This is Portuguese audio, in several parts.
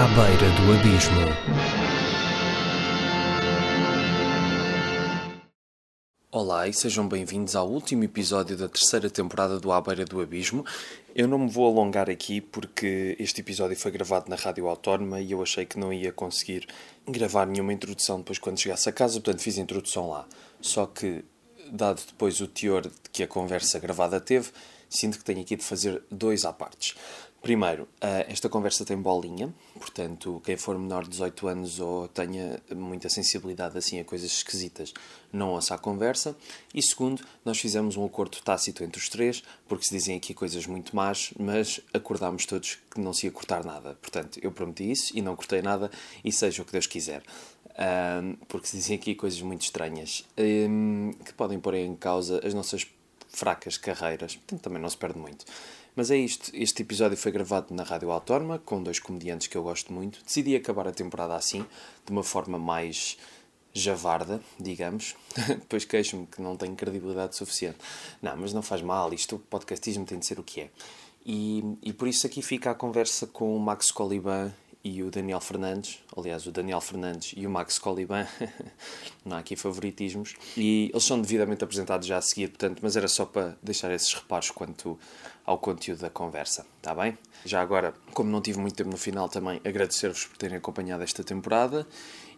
À beira do abismo. Olá e sejam bem-vindos ao último episódio da terceira temporada do À Beira do Abismo. Eu não me vou alongar aqui porque este episódio foi gravado na Rádio Autónoma e eu achei que não ia conseguir gravar nenhuma introdução depois quando chegasse a casa, portanto fiz a introdução lá. Só que, dado depois o teor que a conversa gravada teve, sinto que tenho aqui de fazer dois à partes. Primeiro, ah, esta conversa tem bolinha, portanto, quem for menor de 18 anos ou tenha muita sensibilidade assim a coisas esquisitas, não ouça a conversa. E segundo, nós fizemos um acordo tácito entre os três, porque se dizem aqui coisas muito más, mas acordámos todos que não se ia cortar nada. Portanto, eu prometi isso e não cortei nada, e seja o que Deus quiser. Ahm, porque se dizem aqui coisas muito estranhas, ahm, que podem pôr em causa as nossas fracas carreiras, portanto também não se perde muito. Mas é isto, este episódio foi gravado na Rádio Autónoma, com dois comediantes que eu gosto muito. Decidi acabar a temporada assim, de uma forma mais javarda, digamos. Depois queixo-me que não tenho credibilidade suficiente. Não, mas não faz mal, isto o podcastismo tem de ser o que é. E, e por isso aqui fica a conversa com o Max Coliban e o Daniel Fernandes, aliás, o Daniel Fernandes e o Max Coliban, não há aqui favoritismos, e eles são devidamente apresentados já a seguir, portanto, mas era só para deixar esses reparos quanto ao conteúdo da conversa, está bem? Já agora, como não tive muito tempo no final também, agradecer-vos por terem acompanhado esta temporada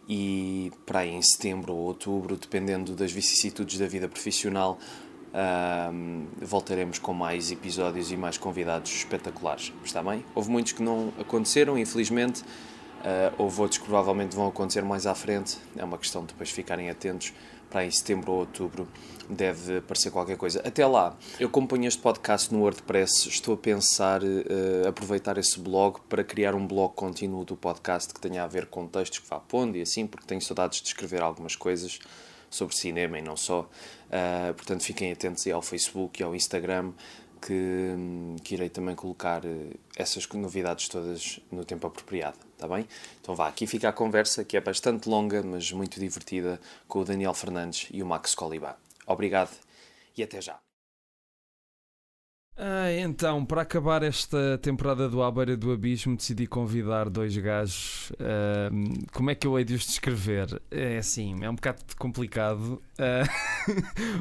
e para aí em setembro ou outubro, dependendo das vicissitudes da vida profissional, Ahm, voltaremos com mais episódios e mais convidados espetaculares, está bem? Houve muitos que não aconteceram, infelizmente, ah, houve outros que provavelmente vão acontecer mais à frente, é uma questão de depois ficarem atentos para em setembro ou outubro deve aparecer qualquer coisa. Até lá, eu componho este podcast no WordPress, estou a pensar eh, aproveitar esse blog para criar um blog contínuo do podcast que tenha a ver com textos que vá pondo e assim, porque tenho saudades de escrever algumas coisas sobre cinema e não só. Ah, portanto, fiquem atentos aí ao Facebook e ao Instagram, que, que irei também colocar eh, essas novidades todas no tempo apropriado, está bem? Então vá, aqui fica a conversa, que é bastante longa, mas muito divertida, com o Daniel Fernandes e o Max Colibá. Obrigado e até já. Ah, então, para acabar esta temporada do À Beira do Abismo, decidi convidar dois gajos. Ahm, como é que eu hei de os descrever? É assim, é um bocado complicado. Ah,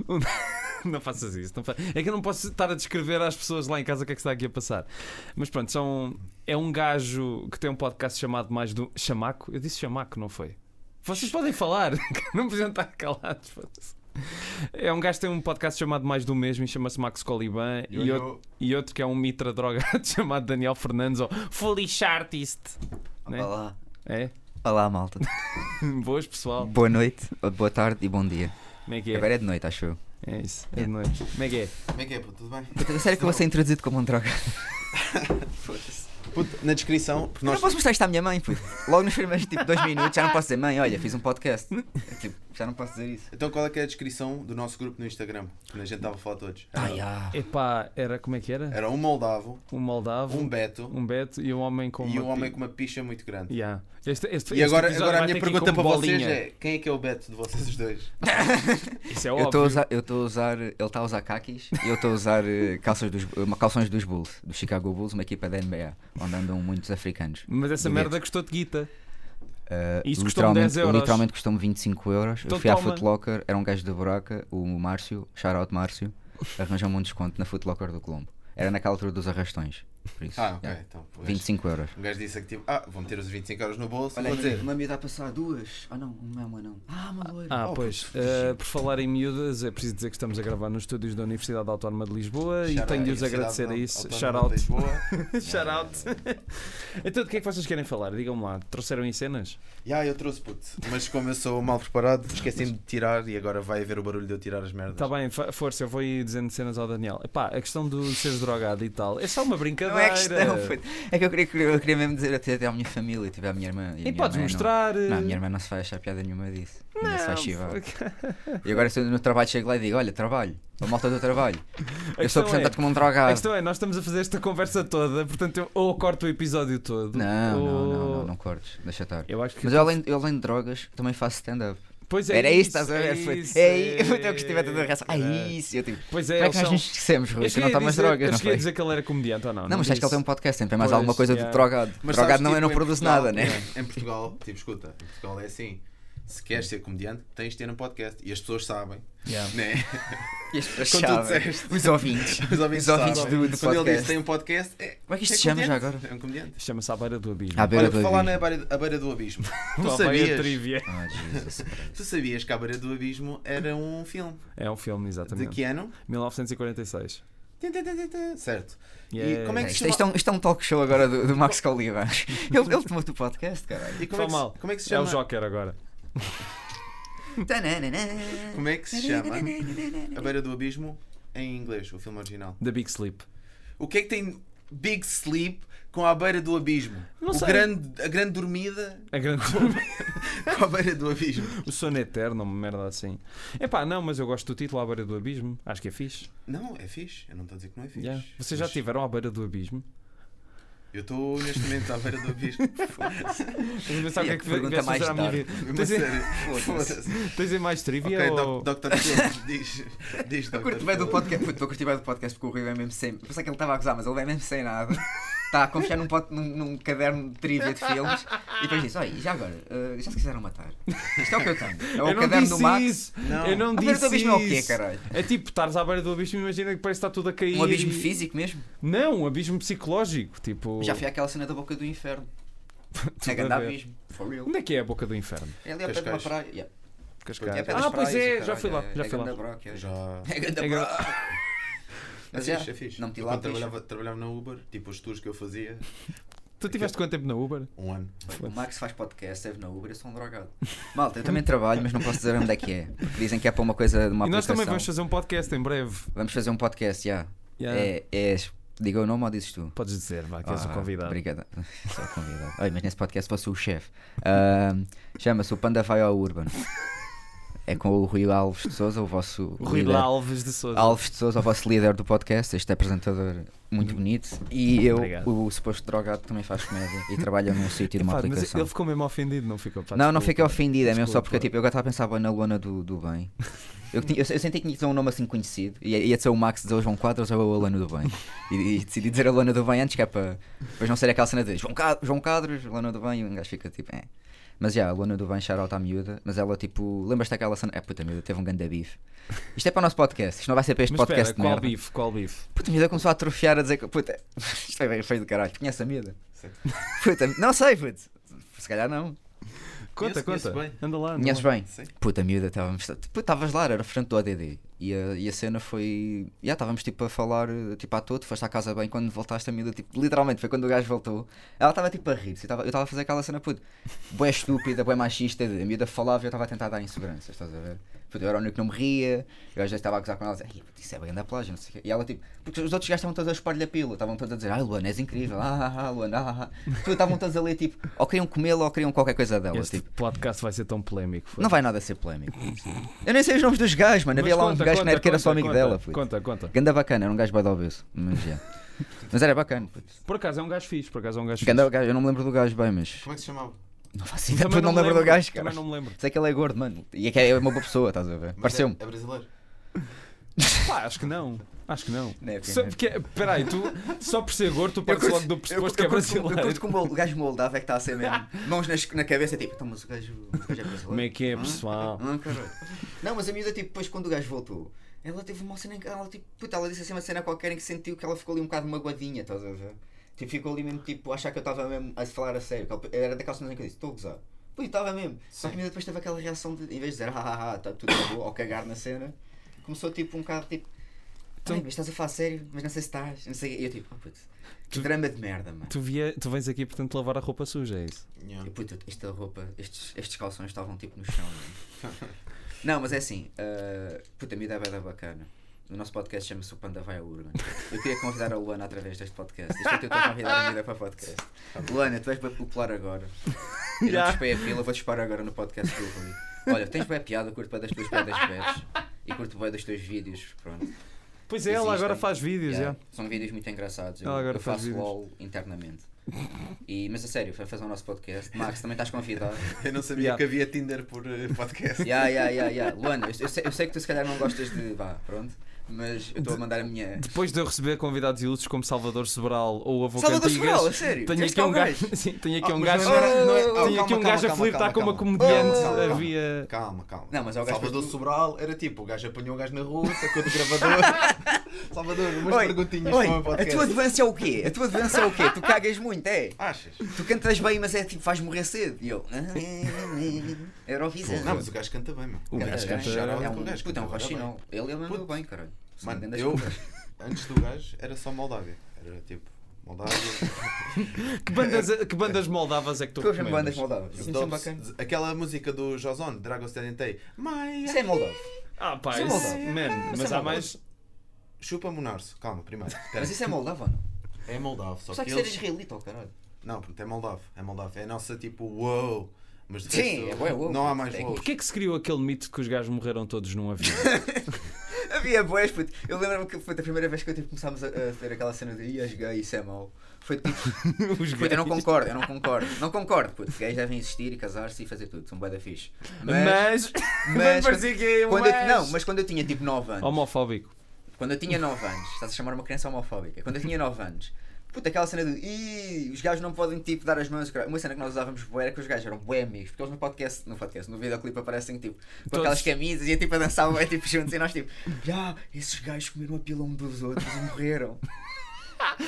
um- não faças isso. não fa- É que eu não posso estar a descrever às pessoas lá em casa o que é que está aqui a passar. Mas pronto, são... é um gajo que tem um podcast chamado mais do. Chamaco? Eu disse chamaco, não foi? Vocês podem falar, não precisam estar calados. foda-se. É um gajo que tem um podcast chamado Mais do Mesmo e chama-se Max Coliban. E, outro- e outro que é um mitra drogado chamado Daniel Fernandes ou Foolish Artist. né? Olá. É? Olá, malta. Boas, pessoal. Boa noite, boa tarde e bom dia. Como é que é? Agora é de noite, acho eu. É isso. É de noite. Como é que é? Como é que é, pô? Tudo bem? A sério que eu vou ser introduzido como um droga. Puto, na descrição, porque Eu nós. não posso mostrar isto à minha mãe, puto. Logo nos primeiros tipo dois minutos já não posso dizer, mãe, olha, fiz um podcast. É, tipo, já não posso dizer isso. Então qual é que é a descrição do nosso grupo no Instagram? Quando a gente estava a falar todos. Era, Ai, ah. Epá, era como é que era? era um moldavo, Um moldavo, um beto um beto e um homem com e uma um pi- homem com uma picha muito grande. Yeah. Este- este- este E agora, episódio agora a vai minha ter que ir pergunta para com vocês bolinha. é: quem é que é o beto de vocês os dois? Isso é Eu estou óbvio. a usar, eu estou a usar, ele está a usar caquis e eu estou a usar eh, calças dos, uma calções dos Bulls, dos Chicago Bulls, uma equipa da NBA, onde andam muitos africanos. Mas essa Bilhete. merda custou-te guita. Uh, Isto custou-me literalmente, 10 euros. Literalmente custou-me 25 euros. Então eu fui à toma. Footlocker, era um gajo da buraca, o Márcio, shout out Márcio, arranjou-me um desconto na Footlocker do Colombo. Era naquela altura dos arrastões. Por isso, é, Ah, ok, É. yeah. então. o gajo- 25 euros. O gajo disse que tipo, ah, vou meter os 25 euros no bolso, vou dizer. uma miúda a passar duas. Ah não, uma é uma não. Ah, uma loira. Ah, pois, eh, por falar em miúdas, é preciso dizer que estamos a gravar nos estúdios da Universidade Autónoma de Lisboa e Shout tenho de out os à agradecer a Universidade isso. Autónoma Shout de out. Lisboa. Shout out. então, de que é que vocês querem falar? Digam-me lá, trouxeram em cenas? Ya, eu trouxe puto. Mas como eu sou mal preparado, esqueci-me de tirar e agora vai haver o barulho de eu tirar as merdas. Está Tá bem, fa- força, eu vou ir dizendo cenas ao Daniel. Epá, a questão do seres drogado e tal, é só uma brincadeira. Não é questão, puto. é que eu queria, eu queria mesmo dizer até até à minha família, tive à minha irmã. a E minha podes mãe não- mostrar. eh, Não, a minha irmã não se vai achar piada nenhuma disso. Não, se vai chivar. porque- E agora se eu no trabalho chego lá e digo: Olha, trabalho, a malta do trabalho. A Eu questão sou apresentado é- como um A drogado. questão é, nós estamos a fazer esta conversa toda, portanto, eu ou corto o episódio todo. Não, não, não, ou- não, não cortes, deixa estar. Tipo, Eu acho que. Mas eu além, eu além de drogas também faço stand-up. Pois é, Era isso, isso, estás a é ver? Foi. isso, É é- isso. Eu gostei da tua reação. É isso. Eu tipo. Pois Como é, é que eles nós são... nos esquecemos, Rui? Que não queria tomas dizer- drogas, eu não queria foi? dizer que ele era comediante ou não. Não, mas acho que ele tem um podcast, sempre tem mais Pois, alguma coisa yeah. de drogado. sabes, drogado não é, tipo, não em produz Portugal- nada, né? é, Em Portugal, tipo, escuta, em Portugal é assim. Se queres ser comediante, tens de ter um podcast. E as pessoas sabem. Yeah. Né? Como tu Chave. disseste. Os ouvintes. Os Os ouvintes, ouvintes sabem. do- do Quando ele podcast. disse tem um podcast, é. Como é que isto é se chama já comediante. agora? É um comediante. Chama-se à beira do abismo. À Olha, beira por Ah, do falar na abismo. beira, a beira do abismo. tu, Lá vai a sabias, trivia. Ah, Jesus. tu sabias que a beira do abismo era um filme? É um filme, De exatamente. que ano? 1946. Tum, tum, tum, tum, tum. Certo. Yeah. E como é que se Isto, chama? isto, é um, isto é um talk show agora do, do Max Coliva. Ele, ele tomou-te o podcast, caralho. E como é, Foi que, mal. se- como é que se É o chama? Joker agora. Como é que se chama? A beira do abismo em inglês, o filme original. The Big Sleep. O que é que tem Big Sleep com a beira do abismo? Não O sei. grande- a grande dormida A grande... com a beira do abismo. o sono eterno, uma merda assim. Epá, não, mas eu gosto do título À Beira do Abismo. Acho que é fixe. Não, é fixe. Eu não estou a dizer que não é fixe. Yeah. Vocês já Mas tiveram À Beira do Abismo? Eu estou neste momento à beira do abismo. Vamos pensar o que é que Pergunta vieste mais fazer à minha tarde. vida. Mas Tens aí- sério, foda-se. Tens aí mais trivia Ok, ou... Doc- Dr. Phil, diz. Diz Eu curto Dr. bem do Phil. podcast. Puto, eu curti bem do podcast porque o Rui vem mesmo sem. Pensei que ele estava a gozar, mas ele vem mesmo sem nada. Está a confiar num, pot- num- num caderno de trivia de filmes e depois diz: Olha, e já agora, ah, já se quiseram matar. Isto é o que eu tenho. É eu o não caderno disse do Max. isso. Não. Eu não A disse beira do abismo é o quê, isso. caralho? É tipo, estares à beira do abismo, imagina que parece que está tudo a cair. Um abismo e- físico mesmo? Não, um abismo psicológico. Tipo, Já fui àquela cena da boca do inferno. É grande a ver. abismo. For real. onde é que é a boca do inferno? É ali ao pé de uma Cascais. praia. Yeah. Cascais. É pelas ah, pois praias, é, o já caralho, fui lá. é- já é fui lá. grande broca, é. Já. É grande É grande- broca. É Mas já, fixe, é fixe. Não meti Eu lá a quando ficha. trabalhava, trabalhava na Uber, tipo os tours que eu fazia, Tu tiveste quanto tempo na Uber? um ano. O Max faz podcast, serve na Uber, eu sou um drogado. Malta, eu também trabalho, mas não posso dizer onde é que é. Porque dizem que é para uma coisa de uma e nós aplicação. também vamos fazer um podcast em breve. Vamos fazer um podcast, já. Yeah. É, é, diga o nome ou dizes tu? Podes dizer, vá, que és o Ah, convidado. Obrigado. Sou o convidado. Olha, mas nesse podcast fosse o chefe. Ahm, Chama-se o Panda Vai ao Urban. É com o Rui Alves de Souza, o vosso O Rui líder. Alves de Souza. Alves de Souza, o vosso líder do podcast, este apresentador muito bonito. E eu, Obrigado. o suposto drogado, também faz comédia e trabalha num sítio de uma Pá, mas aplicação. ele ficou mesmo ofendido, não ficou? Pá, Não, não desculpa. fiquei ofendido, é mesmo só porque Desculpa. tipo, eu agora estava a pensar "Boa, na Luana do, do Bem. Eu, tinha- eu, eu senti que tinha que dizer um nome assim conhecido. Ia, ia ser o Max dizer o João Quadros ou a Luana do Bem. E, e decidi dizer a Luana do Bem antes, que é para depois não ser aquela cena de João, Ca- João Quadros, Luana do Bem, e um gajo fica tipo, é. Mas já, a Luana do Bem, Charlotte à miúda, mas ela tipo, lembras-te daquela cena? É puta miúda, teve um ganda bife. Isto é para o nosso podcast, isto não vai ser para este Mas podcast espera, qual de merda. bife? Qual bife? Puta, a miúda começou a atrofiar a dizer que. Puta, isto foi bem feio do caralho. Conhece a miúda? Puta, não sei, puta. Se calhar não. Conta, conheço conta. bem. Anda lá. anda Conheces lá. bem? Sim. Puta, a miúda, estávamos. Puta, estavas lá, era frente do ADD. E a, e a cena foi. Já estávamos tipo a falar, eh, tipo à todo, foste à casa bem. Quando voltaste, a miúda, tipo, literalmente, foi quando o gajo voltou. Ela estava tipo a rir-se. Eu estava- eu estava a fazer aquela cena, puto, boé estúpida, boé machista. de- A miúda falava e eu estava a tentar dar inseguranças, estás a ver? Puto, eu era o único que não me ria. Eu às vezes estava a gozar com ela, a dizer, "Ai, puto, isso é bem da plágio, não sei o quê. E ela tipo, porque os outros gajos estavam todos a espalhar pila, estavam todos a dizer, ai Luana, és incrível, ah, ah, ah Luana, ah, ah, ah. Puto, Estavam todos ali, tipo, ou queriam comê-la ou queriam qualquer coisa dela. Este tipo. podcast vai ser tão polémico. foi. Não vai nada ser polémico. Eu nem sei os nomes dos gajos, mano. Mas Havia lá um conta, gajo que não era conta, que era só conta, amigo conta, dela, puto. Conta, conta. Ganda bacana, era um gajo bad obeso. Mas, já. mas era bacana, puto. Por acaso é um gajo fixe, por acaso é um gajo fixe. Ganda gajo, eu não me lembro do gajo bem, mas. Como é que se chamava? Não faço ideia, Também puto, não me lembro do gajo, cara. Também não me lembro. Sei que ele é gordo, mano. E é que é uma boa pessoa, estás a ver? Mas é- Pareceu-me. É brasileiro. Pá, acho que não. Acho que não. Não é porque Só é mesmo. porque, peraí, tu só por ser gordo, tu partes logo do eu, pressuposto que é brasileiro. como o gajo moldado é que está a ser mesmo. Mãos na cabeça, tipo, então, mas o gajo, o gajo é brasileiro. Como é que é, pessoal? Ah, caralho. Não, mas a miúda, tipo, depois quando o gajo voltou, ela teve uma cena em que ela, tipo, puta, ela disse assim uma cena qualquer em que sentiu que ela ficou ali um bocado magoadinha, estás a ver? Tipo, ficou ali mesmo, tipo, a achar que eu estava mesmo a falar a sério. que ela- Era daquelas cenas em que eu disse, estou a gozar. Pois, estava mesmo. Só que a miúda depois teve aquela reação de, em vez de dizer, ah, ah, ah, está tudo na boa, ou cagar na cena, começou, tipo, um bocado, tipo, Então- "Ai, mas estás a falar a sério, mas não sei se estás, não sei o quê." E eu, tipo, oh, puto, que Tu- drama de merda, mano. Tu, vie- tu vens aqui, portanto, lavar a roupa suja, é isso? Yeah. E, puta, esta roupa, estes, estes calções estavam tipo no chão. mano. Não, mas é assim, ah, puta, a minha ideia é bué da bacana. O nosso podcast chama-se O Panda Vai ao Urban. Eu queria convidar a Luana através deste podcast. Isto é que eu estou a convidar a minha ideia para o podcast. Luana, tu és bem popular agora. Eu não Já. te espei a pila, vou-te esperar agora no podcast do Rui. Olha, tens bem piada, curto bem das tuas piadas pets e curto bem dos teus vídeos. Pronto. Pois é, ela Existem. agora faz vídeos, um- é. Yeah. já. São vídeos muito engraçados. Eu, Ela agora eu faz faço vídeos. LOL internamente. E, mas a sério, foi fazer o nosso podcast. Max, também estás convidado. Eu não sabia Yeah. que havia Tinder por eh, podcast. Ya, ya, ya, ya. Luana, eu, eu sei, eu sei que tu se calhar não gostas de. vá, pronto. Mas eu estou a mandar a minha. Depois de eu receber convidados ilustres como Salvador Sobral ou Avô Salvador Cantigas, Sobral, a sério. tenho Este aqui é um o gajo, sim, tenho aqui Ah, um mas gajo, não era- não é- ah, tenho aqui calma, um gajo calma, a flertar calma, com uma calma. comediante, Ah, calma. havia... Calma, calma. Não, mas é o gajo Salvador que- Sobral era tipo, o gajo apanhou o gajo na rua, sacou do gravador. Salvador, umas Oi, perguntinhas oi, para o a podcast. tua doença é o quê? A tua doença é o quê? Tu cagas muito, é? Achas? Tu cantas bem, mas é tipo, faz morrer cedo. E eu. "Ah, Eurovisão. Não, mas o gajo canta bem, mano. O Canta gajo bem, canta- Shout out É que o um gajo puto, é um canta bem. roxinol. Ele ele mandou bem, caralho. São Mano, grandes eu, coisas. antes do gajo, era só Moldávia. Era tipo, Moldávia. Que bandas, que bandas moldavas é que tu Tu ouves mesmo bandas recomendas? moldavas. Isso é Zdobs- bacana. Z- aquela música do Jozon, Dragon Sedentei. Maia. Isso é moldavo. Ah pá, Isso é isso, moldavo. man, Isso mas é há mais... Chupa-me o narço. Calma, primeiro. Espera. Mas isso é moldavo ou não? É moldavo, só Só que que isso era eles- israelita, oh, caralho. Não, pronto, é moldavo. É moldavo. É a nossa tipo, wow. Mas de Sim, resto, é bué wow. Não há mais É que- wow. Porquê que se criou aquele mito de que os gajos morreram todos num avião? Havia boés, puto. Eu lembro-me que foi a primeira vez que eu, tipo, começámos a, a ter aquela cena de "Ih, és gay, isso é mau. Foi tipo. Os puto, eu não gajos. concordo, eu não concordo. Não concordo, puto. Gays devem existir e casar-se e fazer tudo. São bué da fixe. Mas... mas- parecia que é um quando eu- mas. não, mas quando eu tinha tipo 9 anos. Homofóbico. Quando eu tinha 9 anos, estás a chamar uma criança homofóbica. Quando eu tinha 9 anos, puta, aquela cena de Ih, os gajos não podem tipo dar as mãos. caralho." Uma cena que nós usávamos bué era que os gajos eram bué amigos, porque eles no podcast, no podcast, no videoclipe aparecem tipo com Todos. aquelas camisas e tipo a dançar bué tipo juntos e nós tipo, já, esses gajos comeram a pila um dos outros e morreram.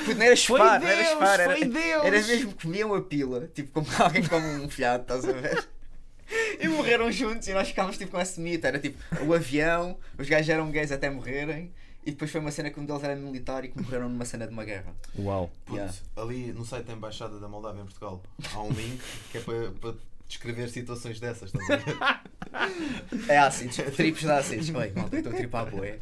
Puto, não era chupar, não era Deus, chupar, era, foi Deus. era mesmo comiam a pila, tipo como alguém come um fiado, estás a ver? E morreram juntos e nós ficávamos tipo com esse mito. Era tipo o avião, os gajos eram gays até morrerem. E depois foi uma cena que um deles era militar e que morreram numa cena de uma guerra. Uau. Puto, Yeah. ali no site da Embaixada da Moldávia em Portugal há um link que é para, para descrever situações dessas, estás a ver? É ácidos, tripos de ácidos. Oi, malta, eu estou a tripar a boé.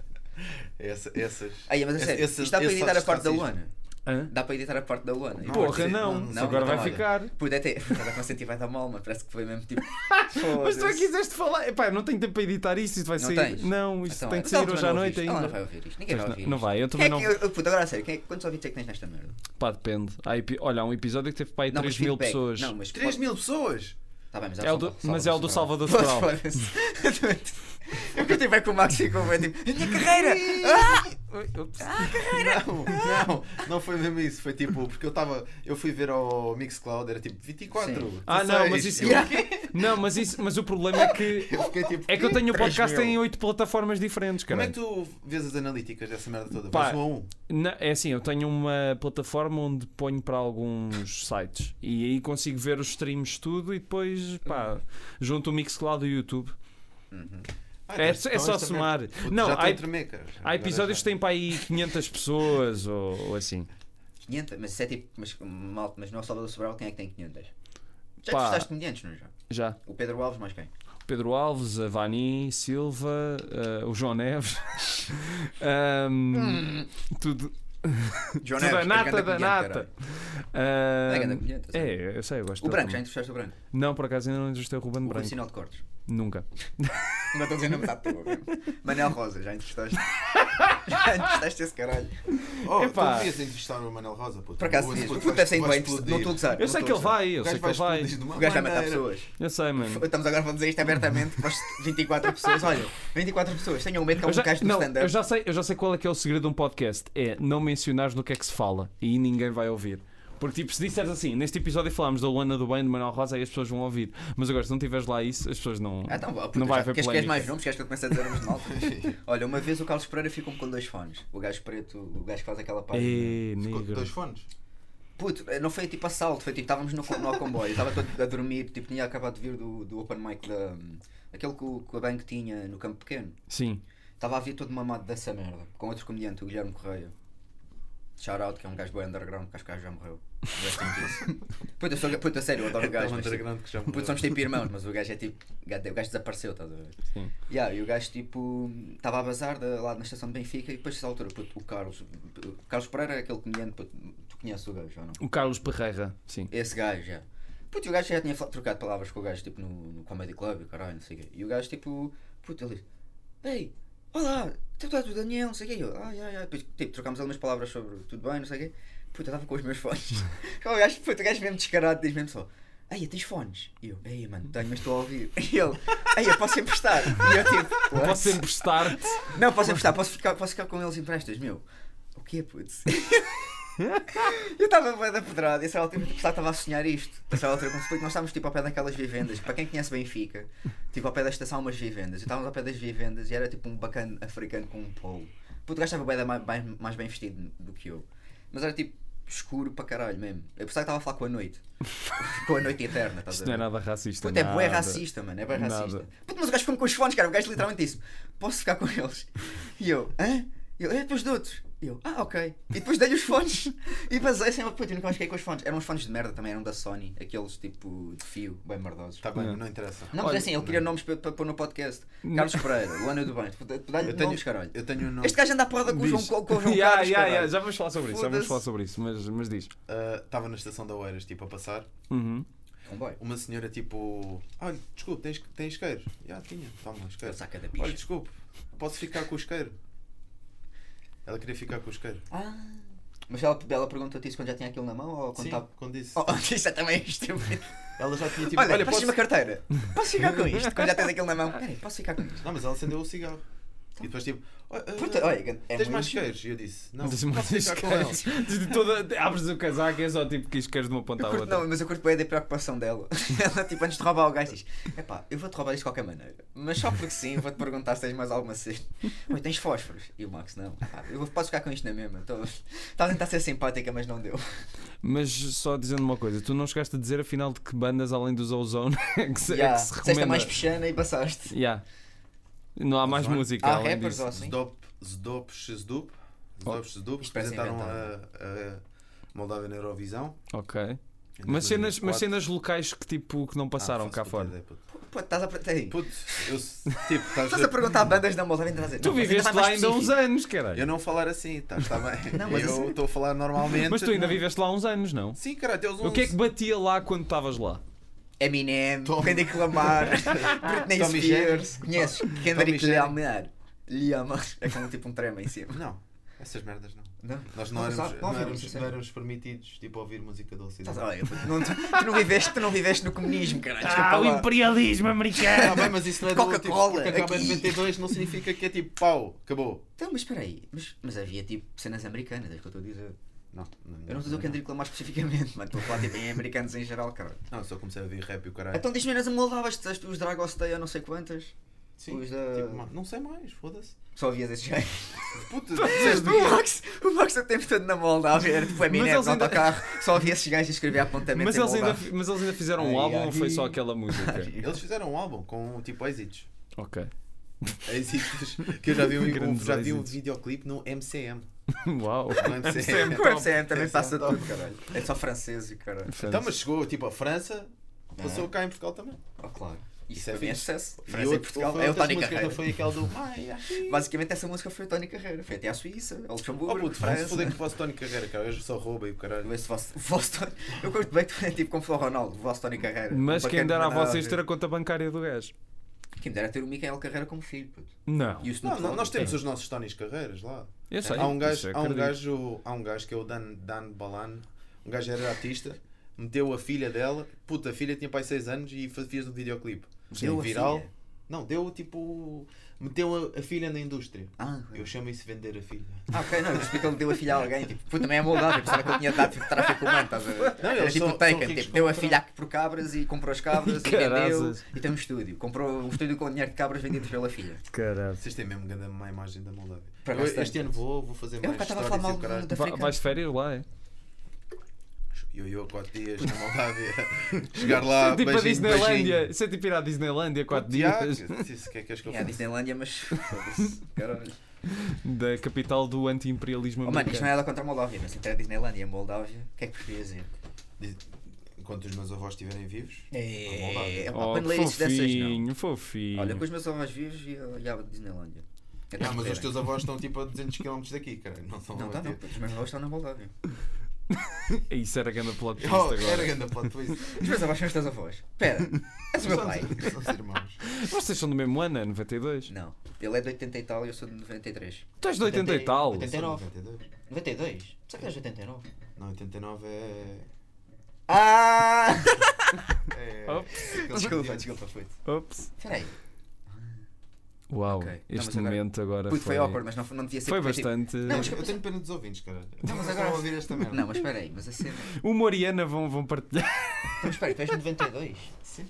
Essa, essas. Aí, mas a esse- sério, esse- isto dá para esse editar a toque parte da de racismo. Luana. Hã? Dá para editar a parte da Luana. Não, Porra, não. não, Isso não, agora então vai olha. ficar. Pude até. Cada consenti vai dar mal, mas parece que foi mesmo tipo. Mas tu é que Foda-se. quiseste falar. Epá, eu não tenho tempo para editar isto, isto vai Não sair. tens? Não, isto Então, tem olha, que então sair ela hoje não à vai noite ouvir isto. Ela ainda. não vai ouvir isto. Ninguém Pois vai não, ouvir não isto. vai, eu Quem é também não. que, eu- puto, agora a sério, quem é, quantos ouvintes é que tens nesta merda? Pá, depende. Há epi- Olha, há um episódio que teve para aí Não, mas 3 mil feedback. pessoas. Não, mas 3 pode- mil pessoas! Tá bem, mas É o do- mas é o do Salvador Sobral. Foda-se. Eu continuei com o Max e com o Ben, tipo, a minha carreira! Ah! Não, não, não foi mesmo isso. Foi tipo, porque eu estava. Eu fui ver ao Mixcloud, era tipo 24. Sim. Ah, não, mas 16. isso. Eu- Não, mas isso. Mas o problema é que. Eu fiquei tipo. É que eu tenho o 3 podcast mil. em 8 plataformas diferentes, Como cara. é que tu vês as analíticas dessa merda toda? Pá. Pá. um a um. Na- é assim, eu tenho uma plataforma onde ponho para alguns sites e aí consigo ver os streams tudo e depois, pá, junto o Mixcloud e o YouTube. Ah, É, então só- é só esta merda- somar. Puto, Não, já estou há- a tremer, cara. Há Agora episódios que já. têm para aí 500 pessoas ou, ou assim. 500, mas isso é tipo, mas, mal, mas não é o Salvador Sobral, quem é que tem 500? Já Pá. testaste comediantes, não já? Já. O Pedro Alves, mais quem? Pedro Alves, a Vani, Silva, eh, o João Neves. Ahm, tudo. Hum. João Tudo a que é nata grande da comediante, nata. caralho. Ahm, É grande comediante, assim. é, eu sei, eu gosto O dele Branco, já também. entrevistaste o Branco? Não, por acaso ainda não entrevistei o Ruben O Branco. sinal de cortes. Nunca. Não estou a dizer na metade da boca. Manel Rosa, já entrevistaste. já entrevistaste esse caralho. Oh, Epá. tu devias entrevistar o Manel Rosa, puto. Por acaso, Puto, dias, puto, o puto vai- é sem vai bem, não explodir. estou a usar. Eu sei não que estou a ele vai, eu O gajo sei que ele vai. explodir de usar. uma O um gajo vai matar maneira. pessoas. Eu sei, mano. Estamos agora a dizer isto abertamente para as 24 pessoas. Olha, 24 pessoas, tenham medo que é Eu um já, gajo do não, eu stand-up. já sei, eu já sei qual é que é o segredo de um podcast. É não mencionares no que é que se fala e ninguém vai ouvir. Porque tipo, se disseres assim, neste episódio falámos da Luana do Bem, do Manuel Rosa, aí as pessoas vão ouvir. Mas agora, se não tiveres lá isso, as pessoas não. Ah, então, vá, puta, não vai já- haver queres, queres polémica. mais nomes? Queres que eu comece a dizer nomes de malta? Olha, uma vez o Carlos Pereira ficou-me com dois fones. O gajo preto, o gajo que faz aquela página. Ê, Com É, negro. Dois fones. Puto, eh, não foi tipo assalto, foi tipo, estávamos no, co- no comboio, estava todo a dormir, tipo, tinha acabado de vir do, do open mic da. hum, Aquele que, o- que a banco tinha no campo pequeno. Sim. Estava a vir todo mamado dessa merda, com outro comediante, o Guilherme Correia. Shout out, que é um gajo bem underground, que acho que o gajo já morreu. Rest in peace. Puta, eu sou, puta, sério, eu adoro o É gajo. um mas, tipo, underground que já Puto, morreu. somos tipo irmãos, mas o gajo é tipo. O gajo desapareceu, estás a ver? Sim. Yeah, e o gajo tipo. Estava a bazar da- lá na estação de Benfica e depois dessa altura, puto, o Carlos. O Carlos Pereira é aquele comediante, puto, tu conheces o gajo ou não? O Carlos Pereira. Sim. Esse gajo, já. Puto, e o gajo já tinha fal- trocado palavras com o gajo tipo no, no Comedy Club e o caralho, não sei o quê. E o gajo tipo. Puto, ele disse: Ei, Olá, tu és do Daniel, não sei o quê. E eu, ai, ai, ai. Depois, tipo, trocámos algumas palavras sobre tudo bem, não sei o quê. Puta, eu estava com os meus fones. o gajo, puta, o gajo mesmo descarado, diz mesmo só. Ai, tens fones? E eu, ei, mano, tenho, mas estou a ouvir. E ele, ai, eu posso emprestar? E eu, tipo, "What?" Posso emprestar-te? Não, posso emprestar, posso ficar, posso ficar com eles emprestas, meu. O quê, putz? eu estava bem da pedrada, e essa altura tipo, estava a sonhar isto. Essa altura, como se foi que nós estávamos tipo ao pé daquelas vivendas, para quem conhece Benfica, tipo ao pé da estação há umas vivendas. E estávamos ao pé das vivendas e era tipo um bacana africano com um polo. Puto, o gajo estava bem, mais, mais bem vestido do que eu. Mas era tipo escuro para caralho mesmo. Eu pensava que estava a falar com a noite. com a noite eterna, estás a Isto ver? não é nada racista. Puta, é bué nada. racista, mano. É bué racista. Nada. Puta, mas o gajo ficou com os fones, cara. O gajo literalmente disse: Posso ficar com eles? E eu, hã? E eu, é depois de outros. E eu, ah, ok. E depois dei-lhe os fones. E passei sempre, puta, eu nunca mais fiquei com os fones. Eram uns fones de merda também, eram da Sony. Aqueles tipo de fio, bem merdosos. Tá bem, mas não interessa. Não, mas é assim, ele queria nomes para para pôr no podcast. Carlos Pereira, Luana do Bem. Puta, Dá-lhe Eu tenho, nomes, caralho. eu tenho um nome. Este gajo anda à porrada com o João, com o João Ya, Carlos. ya, ya, caralho. Já vamos falar sobre isso, já vamos Foda-se. falar sobre isso, mas, mas diz. Estava ah, na estação da Oeiras, tipo, a passar. Uhum. Comboio. Uma senhora, tipo... Olha, desculpe, tens, tens isqueiro? Já tinha. Toma, isqueiro. Saca da bicha. Olha, desculpe, posso ficar com o isqueiro? Ela queria ficar com o isqueiro. Ah. Mas ela, ela perguntou-te isso quando já tinha aquilo na mão ou quando Sim, estava. quando disse. Oh, isso é também estúpido. Ela já tinha, tipo... olha, Olha, posso posso... uma carteira? Posso ficar com isto? Quando já tens aquilo na mão? Peraí, posso ficar com isto? Não, mas ela acendeu o cigarro. E depois, tipo... "Oh, eh, Puta, olha, é tens muito- mais isqueiros? E eu disse... Não, Diz posso ficar com ele. de toda, abres o casaco e é só tipo que isqueiros de uma ponta Eu à curto, outra. não, mas eu curto bem da preocupação dela. Ela, tipo, antes de roubar o gajo, diz: Epá, eu vou-te roubar isto de qualquer maneira. Mas só porque sim, vou-te perguntar se tens mais alguma cena. Oi, tens fósforos? E o Max, não. Epá, eu vou- posso ficar com isto na mesma. Estou Estava a tentar ser simpática, mas não deu. É Mas só dizendo uma coisa, tu não chegaste a dizer afinal de que bandas além dos Ozone é que se, é Já, que se disseste a recomenda. mais pechana e passaste. Ya. Não há mais Ozone? música Há além rappers disso. ou assim? Zdop, Zdop, Szdup. Oh, Zdop, Szdup. isto parece Apresentaram a, inventado. a Moldávia na Eurovisão. Ah, Ok. em Mas cenas, mas 2004. cenas locais que tipo que não Ah, passaram faço cá puta fora. ideia, puto. Pô, estás a. peraí. Puto, eu se- tipo, estás Estás a perguntar a bandas da Moldávia e trazer. Tu viveste lá ainda há uns anos, caralho. Eu não falar assim, tá, está bem. Não, mas eu isso- é- estou a falar normalmente. Mas tu ainda Não. viveste lá há uns anos, não? Sim, cara, até os 11. O que é que batia lá quando estavas lá? Eminem, Tom- Kendrick Lamar, Britney Spears. Tommy Jennings. Conheces? Kendrick Jennings. Lamar. Lamar. É como tipo um trema em cima. Não, essas merdas não. Não? Nós não, Não, éramos, sabe? Não não, ouvimos, éramos, sim. não éramos permitidos tipo, ouvir música do Estás Ocidente. a- olha, não- tu, tu não viveste, tu não viveste no comunismo, caralho. desculpa lá. imperialismo americano! Ah, bem, mas isso não é do tipo, Coca-Cola, porque acaba em aqui. 92, não significa que é tipo pau, acabou. Então, mas espera aí. Mas, mas havia tipo cenas americanas, é o que eu estou a dizer. Não, Eu não, não estou a dizer o é Kendrick Lamar especificamente, mas estou a falar tipo em americanos em geral, caralho. Não, eu só comecei a ouvir rap e o caralho. Então diz-me, eras moldavas os Dragos Day ou não sei quantas? Sim, os da- tipo, mano, não sei mais, foda-se. Só havias esses gajos. Puta, O Max, o Max o tempo todo na Moldávia era tipo Eminem eles no ainda- autocarro, só havia esses gajos a escrever apontamentos Mas em eles, ainda, Moldávia. mas eles ainda fizeram um Ai, álbum ou foi ai. só aquela música? Eles fizeram um álbum com tipo êxitos. ok. Êxitos que eu já vi um, Grandes já vi um êxitos. videoclipe no MCM. Uau. No MCM. O então. FCM também Esse passa é um top. tudo, caralho. É só francês e caralho. Então, mas chegou tipo a França, passou É. cá em Portugal também. Oh, claro. Isso Isso é é bem fixe. sucesso. E França e outro- Portugal foi é o outra Tony música, Carreira. Foi aquele do Ai, aqui. Basicamente, essa música foi o Tony Carreira. Foi até à Suíça, ao Luxemburgo, Oh, puto, vai se França. foder que fosse Tony Carreira, cara. Hoje só rouba e o caralho. Vê se fosse- fosse Tony- Eu curto bem que é tipo como foi o Ronaldo, o vosso Tony Carreira. Mas Um quem bacana dera a nada vocês ver. ter a conta bancária do gajo? Quem dera ter o Micael Carreira como filho, puto. Não. E o Snoop Não, não, Dogg. nós temos os nossos Tonys Carreiras lá. Eu sei. Há um isso gajo, eu há um acredito. gajo, há um gajo que é o Dan, Dan Balan. Um gajo era artista, meteu a filha dela. Puta, a filha tinha pai 6 anos e fa- fez um videoclipe. Deu a viral. filha? Não, deu tipo. Meteu a, a filha na indústria. Ah, Eu chamo isso vender a filha. Ah, ok, não, eu percebi que ele deu a filha a alguém, tipo, pô, também é Moldávia, pensava que ele tinha dado tipo, tráfico humano, estás a ver? Não, Era eles tipo são- o Taken, são ricos tipo, deu a com filha por cabras e comprou as cabras e vendeu Caraças. e tem um estúdio. Comprou um estúdio com dinheiro de cabras vendido pela filha. Caralho. Vocês têm mesmo grande má imagem da Moldávia. Para Eu bastante. este ano vou, vou fazer Eu mais cá estava a falar histórias e o mal caralho. da- Va- Vais de férias lá, é? Eu, eu, há quatro dias na Moldávia. Chegar lá, Isso é tipo a Ah, beijinho, Disneylandia. Isso é tipo ir à Disneylandia 4 dias Isso, que é que és que eu É a faça? Disneylandia, mas. foda-se, Caralho. da capital do anti-imperialismo Oh, mano, isto americano. não é nada contra a Moldávia, mas entre a Disneylandia e a Moldávia, o que é que preferias dizer? Diz- Enquanto os meus avós estiverem vivos, a Moldávia. É, Oh, pá, quando ler isso dessas, não. fofinho, fofinho. Olha, com os meus avós vivos e a, e a É Disneylandia. Até Ah, mas morrerem. tipo, os teus avós estão tipo a 200 km daqui, caralho. Não são Não, tá, não, os meus avós estão na Moldávia. É Isso era grande plot twist Oh, agora. era grande plot twist. Os meus avós são os teus avós. Pera, és o é meu pai. São os irmãos. Vocês são do mesmo ano, é 92. Não, ele é de 80 e tal e eu sou de 93. Tu és de 80 e tal. 89. 92. 92? Será que és de 89? Não, 89 é. Ah! é... Ops, desculpa, desculpa, puto. ops. Peraí. Uau, Ok. Não, este mas agora- momento agora Puto, foi... foi awkward, mas não, não devia ser. foi porque, tipo, bastante... Não, mas- Eu tenho pena dos ouvintes, caralho. Não, mas Estão agora- a ouvir esta merda. Não, mas espera aí, mas a cena. O Moriana vão, vão partilhar. Então, espera, tu és de 92? Sim.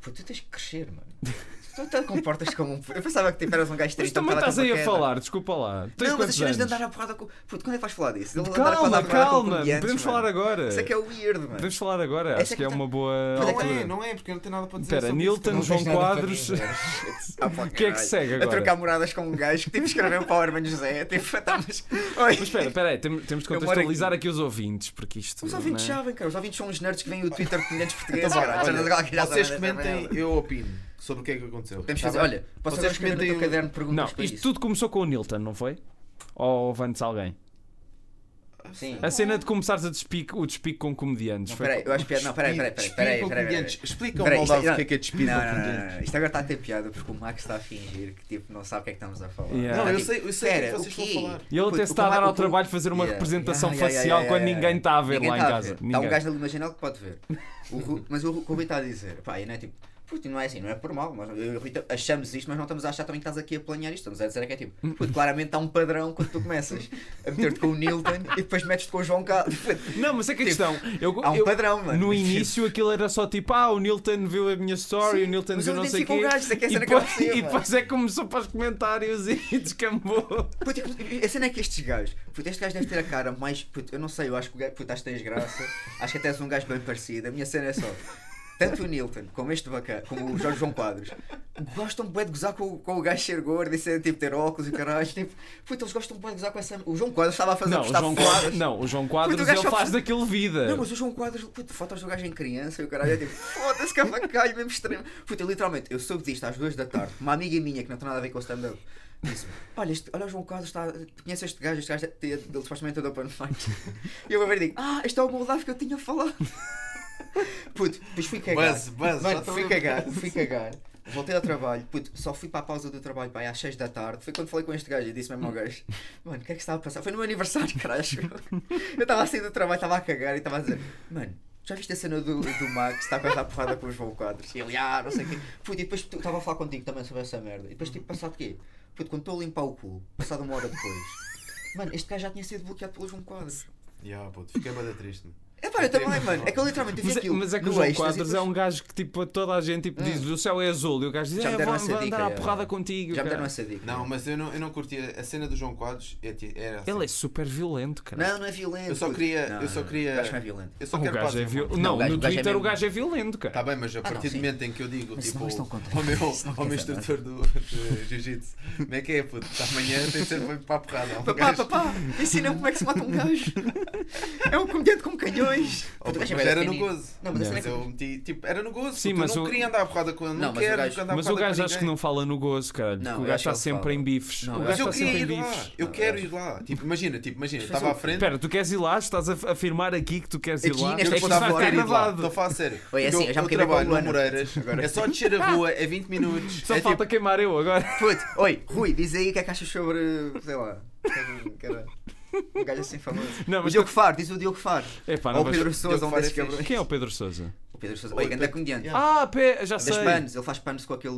Pô, tu tens que crescer, mano. Tu te comportas como um. Eu pensava que tipo, eras um gajo Mas triste. também estás aí a falar, desculpa lá. Tens Não, mas quantos as cenas de anos? andar a porrada com. Puto, quando é que vais falar disso? Ele andar a Calma, falar porrada com calma, comediantes, podemos mano. falar agora. Isso é que é weird, mano. Podemos falar agora, acho Essa é que que é tá- uma boa Mas é Não que- é, altura. não é, porque eu não tenho nada para dizer. Espera, sobre Nilton isto, João porque eu não vejo nada Quadros. para dizer. Ah, pá, que é que caralho. segue agora? A trocar moradas com um gajo que tive que escrever um para o Hermano José. Tipo, tá, mas. Oi. Mas espera, espera aí, tem- temos de Eu moro contextualizar aqui os ouvintes, porque isto. Os ouvintes não é? sabem, cara. Os ouvintes são uns nerds que vêm o Twitter de comediantes portugueses. Então, caralho. Já não- já tá olha, Vocês sabem dessa comentem, merda. eu opino sobre o que é que aconteceu. Podemos Tá fazer. bem? Olha, vocês Vocês escrever no teu comentem- caderno perguntas Não, para isto isso. tudo começou com o Nilton, não foi? Ou houve antes alguém? Sim. A cena de começares a despique, o despique com comediantes. Não, foi... peraí, eu acho piada. Não, peraí, peraí, peraí, peraí, Explica peraí, ao peraí. comediante, explica ao Peraí, isto- Moldavo o não, que é que é despido Não, ao não, não, comediante. não, não. Isto agora está a ter piada porque o Max está a fingir que tipo, não sabe o que é que estamos a falar. Yeah. Não, Ah, eu tipo, sei, eu sei o que pera, vocês o quê? vão falar. E ele Puto, até se está a o dar ao Max- trabalho de fazer uma Yeah. representação Yeah, yeah, facial yeah, quando yeah, ninguém está a ver Ninguém lá em está a casa. ver. Está um Ninguém. gajo ali na janela que pode ver. O Ru- mas o Ru- o que o Rui está a dizer, pá, e não é tipo, puto, não é assim, não é por mal, mas eu, e o Rui ta- achamos isto, mas não estamos a achar também que estás aqui a planear isto. Estamos a dizer é que é tipo, puto, claramente há um padrão quando tu começas a meter-te com o Nilton e depois metes-te com o João Carlos. Não, mas é que a Tipo, questão. Eu, Há um eu- padrão, mano. No início aquilo era só tipo, ah, o Nilton viu a minha story, Sim, o Nilton mas viu eu não sei o identifico quê. o gajo, isso é que é a e, cena que eu depois, percebo, e depois é que começou para os comentários e descambou. Puto, e- a cena é que estes gajos, puto, este gajo deve ter a cara mais. Puto, eu não sei, eu acho que o gajo, puto, acho que tens graça, acho que até és um gajo bem parecido. A minha cena é só. Tanto o Nilton como este bacana, como o Jorge João Quadros, gostam bem de gozar com, o- com o gajo ser gordo e ser tipo ter óculos e caralho. Tipo, puto, eles gostam bem de gozar com essa. O João Quadros estava a fazer Não, o postar João fotos. Quadros, não, o João Quadros Puto, o gajo ele só faz fez- daquilo vida. Não, mas o João Quadros, puto, fotos do gajo em criança e o caralho é tipo, foda-se que avacalho mesmo extremo. Puto, eu, literalmente, eu soube disto às duas da tarde, uma amiga minha que não tem nada a ver com o stand-up. Disse-me, olha, este, olha o João Quadros, está, conhece este gajo, este gajo é- é- ele supostamente é do Open Mic. E eu vou ver e digo, ah, este é o Moldavo que eu tinha falado. Puto, depois fui cagar. Buzz, buzz, já Mano, estou fui a ver. cagar, fui cagar. Voltei ao trabalho, puto, só fui para a pausa do trabalho, pá, às 6 da tarde. Foi quando falei com este gajo e disse mesmo ao gajo: Mano, o que é que estava a passar? Foi no meu aniversário, caralho. Eu estava a sair do trabalho, estava a cagar e estava a dizer: Mano, já viste a cena do, do Max? Está quase a porrada com os João Quadros. E ele, ah, não sei o quê. Puto, e depois tu- estava a falar contigo também sobre essa merda. E depois, tipo, passado quê? Puto, quando estou a limpar o cu, passado uma hora depois, mano, este gajo já tinha sido bloqueado pelo João Quadros. Ya, puto, fiquei bada triste. meu. É pá, eu também, mano. É que eu literalmente vi Mas, é- aquilo. mas é que no o João extras e Quadros é depois- Ah. um gajo que tipo a toda a gente tipo, diz o céu é azul e o gajo diz Já me é, deram vou, essa vou dica, andar à é. porrada contigo. Já me deram cara. essa dica. Não, mas eu não, eu não curti a a cena do João Quadros. é ti- Era assim. Ele é super violento, cara. Não, não é violento. Eu só queria- eu só queria- O gajo não é violento. Eu só o quero gajo paz, é meu violento. amor. Não, Não, o gajo- no o gajo é Twitter o mesmo- gajo é violento, cara. Tá bem, mas a Ah, não, partir do sim. momento em que eu digo, Mas tipo, senão estão contra. ao meu, Senão ao meu quer saber. instrutor do de Jiu-Jitsu, como é que é, puto? Amanhã tem de ser bem para a porrada. há um Papá, gajo- papá, ensina-me como é que se mata um gajo. É um comediante com canhões. Oh, Puto, o mas gajo é bué era no pequenino. gozo. Não, mas a cena é Mas que- eu meti, tipo, era no gozo. Sim, puto, mas eu não o- queria andar à porrada com ele, não, Não, mas o quero gajo- andar à Mas o porrada com gajo acho que ninguém. não fala no gozo, caralho. Não, porque o eu gajo acho que está ele sempre fala. em bifes. Não, o eu Mas gajo eu está queria sempre em ir lá. bifes. Eu quero ir lá. Tipo, imagina, tipo, imagina, estava à um frente. Espera, tu queres ir lá? Estás a f- afirmar aqui que tu queres ir Aqui, lá? neste Eu Isto é gostava que de está ter ido lá, gravado. estou a falar a sério. Oi, é Porque assim, eu já me queimei com trabalho o no ano. Moreiras, Agora- é só descer a rua, é 20 minutos. Só é falta tipo, queimar eu agora. Puto, oi, Rui, diz aí o que é que achas sobre, sei lá, caralho. Um gajo assim famoso. Não, o mas Diogo Faro, diz o Diogo Faro. Epá, não Ou o vais- Pedro Sousa, Diogo um Faro é desses fixe. cabrões. Quem é o Pedro Sousa? O Pedro Sousa, Oi, bem, grande Pedro- comediante. Ah, pe... já Das sei. panos, ele faz panos com aquele.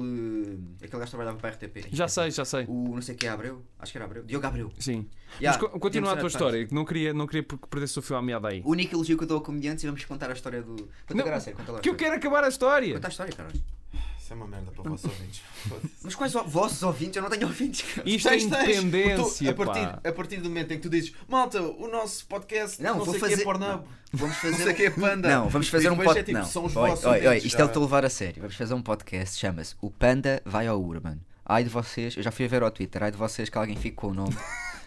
Aquele gajo que trabalhava para a RTP. Já sei, já sei. O não sei que é Abreu, acho que era Abreu. Diogo Abreu. Sim. Mas Yeah, co- continua a tua temos história, que não queria, não queria porque perdesse o fio à meada aí. O único elogio que eu dou a comediantes e vamos contar a história do. Conta Não, agora a sério, conta lá. Que eu quero acabar a história. Conta a história, cara. Isso é uma merda para vossos ouvintes. Foda-se. Mas quais o- vossos ouvintes? Eu não tenho ouvintes, cara. Isto é Tens, tens. independência, Puto, a, pá. partir, a partir do momento em que tu dizes, malta, o nosso podcast não, Não, vou sei o que fazer. é pornab. não, Vamos fazer. um- sei que é panda. Não, vamos fazer E um depois podcast. é tipo, não. são os Oi, vossos oi, oi, ouvintes, isto já. é o que estou a levar a sério. Vamos fazer um podcast. Chama-se O Panda Vai ao Urban. Ai de vocês, eu já fui a ver ao Twitter. Ai de vocês que alguém ficou o nome.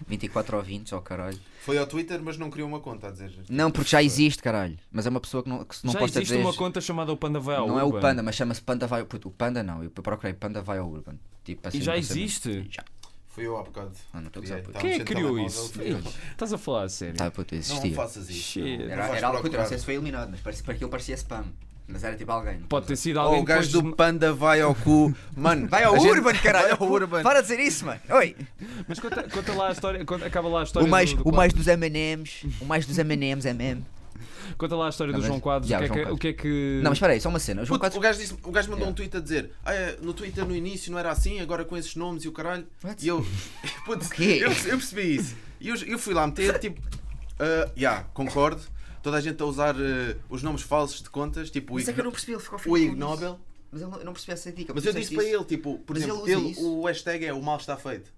24 ouvintes, oh caralho. Foi ao Twitter, mas não criou uma conta a dizer. Não, porque já existe, caralho. Mas é uma pessoa que não, que se não Já posta existe dizer. uma conta chamada o Panda Vai ao Não é o Urban. Panda, mas chama-se Panda Vai. Puto, o Panda não. Eu procurei Panda Vai ao Urban. Tipo, assim, E já não sei bem. existe? Já. Fui eu há bocado. Ah, não estou a gozar, puto. Estava Quem é que mexendo no criou telemóvel, isso? fui eu. Ei, Estás a falar a sério? Tá, né? puto, Não existia. faças isso. Shit. não. Não Era, vais era algo que eu procurar. não sei se foi eliminado, mas parecia, para aquilo parecia spam. Mas era tipo alguém. Pode ter sido Ou alguém o gajo depois do Panda vai ao cu. Mano, Vai ao a gente- Urban, caralho! Vai ao Urban. Para de dizer isso, mano! Oi! de... Mas conta, conta lá a história, conta- acaba lá a história O mais, do, do o mais quadro. dos MMs, o mais dos MMs, MM. Conta lá a história do Ah, mas- João Quadros, Já, o, que é João que, Quadros. o que é que... Não, mas espera aí, só uma cena. O João Puto, o, Quadros. gajo disse- o gajo mandou Yeah. um tweet a dizer "Ah, é, no Twitter no início não era assim, agora com esses nomes e o caralho. What? E eu, puto, quê? eu, eu percebi isso. E eu, eu fui lá meter, tipo, ah, yeah, concordo. Toda a gente a usar eh, os nomes falsos de contas, tipo o, Mas é que eu Ig, não percebi, ele ficou o ofendido Ig com Nobel. isso. Mas ele não- eu não percebi essa dica. Mas porque eu tu disse para disseste ele, tipo, por Mas exemplo, ele usa ele- isso. o hashtag é o mal está feito.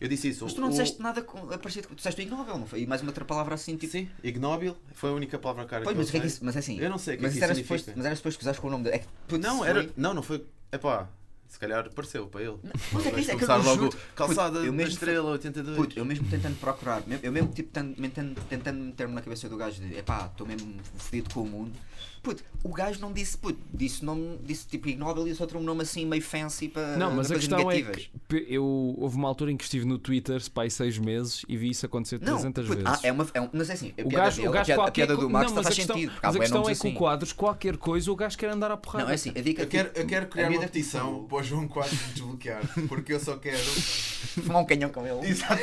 Eu disse isso. Mas tu não o, disseste nada com- é parecido com. Tu disseste o ignóvel, não foi? E mais uma outra palavra assim, tipo. Sim, ignóbil foi a única palavra cara Pois, que eu mas o que é que usei. isso. Mas é assim. Eu não sei o que mas é que isso era isso suposto- significa. Mas era suposto que usaste com o nome dele. É que, putz, Não, foi- era. Não, não foi. Epá, se calhar pareceu para ele. mas é que Vais isso é que eu começar não logo juro. calçada Puto, eu da mesmo- estrela 82. Puto, eu mesmo tentando procurar, me- eu mesmo tipo tentando, tentando, tentando meter-me na cabeça do gajo de epá, estou mesmo fedido com o mundo. Puto, o gajo não disse, puto, disse nome, disse tipo ignóbil e disse outro nome assim meio fancy para Não, mas a para coisas questão é negativas. que pe- eu, houve uma altura em que estive no Twitter, se pai, seis meses e vi isso acontecer Não, 300 puto, vezes. ah, é uma, é um, mas é assim, a O piada gajo, dele, o a gajo piada, a qualquer piada do co- Max não, mas faz a questão, sentido. porque há Mas a bué questão é nomes que o assim. Quadros, qualquer coisa, o gajo quer andar à porrada. Não, é assim, a dica Eu quero, eu a quero criar é tipo uma miúda- petição para o João Quadros desbloquear, porque eu só quero. Fumar um canhão com ele. Exato.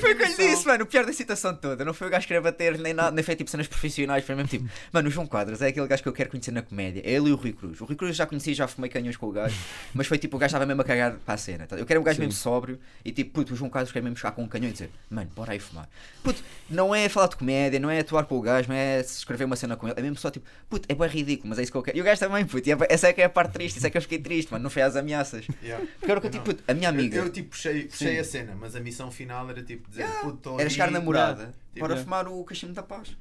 Foi o que eu lhe disse, mano. O pior da citação toda. Não foi o gajo que era bater, nem nada, nem foi tipo cenas profissionais. Foi mesmo tipo, mano, o João Quadras é aquele gajo que eu quero conhecer na comédia. É ele e o Rui Cruz. O Rui Cruz eu já conheci, já fumei canhões com o gajo, mas foi tipo, o gajo estava mesmo a cagar para a cena. tá? Eu quero um gajo Sim. mesmo sóbrio e tipo, puto, o João Quadras quer mesmo chegar com um canhão e dizer, mano, bora aí fumar. Puto, não é falar de comédia, não é atuar com o gajo, não é escrever uma cena com ele. É mesmo só tipo, puto, é bem ridículo, mas é isso que eu quero. E o gajo também, puto, e é bué- essa é que é a parte triste, isso é que eu fiquei triste, mano. Não foi às ameaças. Yeah. Porque era o que eu tipo, puto, a minha amiga. Eu, eu, tipo puxei, puxei Sim. a cena, mas a missão final era tipo dizer puto, tô Ah, Era aqui, chegar namorada Tipo, para é. fumar o cachimbo da paz.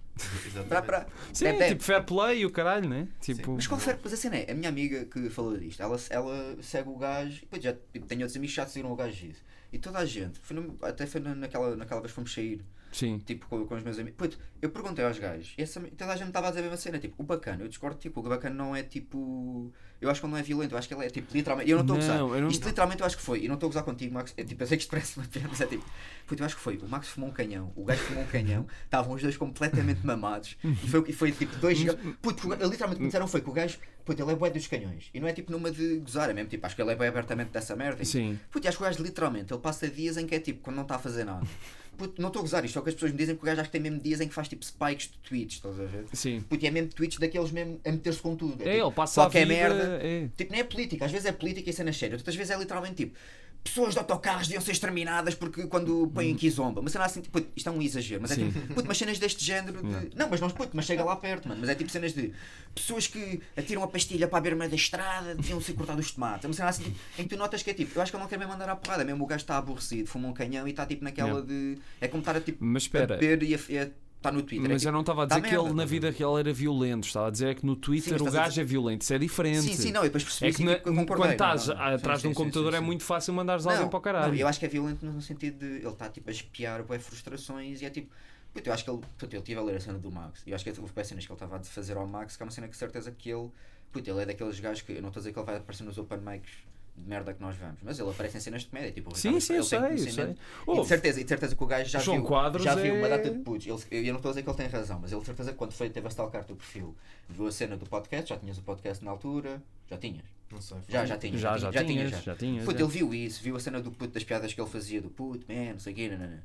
Exatamente. Pra, pra. Sim, Deve- deve. tipo fair play e o caralho, né? Tipo, é Mas qual foi? Mas a cena é, a minha amiga que falou disto, ela, ela segue o gajo, e depois já tipo, tenho outros amigos que já seguiram o gajo disso. E toda a gente, foi no- até foi na- naquela, naquela vez que fomos sair, sim. tipo com, com os meus amigos. Puto, eu perguntei aos gajos, e essa, toda a gente estava a dizer a mesma cena, tipo, o bacana, eu discordo, tipo, o bacana não é tipo. Eu acho que ele não é violento, eu acho que ele é tipo, literalmente. Eu não estou a Não, gozar. eu não- Isto literalmente eu acho que foi, e não estou a gozar contigo, Max, é tipo, eu sei que isto parece uma piada, mas é tipo, puto, eu acho que foi, o Max fumou um canhão, o gajo fumou um canhão, estavam os dois completamente mamados, e foi, e foi tipo dois. ga- Puto, porque o gajo- literalmente o que me disseram foi que o gajo, puto, ele é bué dos canhões, e não é tipo numa de gozar, é mesmo tipo, acho que ele é bué abertamente dessa merda. e- Sim. Puto, e acho que o gajo literalmente, ele passa dias em que é tipo, quando não está a fazer nada. Puto, não estou a gozar isto, só que as pessoas me dizem que o gajo acho que tem mesmo dias em que faz tipo spikes de tweets, estás a ver? Sim. Puto, e é mesmo tweets daqueles mesmo a meter-se com tudo. É, tipo, ele passa a qualquer vida, merda. é. Tipo, nem é política, às vezes é política e cenas sérias, outras vezes é literalmente tipo. Pessoas de autocarros deviam ser exterminadas porque quando Uhum. põem aqui zomba. Mas será assim, tipo, puto, isto é um exagero, mas é tipo, puto, mas cenas deste género. De... Não, mas não, puto, mas chega lá perto, mano. Mas é tipo cenas de pessoas que atiram a pastilha para a beira da estrada deviam ser cortados os tomates. É uma cena assim, tipo, em que tu notas que é tipo, eu acho que ele não quer mesmo mandar à porrada, mesmo o gajo está aborrecido, fuma um canhão e está tipo naquela Yeah. de. É como estar a tipo. Mas espera. A beber e a. e a- Está no Twitter. é Mas tipo, eu não estava a tá dizer que merda, ele na tá vida real era violento, estava a dizer é que no Twitter o estás a gajo dizer- é violento, isso é diferente. Sim, sim, não, eu depois percebi É isso que e na- tipo, eu concordei, quando não, estás não, não. atrás Sim, de um sim, sim, computador sim, é sim. muito fácil mandares alguém Não, para o não, eu caralho. acho que é violento no sentido de ele está tipo a espiar bué frustrações e é tipo. Puto, eu acho que ele. Puto, eu estive a ler a cena do Max e eu acho que houve bué cenas que ele estava a fazer ao Max que é uma cena que de certeza que ele. Puto, ele é daqueles gajos que. Eu não estou a dizer que ele vai aparecer nos open mics de merda que nós vamos, mas ele aparece em cenas de comédia. Tipo, o Sim, Ricardo sim, eu Espelho sei, tem eu conhecimento. sei. E de, Ouve. certeza, e de certeza que o gajo já João viu, Quadros já viu uma é- data de putos. Ele- eu, eu não estou a dizer que ele tem razão, mas ele de certeza que quando foi, teve a stalkar do perfil, viu a cena do podcast, já tinhas o podcast na altura, já tinhas. Não sei. foi- Já, já tinha. Já, já tinha, tinhas, já tinhas, Puto, é. ele viu isso, viu a cena do puto, das piadas que ele fazia, do puto, man, não sei o quê, nanana.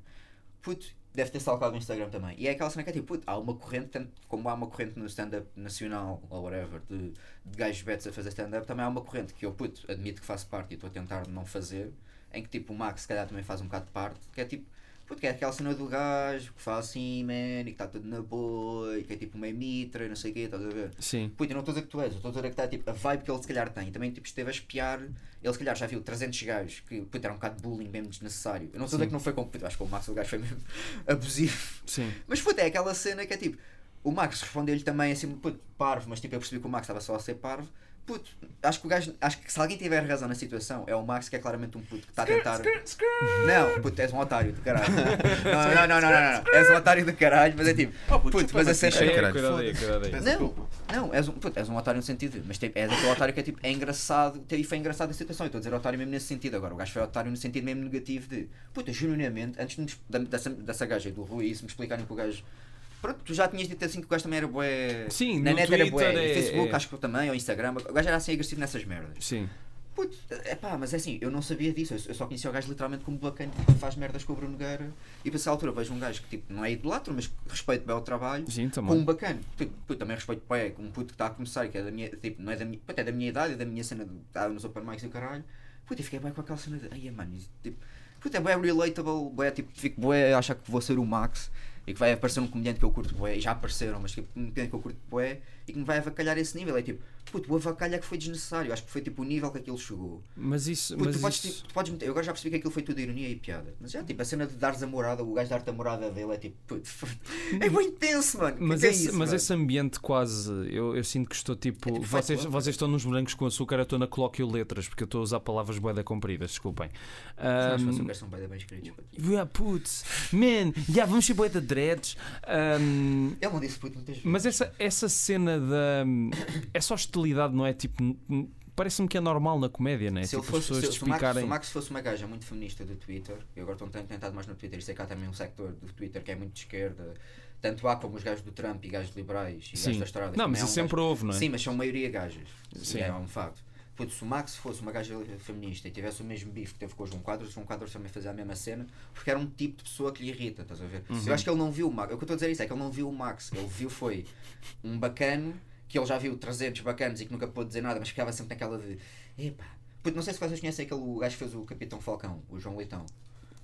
Puto, deve ter salgado no Instagram também. E é aquela cena que é tipo, puto, há uma corrente, tanto como há uma corrente no stand-up nacional, ou whatever, de, de gajos betos a fazer stand-up, também há uma corrente que eu, puto, admito que faço parte e estou a tentar não fazer, em que tipo, o Max, se calhar, também faz um bocado de parte, que é tipo, Puto, que é aquela cena do gajo que fala assim, man, e que está tudo na boa, e que é tipo meio mitra e não sei o quê, estás a ver? Sim. Puto, eu não estou a dizer que tu és, eu estou a dizer que está tipo, a vibe que ele se calhar tem. Também tipo, esteve a espiar, ele se calhar já viu 300 gajos que puto, era um bocado de bullying mesmo desnecessário. Eu não estou a dizer que não foi com. puto, Acho que o Max o gajo foi mesmo abusivo. Sim. Mas puto, é aquela cena que é tipo, o Max respondeu-lhe também assim, puto, parvo, mas tipo, eu percebi que o Max estava só a ser parvo. puto, acho que o gajo, acho que se alguém tiver razão na situação, é o Max que é claramente um puto que está a tentar. Não, puto, és um otário de caralho. Não, não, não, não, não, não. És um otário de caralho, mas é tipo, Oh, puto, mas a sério. É, caralho, cuidado aí, foda-se. cuidado aí. Peço Não, desculpa. não, és um, puto, és um otário no sentido, de- mas tipo, és aquele otário que é tipo, é engraçado, e foi engraçado a situação. Eu estou a dizer otário mesmo nesse sentido agora. O gajo foi otário no sentido mesmo negativo de, puta, genuinamente, antes de nos- da- dessa, dessa gaja e do Rui, se me explicarem que o gajo. Pronto, tu já tinhas dito assim que o gajo também era bué. Sim, na no net era bué, Twitter é- no Facebook é. acho que eu também, ou Instagram. O gajo era assim agressivo nessas merdas. Sim. Puto, é pá, mas é assim, eu não sabia disso, eu- eu só conhecia o gajo literalmente como bacana que faz merdas com o Bruno Nogueira e para essa altura vejo um gajo que tipo, não é idolatro, mas que respeito bem o trabalho, Sim, também. com um bacana, tipo, puto, também respeito bem, com um puto que está a começar, que é da minha, tipo, não é da minha, puto, é da minha idade, é da minha cena, de está nos open mics e o caralho, puto, eu fiquei bem com aquela cena de, ai mano, isso, tipo, puto, é bem relatable, bem, tipo, fico bem a achar que vou ser o Max e que vai aparecer um comediante que eu curto bué, e já apareceram, mas tipo, um comediante que eu curto bué e que me vai avacalhar esse nível, é tipo, puto, o avacalhar que foi desnecessário, acho que foi tipo o nível que aquilo chegou. Mas isso. Puto, mas tu, podes, isso- tipo, tu podes meter- Eu agora já percebi que aquilo foi tudo ironia e piada. Mas já, tipo, a cena de dares a morada, o gajo dar-te a morada dele é tipo. puto, é bem intenso, mano. Que Mas, que é esse, isso, mas mano? esse ambiente quase, eu, eu sinto que estou tipo. É tipo Fight vocês, Club. vocês estão nos brancos com açúcar, eu estou na colóquio letras, porque eu estou a usar palavras boeda compridas, desculpem. Não, acho que um Ahm, os açúcares são bem, bem escritos. puto. yeah, putz, man, yeah, vamos ser boeda dreads. Ahm, Ele não disse puto muitas vezes. mas essa, essa cena da. Essa hostilidade, não é? Tipo. n- n- Parece-me que é normal na comédia, não é? se, tipo, ele fosse, as se, pessoas se o Max, se despicarem. o Max fosse uma gaja muito feminista do Twitter, eu agora estou tentado mais no Twitter, e sei que há também um sector do Twitter que é muito de esquerda, tanto há como os gajos do Trump e gajos liberais e Sim. gajos da estrada. Não, mas também há isso sempre gajo- houve, não é? Sim, mas são maioria gajas. Sim. Sim. É um facto. Puto, se o Max fosse uma gaja feminista e tivesse o mesmo bife que teve com o João Quadros, o João Quadros também fazia a mesma cena, porque era um tipo de pessoa que lhe irrita, estás a ver? Uhum. Eu acho que ele não viu o Max. O que eu estou a dizer é isso, é que ele não viu o Max. Ele viu foi um bacano que ele já viu 300 bacanos e que nunca pôde dizer nada, mas ficava sempre naquela de. Epá. Puto, não sei se vocês conhecem aquele gajo que fez o Capitão Falcão, o João Leitão.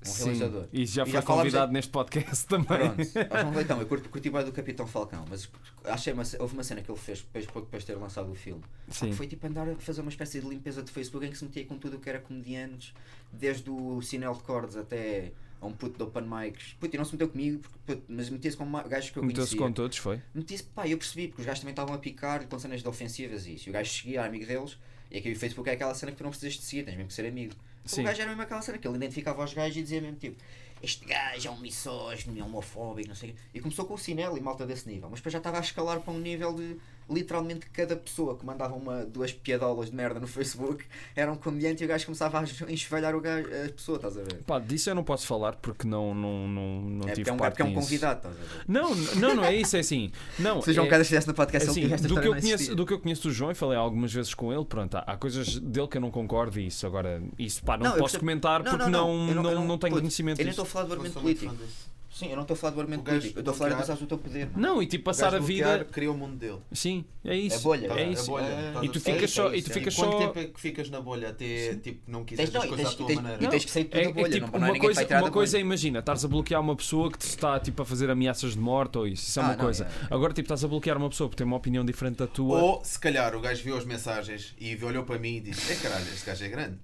Um realizador. e já E foi falámos convidado neste podcast também. Pronto, ao João Leitão, eu curto, curti bem do Capitão Falcão, mas achei uma, ce- houve uma cena que ele fez depois, pouco depois de ter lançado o filme. Pá, Sim. que foi tipo andar a fazer uma espécie de limpeza de Facebook em que se metia com tudo o que era comediantes, desde o Sinel de Cordes até a um puto de Open Mics. Puto, e não se meteu comigo, porque, puto, mas metia-se com ma- gajos que eu Meteu-se conhecia. com todos, foi? Meti-se, pá, eu percebi, porque os gajos também estavam a picar com cenas de ofensivas e isso. E o gajo seguia, era amigo deles, e aqui o Facebook é aquela cena que tu não precisas de seguir, tens mesmo que ser amigo. Então, Sim. O gajo era mesmo aquela cena que ele identificava os gajos e dizia mesmo tipo: Este gajo é um misógino, é homofóbico, não sei o quê. E começou com o Sinel e malta desse nível, mas depois já estava a escalar para um nível de literalmente cada pessoa que mandava uma, duas piadolas de merda no Facebook era um comediante e o gajo começava a enxovalhar o gajo, a pessoa, estás a ver? Pá, disso eu não posso falar porque não, não, não, não É tive porque é um, é parte porque é um nisso. convidado, estás a ver? Não, n- não, não é isso, é assim. Não, Se o João é- Cada estivesse no podcast, assim, ele tinha esta do, que história eu não é conheço, existia. do que eu conheço do João e falei algumas vezes com ele, pronto, há, há coisas dele que eu não concordo e isso agora, isso pá, não, eu posso percebo- comentar porque não, eu não, eu não tenho puto, conhecimento Eu nem disso. estou a falar do Não argumento sou muito fã político. desse. Sim, eu não estou a falar do argumento O gajo político. Eu estou a falar de bloquear- abusares do teu poder. mano. Não, e tipo, passar O a gajo vida. bloquear, Cria o mundo dele. Sim, é isso. bolha, é tá- isso. A bolha. Ah. estás E a tu perceber? ficas isso, só, é e tu isso, é ficas Quanto só. tempo é que ficas na bolha até tipo, não Tens, quiseres não, as e coisas tens, à tua tens- maneira? e tens que sair É, toda a é bolha. tipo, não, não há uma ninguém que coisa, vai tirar uma da coisa é, bolha. imagina, estás a bloquear uma pessoa que te está tipo, a fazer ameaças de morte ou isso, isso é Ah, uma não, coisa. é, é. Agora tipo, estás a bloquear uma pessoa porque tem uma opinião diferente da tua. Ou se calhar o gajo viu as mensagens e olhou para mim e disse: É caralho, este gajo é grande.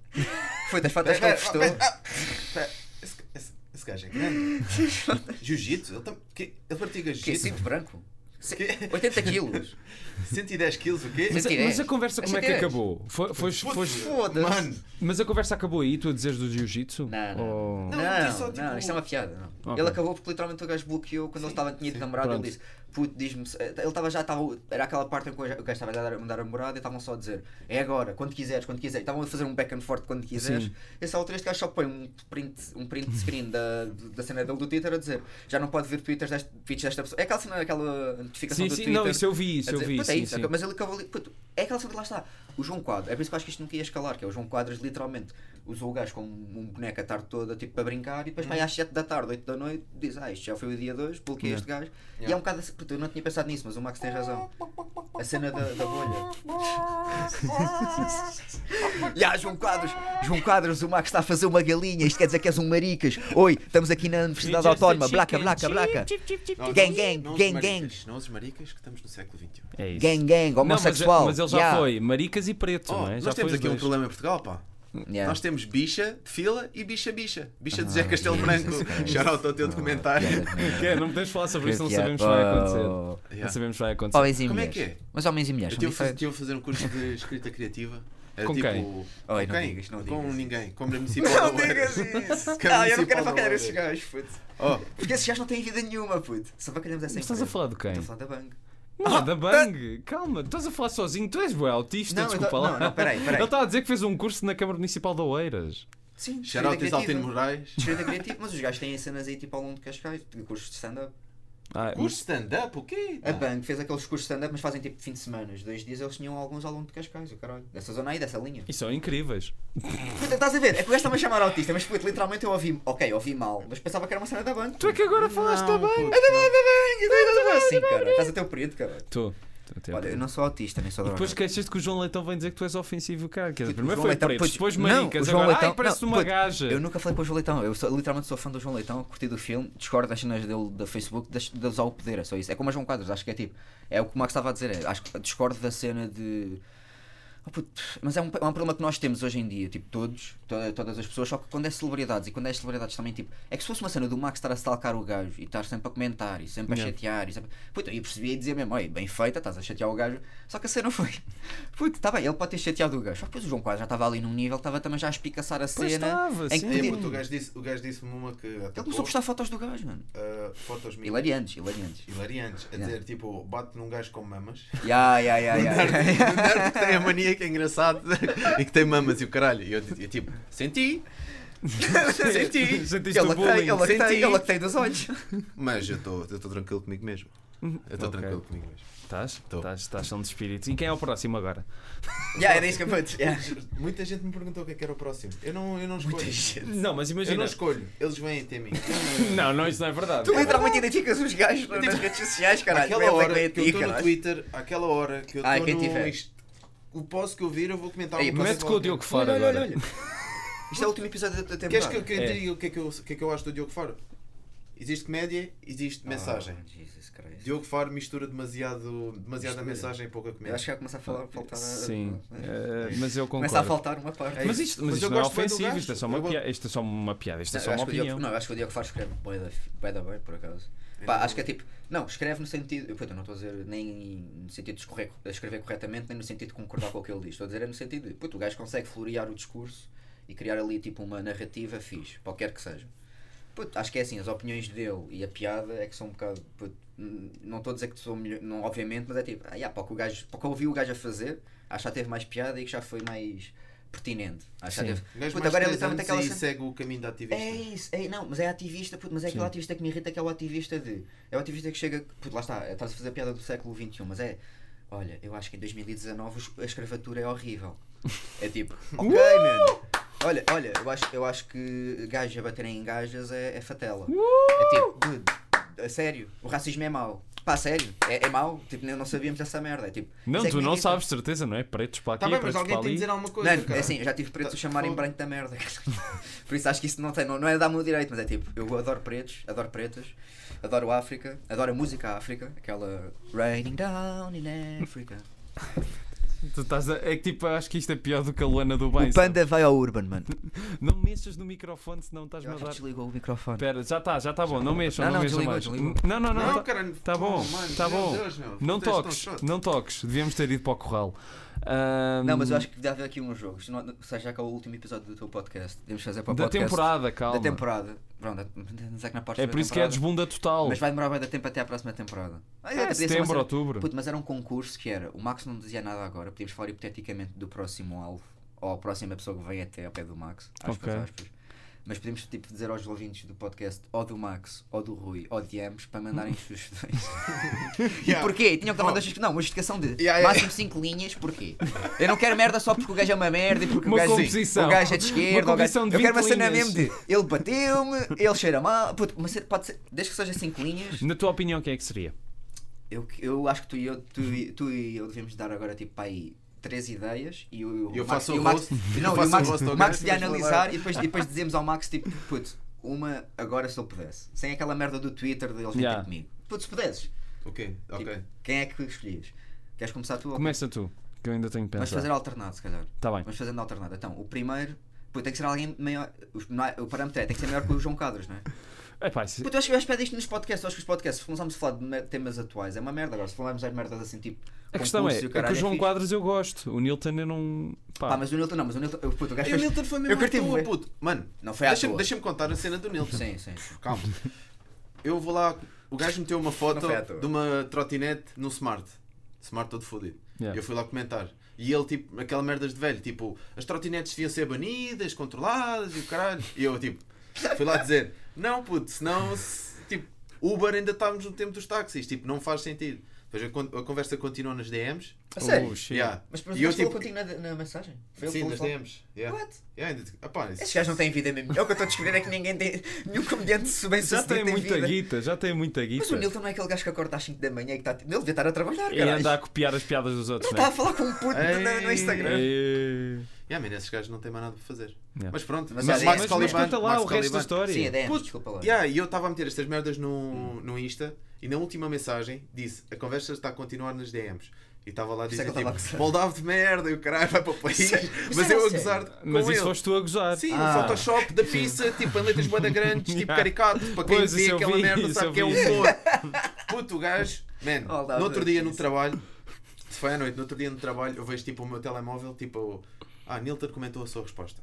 Foi das fatas que ele Espera, postou. espera, ah, espera, Esse, esse- esse gajo é grande. Jiu-jitsu? Ele, tam- que- ele pratica Que é jiu-jitsu? cinto branco. Se- Que- 80 quilos. 110 quilos, o quê? Mas, a- Mentira, mas a é. conversa como é que Mentira. acabou? Foi, foi, Puto, foi- foda-se. Mano, mas a conversa acabou aí, tu a dizes do jiu-jitsu? Não, Ou- não, não, Não, não, diz só, tipo, isto é uma piada. não. Ok. Ele acabou porque literalmente o gajo bloqueou quando ele estava tinha de namorado. Ele Pronto. disse: Puto, diz-me. se- eh, Ele estava já, estava, era aquela parte em que o gajo o gajo estava a dar- mandar a namorada e estavam só a dizer: É agora, quando quiseres, quando quiseres. Estavam a fazer um back and forth quando quiseres. Esse altura este gajo só põe um print, um print screen da, da cena dele do Twitter a dizer: Já não pode ver tweets desta, tweets desta pessoa. É aquela cena, aquela notificação Sim, do sim, Twitter. não, isso eu vi, isso a eu dizer, vi. "Puto, é sim, isso, sim. ok, mas ele acabou ali. Puto, é aquela cena de lá está. O João Quadro, é por isso que eu acho que isto nunca ia escalar, que é o João Quadros literalmente usou o gajo como um boneco a tarde toda, tipo, para brincar, e depois Uhum. vai às 7 da tarde, 8 da noite, diz, ah, isto já foi o dia 2, bloqueei este gajo. E é um bocado assim, puto, eu não tinha pensado nisso, mas o Max tem razão. A cena da, da bolha. E há João Quadros, João Quadros, o Max está a fazer uma galinha, isto quer dizer que és um maricas. Oi, estamos aqui na Universidade Autónoma, blaca, blaca, blaca. não, é Gang, gang, não- não os gang, maricas, gang. Não os maricas que estamos no século um. XXI. É isso. Gang, gang, Não, mas, homossexual. mas ele já Yeah. foi maricas e preto, Oh, não é? nós já temos foi os aqui um dois. problema em Portugal, pá. Yeah. Nós temos bicha de fila e bicha bicha. Bicha de Zé Castelo Branco. Já não Ah, estou teu documentário. É, não podemos falar sobre isso, não sabemos o que vai Oh. acontecer. Não sabemos o que vai acontecer. Homens e Como é mulheres. que é? Mas homens e mulheres Eu são tive, a fazer- diferentes. tive a fazer um curso de escrita criativa. Era Com tipo. quem? Com Oi, não quem? digas, não Com digas. ninguém. Com a municipal. da UER. isso. Que é Ah, eu não municipal quero da bacalhar UER. esses gajos, puto. Oh, Porque esses gajos não têm vida nenhuma, puto. Só bacalhamos essa Mas estás a empresa. falar de quem? Estou a falar da Bang. Não, é da Bang! Calma, estás a falar sozinho, tu és bué autista, Não, eu tô- desculpa lá. não, não, peraí, peraí. Ele está a dizer que fez um curso na Câmara Municipal de Oeiras. Sim, Xaralto escrita Exaltino criativa. Moraes. Escrita criativa, mas os gajos têm cenas aí tipo ao longo de Cascais, de cursos de stand-up. Ah, Curso de stand-up? O quê? A Bang fez aqueles cursos de stand-up, mas fazem tipo fim de semana. Os dois dias eles tinham alguns ao longo de Cascais, o caralho. Dessa zona aí, dessa linha. E são incríveis. Puta, estás a ver? É que o gajo está-me a chamar autista, mas puto, literalmente eu ouvi. Ok, ouvi mal, mas pensava que era uma cena da Bang. Tu é que agora falaste da Bang! É da Bang, da Bang! É da Bang! Assim, cara, estás a ter o período, cara. Estou. Olha, eu não sou autista, nem sou E drogado. depois queixas-te que o João Leitão vem dizer que tu és ofensivo, cara. Quer dizer, Puto, primeiro João foi Leitão, pretos, puto, depois não, maricas, o João agora ai, Leitão- parece não, uma puto, gaja. Eu nunca falei para o João Leitão, eu sou, literalmente sou fã do João Leitão, curti do filme, discordo das cenas dele da Facebook, das- de usar o poder, é só isso. É como a João Quadros, acho que é tipo, é o que o Max estava a dizer, é, acho que discordo da cena de. Ah, puto, mas é um, é um problema que nós temos hoje em dia, tipo, todos, to- todas as pessoas, só que quando é celebridades e quando é celebridades também, tipo, é que se fosse uma cena do Max estar a stalkar o gajo e estar sempre a comentar e sempre a Yeah. chatear e sempre. Puto, eu percebia e dizia mesmo, olha, bem feita, estás a chatear o gajo, só que a cena foi. Puto, está bem, ele pode ter chateado o gajo, só que depois o João Quadros já estava ali num nível, estava também já a espicaçar a cena. estava, em que sim. Aí, podia- puto, é, o gajo disse- o gajo disse-me uma que. Ele começou a postar fotos do gajo, mano. Ah, Fotos minhas. Hilariantes, hilariantes. hilariantes. A Yeah. É. dizer, tipo, bate num gajo com mamas. Ya, ya, ya, ya. O nerd que tem a mania que é engraçado e que tem mamas e o caralho. E eu, eu tipo, senti. senti. Sentiste Ele o é que tem, bullying. ele é que tem, senti. ele é que tem dos olhos. Mas eu estou tranquilo comigo mesmo. Eu estou Ok. tranquilo comigo mesmo. Estás? Tô. Estás, estás são de espírito. E quem é o próximo agora? Ya, era isso que eu puto, ya. Muita gente me perguntou o que é que era o próximo. Eu não, eu não escolho. Não, mas Eu não imagina. escolho. Eles vêm até mim. Não, não, isso não é verdade. Tu literalmente identificas os gajos nas redes sociais, caralho. Aquela Ele é hora bem que eu estou no caralho. Twitter, aquela hora que eu Ai, estou quem no... tiver. Inst- O posso que eu vir, eu vou comentar Ei, uma coisa Mete com o qualquer. Diogo Faro Olha, olha, agora. olha. Isto é o último episódio da da temporada. Queres que eu, que eu É. diga o que é que eu, o que é que eu acho do Diogo Faro? Existe comédia, existe mensagem. Oh, Jesus Christ. Diogo Faro mistura demasiado, demasiada mensagem e pouca Eu comédia. acho que já começa a falar, faltar. Sim, Começa eh, mas eu a concordo. faltar uma parte. Mas isto, mas Mas isto eu não é gosto bem do ofensivo, gajo. isto é, só uma Eu gosto- pia- isto é só uma piada, isto é Não, só eu uma acho que o Diogo- opinião. não, eu acho que o Diogo Faro escreve bué da fi- bué da bem, por acaso. Pá, acho que é tipo, não, escreve no sentido, eu, puta, eu não estou a dizer nem no sentido de escorrer- de escrever corretamente, nem no sentido de concordar com o que ele diz. Estou a dizer é no sentido de, puto, o gajo consegue florear o discurso e criar ali tipo uma narrativa fixe, qualquer que seja. Puto, acho que é assim, as opiniões dele e a piada é que são um bocado, puto, n- não estou a dizer que sou melhor, não, obviamente, mas é tipo, ah, yeah, para o que o gajo, para o que eu ouvi o gajo a fazer, acho que já teve mais piada e que já foi mais pertinente. Acho que já Sim. teve. O gajo Puto, mais agora é três literalmente anos aquela e cena- segue o caminho da ativista. é isso, é, não, mas é ativista, puto, mas é aquele ativista que me irrita que é o ativista de. É o ativista que chega. Puto, lá está, estás a fazer piada do século XXI, mas é. Olha, eu acho que em 2019 os- a escravatura é horrível. É tipo, ok, Uh! Tá mano. Olha, olha, eu acho, eu acho que gajos a baterem em gajas é, é fatela. Uh! É tipo, dude, a sério, o racismo é mau. Pá, a sério, é, é mau. Tipo, nem- não sabíamos dessa merda. É tipo, Não, isso é que tu me não irrita. sabes, de certeza, não é? Pretos para aqui, Tá bem, mas pretos alguém para tem de ali. dizer alguma coisa. Não, cara. é assim, eu já tive pretos a chamarem fogo. branco da merda. Por isso acho que isso não, tem, não, não é dar-me o direito, mas é tipo, eu adoro pretos, adoro pretas, adoro África, adoro a música África, aquela Raining Down in Africa. Tu estás a- É que tipo, acho que isto é pior do que a Luana do bem. vai ao Urban, mano. Não mexas no microfone, senão estás-me a Já dar. desligou o microfone. Espera, já está, já está bom, não mexam, Não, não, não, mexam desligou, mais. desligou. Não, não, não. Não, tá- caralho, Tá bom, oh, mano, tá meu bom. Deus, meu, não vocês estão toques, chatos. não toques. Devíamos ter ido para o corral. Não, mas eu Ahm, acho que deve haver aqui um jogo. Isto não- Ou seja, já que é o último episódio do teu podcast. Devemos fazer para o Da podcast. temporada, calma. Da temporada. Pronto, não sei que na parte É da por isso que é a temporada. desbunda total. Mas vai demorar bem da tempo até à próxima temporada. Ah, É, podia ser uma setembro, cena- outubro. Puto, mas era um concurso que era. O Max não dizia nada agora. Podíamos falar hipoteticamente do próximo alvo. Ou a próxima pessoa que vem até ao pé do Max. Aspas, Ok. aspas. Mas podemos tipo, dizer aos ouvintes do podcast ou do Max, ou do Rui, ou de ambos, para mandarem sugestões. E Yeah. porquê? Tinham que mandar sugestões. Não, uma justificação de Yeah, yeah. máximo 5 linhas, porquê? Eu não quero merda só porque o gajo é uma merda e porque Uma o, gajo, composição. o gajo é de esquerda. Uma o gajo- composição de Eu quero uma 20 cena linhas. mesmo de ele bateu-me, ele cheira mal. Puto, mas pode ser, desde que seja 5 linhas. Na tua opinião, quem é que seria? Eu, eu acho que tu e eu, tu, e- tu e eu devemos dar agora tipo pá, aí três ideias e o, E eu o Max, faço o e o Max, rosto. Eu não, e faço o o Max, rosto ao o Max gajo, de depois vou analisar lá. e depois, e depois dizemos ao Max tipo, puto, uma agora se ele pudesse. Sem aquela merda do Twitter de eles vêm Yeah. ter comigo. Puto, se pudesses, Ok, tipo, ok. quem é que escolhias? Queres começar tu? ou- Começa tu. que eu ainda tenho de pensar. Vamos fazer alternado, se calhar. Tá bem. Vamos fazendo alternado. Então, o primeiro. Pô, tem que ser alguém maior. os- não é- O parâmetro é, tem que ser maior que o João Cadros, não é? Epá, isso- Pô, tu acho que eu espero isto nos podcasts. Eu acho que os podcasts, se começarmos a falar de mer- temas atuais, é uma merda agora. Se falarmos às merdas assim, tipo. a questão é, concurso e é que caralho o João fixe. Quadros eu gosto, o Nilton eu não. Pá, Pá, mas o Nilton não, mas o Nilton. eu- Puto, o gajo E o fez- Nilton foi mesmo Eu curti à toa, bué. puto. Mano, Não foi à deixa-me toa. deixa-me contar a cena do Nilton. Sim, sim. sim. Calma. Eu vou lá. O gajo meteu uma foto Não foi à toa. de uma trotinete no Smart. Smart todo fodido. Yeah. Eu fui lá comentar. E ele, tipo, aquela merdas de velho, tipo, as trotinetes deviam ser banidas, controladas e o caralho. E eu, tipo, fui lá dizer: Não, puto, senão, se- tipo, Uber ainda estávamos no tempo dos táxis, tipo, não faz sentido. Depois a, con- a conversa continuou nas DMs. A sério? oh, shit. Yeah. Mas por E eu, tipo, exemplo, falou contigo na, na mensagem? Foi ele Sim, que nas falou- DMs. Yeah. What? Yeah, ainda- Epá, isso- Esses gajos não têm vida mesmo. É o que eu estou a descobrir é que ninguém tem. Nenhum comediante bem já sucedido tem muita vida. guita, já tem muita guita. Mas o Nilton não é aquele gajo que acorda às 5 da manhã e que está. Ele devia estar a trabalhar, E anda a caralho. copiar as piadas dos outros, Não tá está a né? falar com um puto na- no Ei. Instagram. E- Yeah, man, esses gajos não têm mais nada para fazer. Yeah. Mas pronto, Mas mas, olha, Max mas- Caliban, mas conta lá Max o resto da Caliban. história. Sim, é DM, Puto, desculpa lá. yeah, e eu estava a meter estas merdas no, Hum. no Insta e na última mensagem disse a conversa está a continuar nas DMs. E estava lá a Por isso é dizer que eu tava a tipo, gozar. Moldavo de merda e o caralho vai para o país. Isso é- isso mas era eu a sério? gozar Mas com isso ele. foste tu a gozar. Sim, Ah. o Photoshop da pizza, tipo em letras boeda grandes, tipo Yeah. caricato, para quem Pois, isso vê eu aquela vi, merda isso eu sabe que é vi. humor. Puto, o gajo, man, Moldavo no outro de dia no pizza. trabalho, se foi à noite, no outro dia no trabalho, eu vejo tipo o meu telemóvel, tipo, ah, Nilton comentou a sua resposta.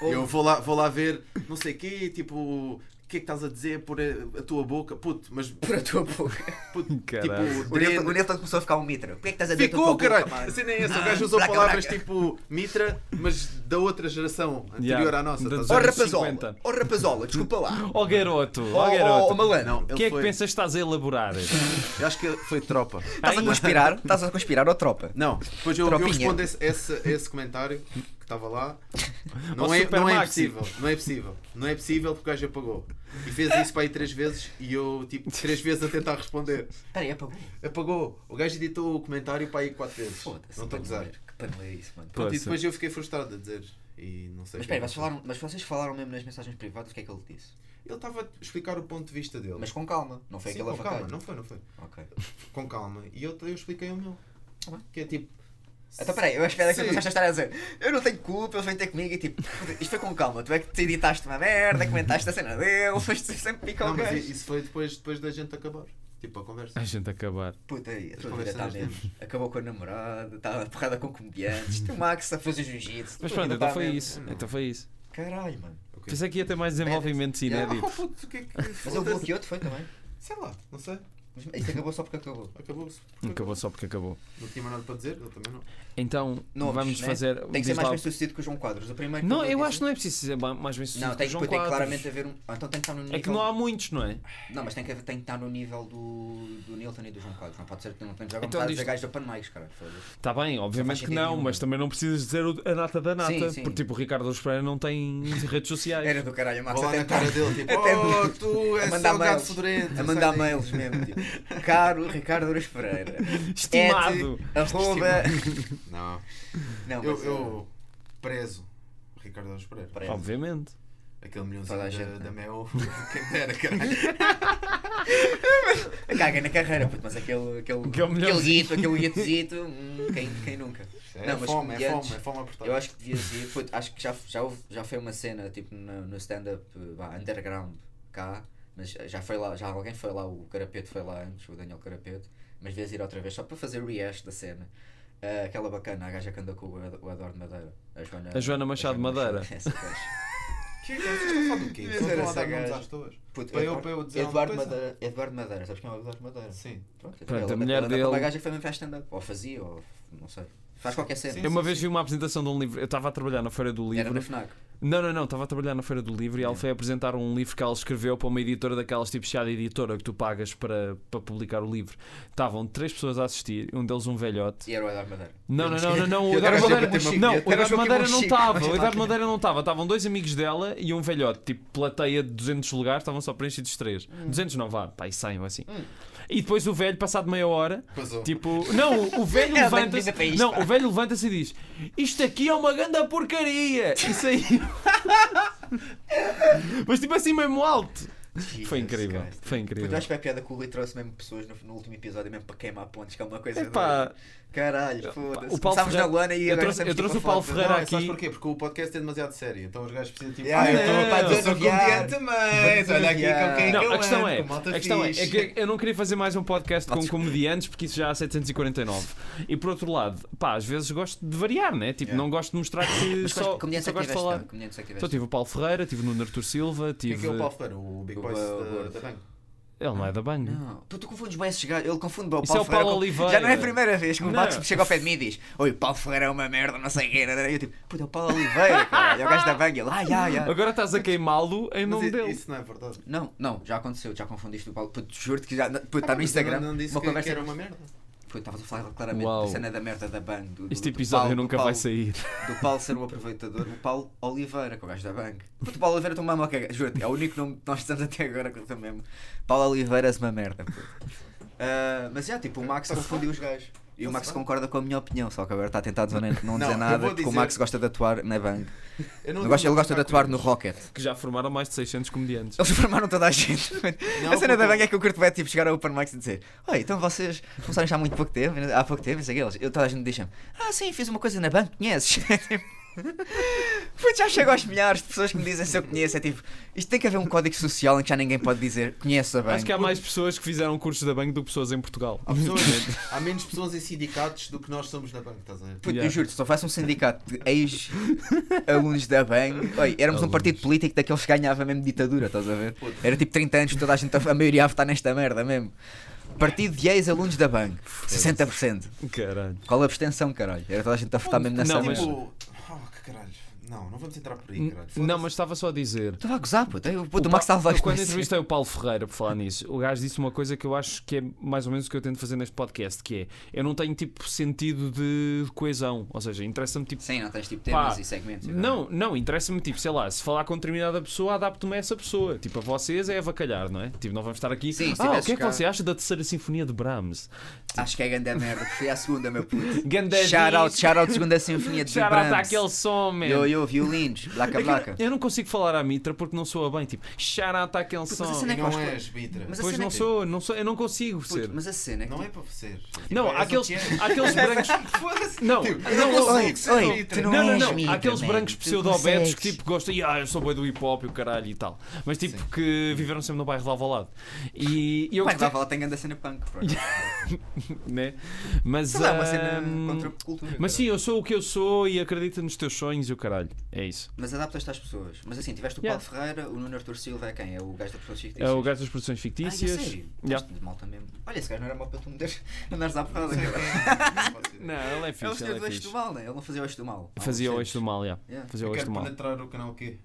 Oh. E Eu vou lá, vou lá ver, não sei o quê, tipo, o que é que estás a dizer por a, a tua boca? Puto, mas Por a tua boca. puto, Caralho. tipo, O Nilton, o dread. Nilton começou a ficar um mitra. Porquê é que estás a dizer Ficou, a tua caralho! boca, mano? Assim nem é esse, o Ah, gajo usou braca, palavras braca. tipo Mitra, mas da outra geração, anterior Yeah, à nossa. da estás Oh a Anos ver? rapazola, 50. oh rapazola, desculpa lá. Ó garoto, ó Oh, oh, garoto. malandro, Não, O ele que é que foi, pensas que estás a elaborar? Eu acho que foi tropa. estás a conspirar? Estás a conspirar, ó tropa? Não, depois eu, eu Tropinha. respondo esse, esse, esse comentário que estava lá. Não Ó, é, Super não é Maxi. possível, não é possível. Não é possível porque o gajo apagou. E fez isso para aí três vezes e eu, tipo, três vezes a tentar responder. Espera aí, apagou. Apagou. O gajo editou o comentário para aí quatro vezes. Foda-se. não estou a gozar. paneleiro, Que paneleiro é isso, mano. Pô, Pronto, E Poça. depois eu fiquei frustrado a dizer. E não sei. Mas o que espera, um- é que vocês falaram, mas vocês falaram mesmo nas mensagens privadas o que é que ele disse? aconteceu. Ele estava a explicar o ponto de vista dele. Mas com calma, não foi Sim, aquele com calma, avacalho. não foi, não foi. Ok. Com calma. E eu, eu expliquei o meu. Tá bem. Que é tipo. Então peraí, eu espero que tu Sim. começaste a estar a dizer Eu não tenho culpa, eles vêm ter comigo e tipo Isto foi com calma, tu é que te editaste uma merda, comentaste a cena dele, mas tu sempre pica Não, o mas gajo i- isso foi depois, depois da gente acabar. Tipo, a conversa. A gente acabar. Puta aí, a tua vida conversas está dele. mesmo Acabou com a namorada, está porrada com comediantes Tu Max a fazer jiu-jitsu Mas tua pronto, vida então tá foi mesmo- isso. Então foi isso. Caralho, mano Ok. Pensei que ia ter mais desenvolvimentos Yeah. inéditos. Oh, puto, o que é que- Mas um ele bloqueou-te foi também Sei lá, não sei. Mas Isso acabou só porque acabou Acabou-se. Acabou só porque acabou. Não tinha mais nada para dizer, eu também não. Então, Nomes, vamos né? fazer. Tem que ser diz mais lá- bem sucedido que o João Quadros O primeiro Não, eu acho que não é preciso ser ba- mais bem sucedido. Não, tem, que que- o João tem que Quadros. claramente haver um. Ou Então tem que estar no nível. É que não há muitos, não é? Não, mas tem que, haver- tem que estar no nível do, do Nilton e do João Carlos. Não pode ser que não temos agora Então então, diz- diz... gajos da Pan Mics, cara. foda-se. Está Tá bem, obviamente faz que sentido não, nenhum. mas também não precisas dizer o- a nata da nata. Sim, sim. Porque tipo, o Ricardo Alves Pereira não tem redes sociais. Era do caralho, Max. Vou lá até na cara dele, tipo, até- oh, tu a és mandar só gato mails. fedorento. A mandar sai daí." mails mesmo. Tipo, caro Ricardo Louros Pereira. Estimado. at Arroba. Não, Não, mas. é- eu, eu prezo o Ricardo Alves Pereira. Prezo. Obviamente. Aquele milhãozinho Toda a da, gente, né? da Mel. Quem dera, caralho. eu... eh, Caga na carreira, puto, mas aquele. Aquele, Que é o melhor. aquele guito, aquele guitozito. hum, quem, quem nunca? É Não, mas fome, é comediantes, fome, é fome apertada. Eu acho que devia ser. puto, acho que já, já, houve- já foi uma cena tipo no, no stand-up eh, vá, underground cá, mas já foi lá, já alguém foi lá, o Carapeto foi lá antes, o Daniel Carapeto, mas devias ir outra vez só para fazer rehash da cena. Ah, aquela bacana, a gaja que andou com o Ad- o Adoro Madeira. A Joana, A Joana Machado Madeira. Essa gaja. Que é que vocês estão a falar do quê? Devia Estão ser a essa dar nomes gaja. às tuas? Puto, Para eu- Eduardo- para eu dizer Eduardo alguma coisa? Madeira. Eduardo Madeira, sabes quem é o Eduardo Madeira? Sim. Pronto, Pronto, ele- a mulher ele anda com uma dele- gaja que foi mesmo para stand-up, ou fazia, ou não sei. Faz qualquer cena. Sim, Eu uma sim, vez sim. vi uma apresentação de um livro. Eu estava a trabalhar na Feira do Era Livro. na Fnac. Não, não, não. Estava a trabalhar na Feira do Livro e ela foi apresentar um livro que ela escreveu para uma editora daquelas tipo chá de editora que tu pagas para, para publicar o livro. Estavam três pessoas a assistir, um deles um velhote. E era o Eduardo Madeira. Não, não, não, não, não, o Eu quero Eduardo ver Madeira, bater uma não, o chique. Eu quero Eduardo Madeira ver bater não uma estava, chique. o Eduardo Madeira não estava, estavam dois amigos dela e um velhote, tipo plateia de 200 lugares, estavam só preenchidos três, Hum. 200 não vá, pá, e 100 ou assim. E depois o velho, passado meia hora, Passou. tipo, não, o- o velho É, levanta-se, bem-vinda para isto, não, pá. o velho levanta-se e diz, isto aqui é uma ganda porcaria, isso aí. Mas tipo assim mesmo alto. Foi Jesus incrível, Christ. foi Puto, eu incrível. acho que foi a piada que o Rui trouxe mesmo pessoas no, no último episódio mesmo para queimar pontes, que é uma coisa. Epá, Caralho, foda-se. O Paulo Começámos Ferreira- na Luana e eu agora trouxe- começamos, eu trouxe tipo, o Paulo a falar- Ferreira. Não, sabes aqui- porquê? Porque o podcast é demasiado sério, então os gajos precisam tipo. Yeah, ah, eu estou yeah, para dizer sou yeah. comediante, mas olha aqui com quem é que Não, eu a questão ando, é, com malta a questão é, é fixe. que eu não queria fazer mais um podcast com comediantes porque isso já há 749. E por outro lado, pá, às vezes gosto de variar, né? Tipo, Yeah. não gosto de mostrar que Mas só, só, comediantes só é que gosto de tiveste, falar. não, comediantes é que Então tiveste. tive o Paulo Ferreira, tive o Nuno Artur Silva, Quem é que tive. é o Paulo Ferreira? O Big O- Boys o- da- o- da Bang. Ele não é da Bang. Não, tu, tu confundes bem esses gajos. Ele confunde bem o Isso Paulo é o Paulo Ferreira com- Oliveira. Já não é a primeira vez que o Não. Max me chega ao pé de mim e diz: Oi, o Paulo Ferreira é uma merda, não sei o quê. E eu tipo: Puta, é o Paulo Oliveira, caralho. É o gajo da Bang. Ele, ah, já, já. Agora estás a queimá-lo em Mas nome i- dele. isso não é verdade. Não, não, já aconteceu, já confundiste o Paulo. Puto, juro-te que já. Puto, está Ah, no mas eu Instagram. Não, não disse uma que, conversa. que era uma merda. Puto, estavas a falar claramente Uau. da cena da merda da Bang. Do, do- Este do episódio Paulo- do nunca vai Paulo- sair. Do Paulo ser o aproveitador, o Paulo Oliveira, que é o gajo da Bang. Puto, o Paulo Oliveira toma uma caga. Juro-te, é o único nome que nós estamos até agora com o mesmo. Paulo Oliveira é uma merda, puto. Ah, mas já, tipo, o Max confundiu os gajos. E o Max concorda com a minha opinião, só que agora está a tentar desonar- não Não, dizer eu nada, vou porque o dizer- Max gosta de atuar na Bang. Eu não Ele gosta, digo ele gosta de que atuar no Rocket. Que já formaram mais de 600 comediantes. Eles formaram toda a gente. Não, a cena da porque- banga é que o curto é tipo chegar ao Open Mics e dizer: Oi, então vocês começaram já há muito pouco tempo, há pouco tempo, não sei o que eles. Eu toda a gente deixa-me: Ah, sim, fiz uma coisa na banca, conheces? Puto, já chego aos milhares de pessoas que me dizem se eu conheço. É tipo, isto tem que haver um código social em que já ninguém pode dizer: Conheço a Acho que banca. há mais pessoas que fizeram cursos da Bang do que pessoas em Portugal. Há, pessoas, há menos pessoas em sindicatos do que nós somos na banca, estás a ver? Puto, Yeah. eu juro, só faço um sindicato de ex-alunos da BAN. Oi, éramos um Alunos. partido político daqueles que ganhava mesmo ditadura, estás a ver? Era tipo 30 anos, toda a gente, a maioria a votar nesta merda mesmo. Partido de ex-alunos da BAN, 60%. Caralho. Qual a abstenção, caralho? Era toda a gente a votar mesmo nessa Não, mas- merda. Tipo, oh, que caralho. Não, não vamos entrar por aí, caralho. Não, Foda-se. mas estava só a dizer. Estava a gozar, puto. Eu- O puto, O Max Pa- estava a eu, Quando falar entrevistei o Paulo Ferreira por falar nisso, o gajo disse uma coisa que eu acho que é mais ou menos o que eu tento fazer neste podcast, que é eu não tenho tipo sentido de coesão. Ou seja, interessa-me tipo. Sim, não tens tipo Pá, temas e segmentos. Não, não, interessa-me, tipo, sei lá, se falar com determinada pessoa, adapto-me a essa pessoa. Tipo, a vocês é avacalhar, não é? Tipo, não vamos estar aqui. Sim, se ah, o tivesses que é que cá- você acha da terceira sinfonia de Brahms? Acho que é grande a merda. que Foi à segunda, meu puto. Ganda Shout out, disco. shout out, segunda sinfonia de é Shout out Brahms. àquele som, man. Yo, yo, violinos, blaca, É que blaca. Eu não consigo falar à Mitra porque não soa bem. Tipo, shout out àquele Puto, mas a som. cena é que Não nós- és, Bitra. Mas a Pois cena é não que- sou, não sou, eu não consigo Puto, ser. Mas a cena é que. Não é tipo- para ser. Tipo, Não, és há aqueles, o que és. há aqueles brancos. Foda-se. Não, Tipo, não, eu não não, consigo ser oi, Bitra. tu não não, não, és não. mito, Há aqueles man. brancos Tu pseudobetos que consegues. tipo gostam, e ah, eu sou boi do hip hop e o caralho e tal. Mas tipo que viveram sempre no bairro de Alvalade. E e eu Mas gostei, vai falar, tem grande cena punk. pô. né? Mas Sei lá, é uma cena ahm, contra a cultura. Mas cara. sim, eu sou o que eu sou e acredita nos teus sonhos e o caralho. É isso. Mas adaptas-te às pessoas. Mas assim, tiveste o Yeah. Paulo Ferreira, o Nuno Artur Silva é quem? É o gajo da pessoa fictícia. É o gajo das produções Ah, fictícias. é sério? Yeah. Estás de malta mesmo. Olha, esse gajo não era mal para tu me dares- andares à porrada. cara. Não, ele é É o fixe, senhor ele do é eixo do fixe. mal, né? Ele não fazia o eixo do mal. Há Fazia uns o eixo do anos. mal, yeah. Yeah. Fazia Eu o eixo quero do mal. penetrar o canal Q.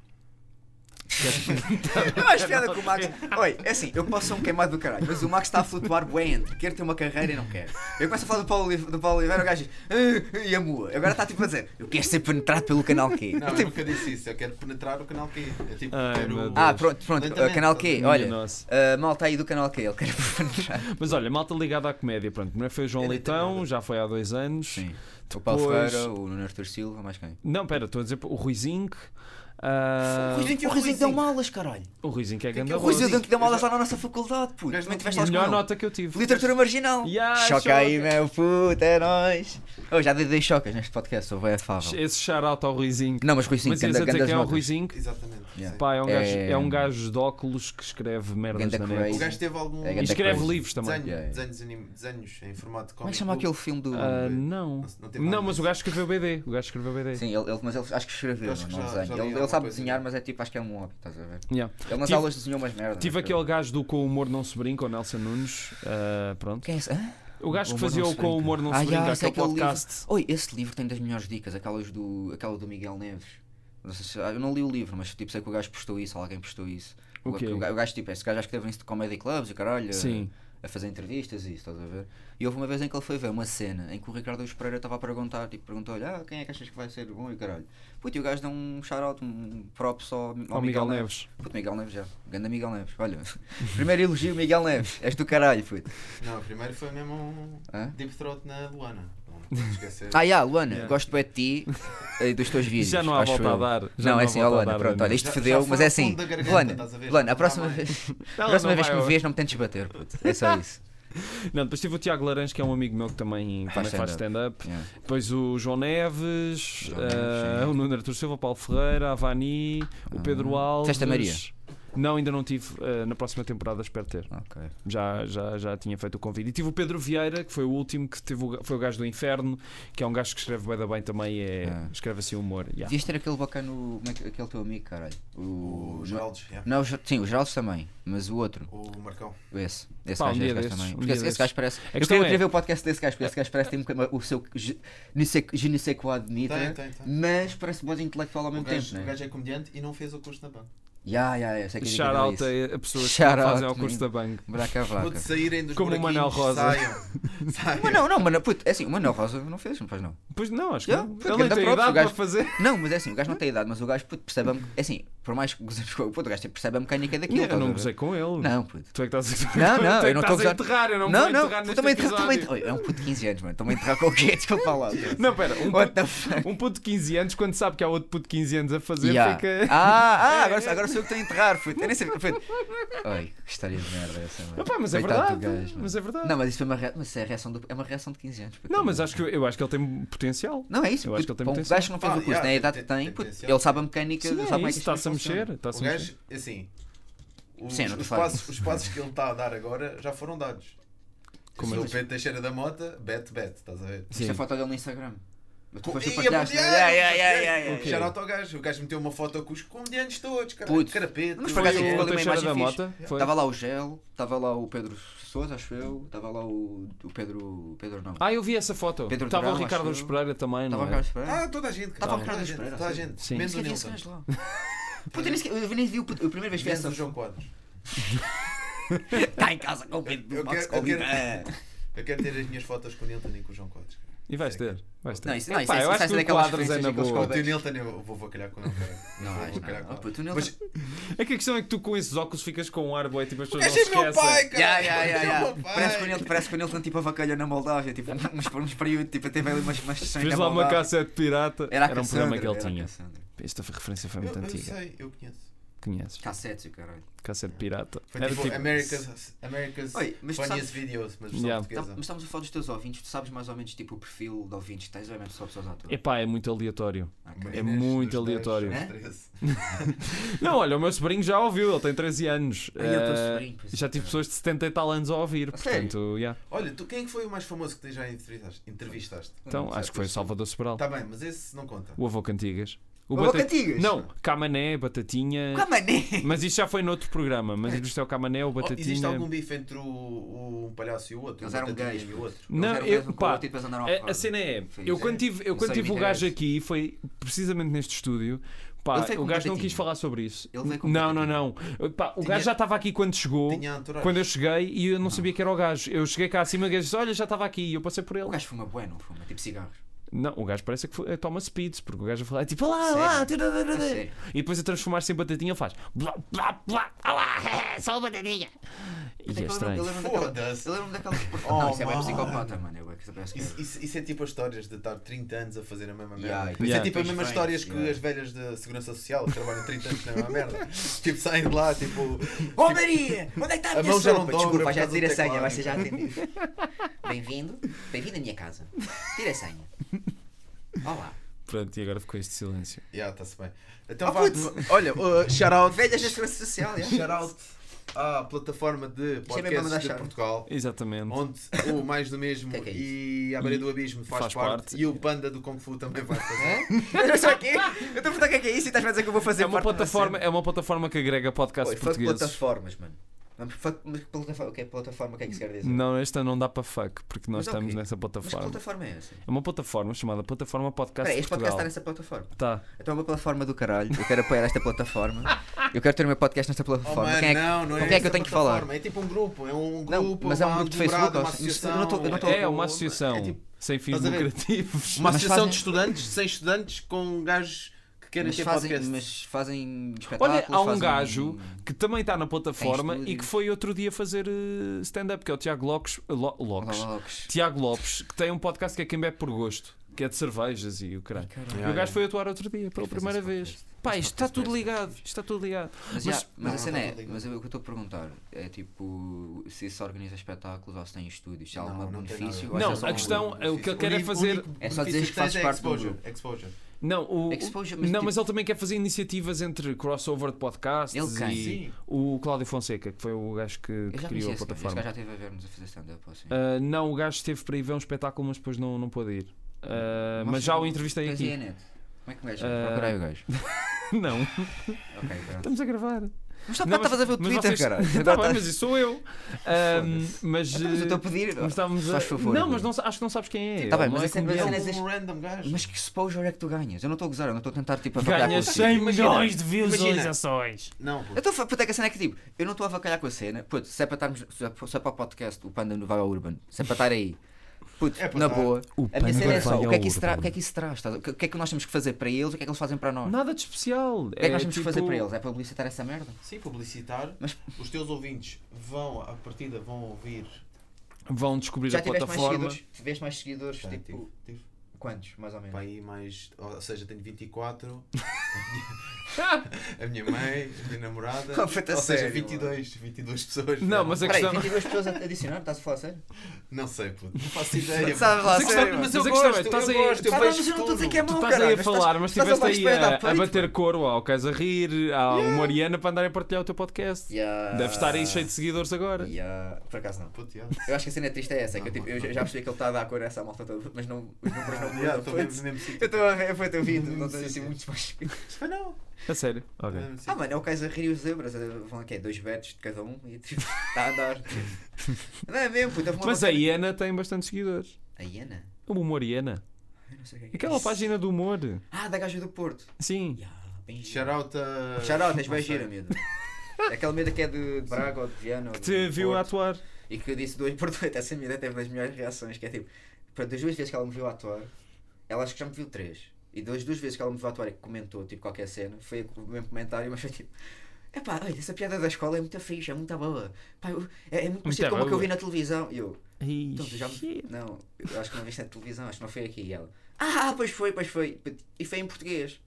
Eu acho piada que o Max. Oi, é assim, eu posso ser um queimado do caralho, mas o Max está a flutuar bué entre quer ter uma carreira e não quer. Eu começo a falar do Paulo, Olive- do Paulo Oliveira, o gajo diz. "Ah, E a mua. Agora está tipo a dizer: Eu quero ser penetrado pelo canal Q. Tipo, Não, eu nunca disse isso. Eu quero penetrar o canal Q. Eu tipo, Ai, quero. meu Deus. Ah, pronto, pronto. Lentamente, uh, canal Q, minha olha. nossa. Uh, malta aí do canal Q, ele quer penetrar. Mas olha, malta ligada à comédia, pronto. Primeiro foi o João Eu nem tenho Leitão, nada. já foi há dois anos. O Paulo Depois- Ferreira, o Nuno Artur Silva, mais quem? Não, pera, estou a dizer o Ruizinho. ah, o é Ruizinho deu malas, caralho. o Ruizinho que é que grande é o Pois voz. eu Ruizinho? dou que deu aulas lá na nossa faculdade, puto. Gajo Também não tiveste tinha aulas com Melhor ele. nota que eu tive. Literatura marginal. Yeah, choca, choca. aí, meu puto, é nóis. Oh, já dei 10 chocas neste podcast, sou é fável. Esse shout-out ao Ruizinho. Não, mas Ruizinho, Mas ias a ganda, dizer ganda quem é o notas. Ruizinho? Exatamente. sim. Yeah. Pá, é um, gajo, É- é um gajo de óculos que escreve merdas Ganda na O crazy. net. gajo teve algum. É E grande escreve coisa. livros também. Desenho, Yeah. desenhos, anim- desenhos em formato de Como é comic que chama book. aquele filme do. Ah, não. Não- não Não, teve nada mas o gajo escreveu BD. O gajo escreveu BD. Sim, ele, ele- mas ele acho que escreveu, Acho que não já- já desenha. li Ele, ele alguma sabe coisa. desenhar, mas é tipo, acho que é um hobby, estás a ver? Yeah. Ele nas Tive- aulas desenhou umas merdas. Tive acho eu. aquele gajo do Com o Humor Não Se Brinca, o Nelson Nunes. ah, pronto. Quem é esse? Hã? O gajo que Humor fazia Não o Se Com o Brinca. Humor Não Ah, Se já, Brinca, esse é aquele podcast. Livro. Oi, esse livro tem das melhores dicas, aquelas do, aquela do Miguel Neves. Não sei se- ah, eu não li o livro, mas tipo, sei que o gajo postou isso, alguém postou isso. O quê? o, ga- o gajo, tipo, esse gajo acho que teve de comedy clubs e o caralho. a- Sim. A fazer entrevistas e isso, estás a ver? E houve uma vez em que ele foi ver uma cena em que o Ricardo Luz Pereira estava a perguntar, tipo, perguntou-lhe, ah, quem é que achas que vai ser bom e o caralho. Puto, e o gajo deu um shout-out, um prop só ao, Ao Miguel Neves. Puto, Miguel Neves já. Ganda Miguel Neves. Olha, primeiro elogio, Miguel Neves. És do caralho, puto. Não, primeiro foi mesmo um Hã? deep throat na Luana. Não, não te esquecer. Ah, yeah, Luana, Yeah. gosto bem de ti e dos teus vídeos. Já não há acho volta eu. a dar. Já não, não é há assim, ó, volta a Luana, dar, pronto, Bruno. olha, isto Já- fodeu, já um mas é foi ao assim. fundo da garganta, Luana, estás a ver? Luana, a Não dá próxima mais. vez, a Ela próxima Tá não vez que vai me ao- vês, não me tentes bater, puto. É só isso. Não, depois tive o Tiago Laranjo, que é um amigo meu que também Faz também faz stand-up. stand-up. Yeah. Depois o João Neves, ah, João Neves, sim. Ah. o Nuno Artur Silva, o Paulo Ferreira, a Vani, o Pedro Alves. Festa Maria? Não, ainda não tive. ah, na próxima temporada espero ter. Ok. Já, já, já tinha feito o convite. E tive o Pedro Vieira, que foi o último, que teve o, ga- foi o gajo do Inferno, que é um gajo que escreve bem, bem também, é, Ah. escreve assim humor. Yeah. Devias ter aquele bacano, como é que- aquele teu amigo, caralho. O, O Geraldo, yeah. Não, o Ger- sim, o Geraldo também, mas o outro, o Marcão. esse. Esse Pá, um gajo, dia esse gajo desses, também. um Porque dia esse, esse desses. gajo parece. Eu questão queria, eu queria é- ver o podcast desse gajo, porque esse gajo parece que tem o seu. je- nem sei- Je ne sais quoi de Nitra, Tem, tem, tem. mas parece voz intelectual ao O mesmo tempo, gajo, é o né? gajo é comediante e não fez o curso na banca. Ya, ya, ya, eu sei que Shout out a, a pessoas Shout que fazem ao out, curso man. da banca. Braca a Quando braca. saírem dos Como o buraquinhos, Manel Rosa. saiam. Saiam. Mas não, não, mano, puto, é assim, o Manuel Rosa não fez, não faz não. Pois não, acho que Yeah, não. foi Ele nem grande tem props, o idade para gajo- fazer. Não, mas é assim, o gajo não tem idade, mas o gajo, puto, percebe a me- é assim, por mais que gozemos com o puto, o gajo percebe a mecânica daquilo. Eu estás a não ver? gozei com ele. Não, puto. Tu é que estás a Não, tu não, é eu não que estou a estás a gozar. enterrar, eu não não, vou enterrar puto, neste também enterrar- episódio. também enterrar- É um puto de 15 anos, mano, também enterrar com o quê? Desculpa lá. Não, pera, um What puto, the fuck? um puto de 15 anos, quando sabe que há outro puto de 15 anos a fazer, Yeah. fica. Ah, ah agora, agora sou eu que estou a enterrar, puto. Eu nem sabia. Puto. Ai, que história de merda essa, mano. Epá, mas é Coitado do verdade, gajo, mano. mas é verdade. Não, mas isso foi uma, rea... mas isso é, a reação do- é uma reação de 15 anos. puto. Não, mas acho que, eu acho que ele tem potencial. Não é isso, Eu puto, acho que ele tem para um potencial. gajo que não fez Ah, o curso, yeah, nem a idade que tem- tem, tem puto, potencial. ele sabe a mecânica, Sim, sabe é como é isso, que está-se a funciona. mexer. Está-se O a mexer. gajo, assim, os, Sim, não te os falo. passos, os passos que ele está a dar agora já foram dados. Como Se é o isso? Pedro Teixeira da Mota, bet, bet, estás a ver? Isto é Sim. foto dele no Instagram. Mas tu Com- foste Ih, e partilhaste. é né? comediante, Yeah, yeah, yeah, yeah, yeah. Ok. Já nota o gajo, o gajo meteu uma foto com os comediantes todos, cara. Puto. Carapete, Mas o- por acaso Foi ficou o ali uma Teixeira imagem da fixe. Mota. Foi. Estava lá o Gel, estava lá o Pedro Sousa, acho eu, estava lá o, o Pedro. o Pedro não. Ah, eu vi essa foto. Pedro Estava o Durão, Ricardo acho eu. Pereira também, Estava não o é? Carlos Pereira. Ah, toda a gente, cara. Tava o toda a Carlos gente, Pereira, toda a sim. gente. Sim. Menos Mas o quem é esse Nilson. gajo lá? Puta, eu nem sequer- eu nem vi o. puto- Eu a primeira vez que vi Menos essa o João Quadros. Está em casa com o Pedro Eu do Box quero- eu quero- Oliveira. Eu quero ter as minhas fotos com o Nilton e com o João Quadros. cara. E vais ter. Vais ter. Não, isso, não, isso, Epá, é- eu isso, acho é que o daquelas quadros é na referências que boa. O teu eles Nilton, eu vou bacalhar com ele, cara. Não, Eu acho vou não. bacalhar com Ah, ele. puto, o Nilton- Mas É que a questão é que tu com esses óculos ficas com um ar boi, tipo as pessoas Mas não se é meu pai, esquecem. cara! Yeah, yeah, yeah, É yeah. meu pai! Parece que o Nilton- Parece que o Nilton tipo avacalhou na Moldávia, tipo uns, uns períodos, tipo teve ali umas, umas sessões Fez na lá uma Moldávia. cassete pirata. Era a um programa Cassandra, que ele era a tinha. Cassandra. Esta referência foi Eu, muito eu antiga. sei, eu conheço. Conheces? Cassetes, o caralho. Cassete pirata. Foi Era tipo, tipo. America's, America's Oi, mas tu Funniest sabes- Videos, mas versão Yeah. Tá- portuguesa. mas estamos a falar dos teus ouvintes, tu sabes mais ou menos tipo o perfil de ouvintes que tens ou é mesmo só pessoas à tua? Epá, é muito aleatório. Meninas É muito dos aleatório. 10 aos 13. Não, olha, o meu sobrinho já ouviu, ele tem 13 anos. Ai, ele tem um Eh, sobrinho, pois é. já tive pessoas de 70 e tal anos a ouvir, A sério? portanto, yeah. Olha, tu quem é que foi o mais famoso que te já entrevistaste? entrevistaste? Então, acho que foi o Salvador Sobral. Tá bem, mas esse não conta. O avô Cantigas. O avô Cantigas? Não, Camané, Batatinha. Com a mané! Mas isto já foi noutro programa, mas isto é o Camané, o Oh, existe Batatinha. algum bife entre o, o- um palhaço e o outro? Eles O eram Batatinha gays, E o puto. outro. Não, Eles eram eu, um com o pá, outro e depois andaram à a, porrada. a cena é, Sim, eu sim. quando tive, eu Não quando sei tive o imitar gajo isso. aqui, foi precisamente neste estúdio, pá, Ele veio o com gajo não batatinha. quis falar sobre isso. Ele veio com um não, não, batatinha. não. Pá, o Tinha- gajo já estava aqui quando chegou, Tinha entourage. quando eu cheguei e eu não sabia que era o gajo. Eu cheguei cá acima e o gajo disse, olha, já estava aqui e eu passei por ele. O gajo fuma bué, não fuma? Tipo cigarros. Não, o gajo parece que foi- eh, toma speeds, porque o gajo a falar é tipo lá, lá, Sério? tira, tira, A tira. sério? e depois a transformar-se em batatinha ele faz blá, blá, blá, alá, só batatinha. E é Eu lembro- eu estranho. lembro daquela- Foda-se. Eu lembro daquelas. Oh, Não, isso é bem mano. psicopata, mano. Eu é que parece que Isso, é. isso- isso é tipo as histórias de estar 30 anos a fazer a mesma merda. Yeah, Isso é yeah. tipo as Pois mesmas bem, histórias que yeah. as velhas da Segurança Social que trabalham 30 anos na mesma merda. tipo, saem de lá, tipo. Oh Maria! Onde é que está a a mão minha já não sopa? dobra Desculpa, por já causa do tira a senha, teclado. então. vai ser já atendido. Bem-vindo, bem-vindo à minha casa. Tira a senha. Olá. Pronto, e agora ficou este silêncio. Yeah, está-se bem. Então Oh, vá. putz. Olha, uh, shout out. Velhas da segurança é social, já. Shout out à plataforma de mesmo a mandar podcasts de chave. Portugal. Exatamente. Onde o Mais do Mesmo Que é que é e a Beira do Abismo faz, faz parte, parte. e o Panda do Kung Fu também vai fazer. Eu não sei o quê. Eu estou a perguntar o que é que é isso e estás a dizer que eu vou fazer É uma, parte de plataforma, cena. é uma plataforma que agrega podcasts Oi, fuck portugueses. plataformas, mano. Vamos, fuck, mas que plataforma, o que é plataforma? O que é que se quer dizer? Não, esta não dá para fuck, porque nós Mas é o estamos quê? nessa Mas que plataforma. plataforma é essa? É uma plataforma chamada Plataforma Podcast Espera aí, este podcast Portugal. está nessa plataforma. Tá. Então é uma plataforma do caralho. Eu quero apoiar esta plataforma. Eu quero ter o meu podcast nesta Oh, plataforma. mano, Quem é que, não, não com é quem é que essa eu tenho que plataforma, falar? É tipo um grupo, é um Não, grupo, mas é um uma grupo de Facebook, aglomerada, eu não- eu uma associação. não tô- eu não tô- É uma associação é tipo- sem fins estás a ver? lucrativos. Uma Mas associação fazem- de estudantes, sem estudantes, com gajos que querem Mas é ter fazem, podcast. mas fazem espetáculos. Olha, há um fazem- gajo que também está na plataforma Tem e estúdio. que foi outro dia fazer eh, stand-up, que é o Tiago Locos, Lo- Locos. Olá, Locos. Tiago Lopes, que tem um podcast que é Quem Bebe por Gosto. que é de cervejas e o caralho. Caralho. E o gajo foi atuar outro dia pela primeira vez. Pá, isto está tudo ligado. Isto está tudo ligado. Mas, Mas- já, mas Não, a cena não, não, é, não, não. mas eu- o que eu estou a perguntar é tipo se se organiza espetáculos ou se tem estúdios, se há Não, algum não tem é um benefício. nada. ou Não, se é só a um- questão- é o que ele quer é único- fazer- único É só benefício dizer que fazes tens é parte do exposure, grupo. exposure. Não, o, Exposure, não mas mas tipo- ele também quer fazer iniciativas entre crossover de podcasts Ele quer. e Sim. o Cláudio Fonseca, que foi o gajo que, Eu que já criou a conhecia esse gajo, esse plataforma. gajo já esteve a ver-nos a fazer stand-up ou assim. Ah, não, o gajo esteve para ir ver um espetáculo, mas depois não, não pôde ir. Ah, mas já o entrevistei Tens aí a aqui. net. Como é que o gajo? Ah. Procurei o gajo. Não, Ok, pronto. estamos a gravar. Mas está Não, mas- tá- estavas Tá, a ver o mas Twitter, vocês- caralho. Tá, Está bem, mas isso sou eu. Ah, mas. Então, mas eu estou a eh, pedir. mas estávamos a- Faz favor. Não, mas não sa- acho que não sabes quem é. Tá bem, Ele mas não é essa- mas É essa- comediante. Neste- um random gajo. Mas que exposure é que tu ganhas? Eu não estou a gozar, eu não estou a tentar tipo avacalhar Ganha com o 100 sítio. milhões de visualizações. visualizações. Não, Eu estou a puta é que a cena é que tipo, eu não estou a avacalhar com a cena, puto, se é para estarmos, se é para- se é para o podcast, o Panda no vai ao Urban, se é para estar aí, puto, É para na estar. boa, O a minha cena Panda é só, vai o que é ao que isso, tra- Urban. o que é que isso traz? Tá- O que o que é que nós temos que fazer para eles, o que é que eles fazem para nós? Nada de especial. o que é que nós temos tipo- que fazer para eles? É publicitar essa merda? Sim, publicitar. Mas- Os teus ouvintes vão, à partida, vão ouvir. Vão descobrir Já a tiveste mais plataforma. seguidores? Tiveste mais seguidores, Já tipo, tive, tive. quantos, mais ou menos? Para aí mais. Ou seja, tenho 24. a minha mãe, a minha namorada. Oh, ou puta, seja, sério, 22. 22 pessoas. é? Não, mas é a Espera aí, questão. 22 pessoas a adicionar, estás a falar sério? Não sei, puto. Não faço ideia. Sabes lá, Mas a puto. questão- sério, mas a eu questão é, gosto, estás eu aí, gosto, eu Tá bem, vejo mas eu não estou a dizer tudo. que é Tu mau, estás caralho, aí a mas falar, mas estás a estiveste aí levar a, espelho da a peito, bater coro ao Cais a rir, ao Mariana para andarem a partilhar o teu podcast. Yeah. Deve estar aí cheio de seguidores agora. Yeah. Por acaso não. Puto, já. Eu acho que a cena triste é essa, é que eu, tipo, eu já já percebi que ele está a dar cor a essa malta toda, mas não, os números não Já, mudam. estou putz. mesmo mesmo sítio. Eu estou a ver, foi teu vídeo, Não não tenho assim sei. muitos mais. Mas não. A sério. Ok. mesmo Ah, sítio. mano, é o caso a rir e os zebras, eh, vão aqui, dois betos de cada um e tipo, está a andar. Não é mesmo, puta, vamos Mas a Iana tem bastante seguidores. A Iana? O humor Iana. Eu não sei o que é que é Aquela isso. página do humor. Ah, da gaja do Porto. Sim. Ya, bem Shout gira. out a. Shout out, és Não bem sei. gira, miúdo. Aquela miúda que é de de Braga ou de Viana. ou Que de te viu a Porto. atuar. E que eu disse duas por dois, essa miúda teve das melhores reações, que é tipo, para das duas vezes que ela me viu atuar, ela acho que já me viu três. E das duas vezes que ela me viu atuar e que comentou tipo qualquer cena, foi o mesmo comentário, mas foi tipo. Epá, olha, essa piada da escola é muito fixe, é muito boa. Pá, eu- é, é muito parecido com o que eu boa. vi na televisão. E eu, Ih, então, tu já me... shit. Não, eu acho que não viste na televisão, acho que não foi aqui. E ela, ah, pois foi, pois foi. E foi em português.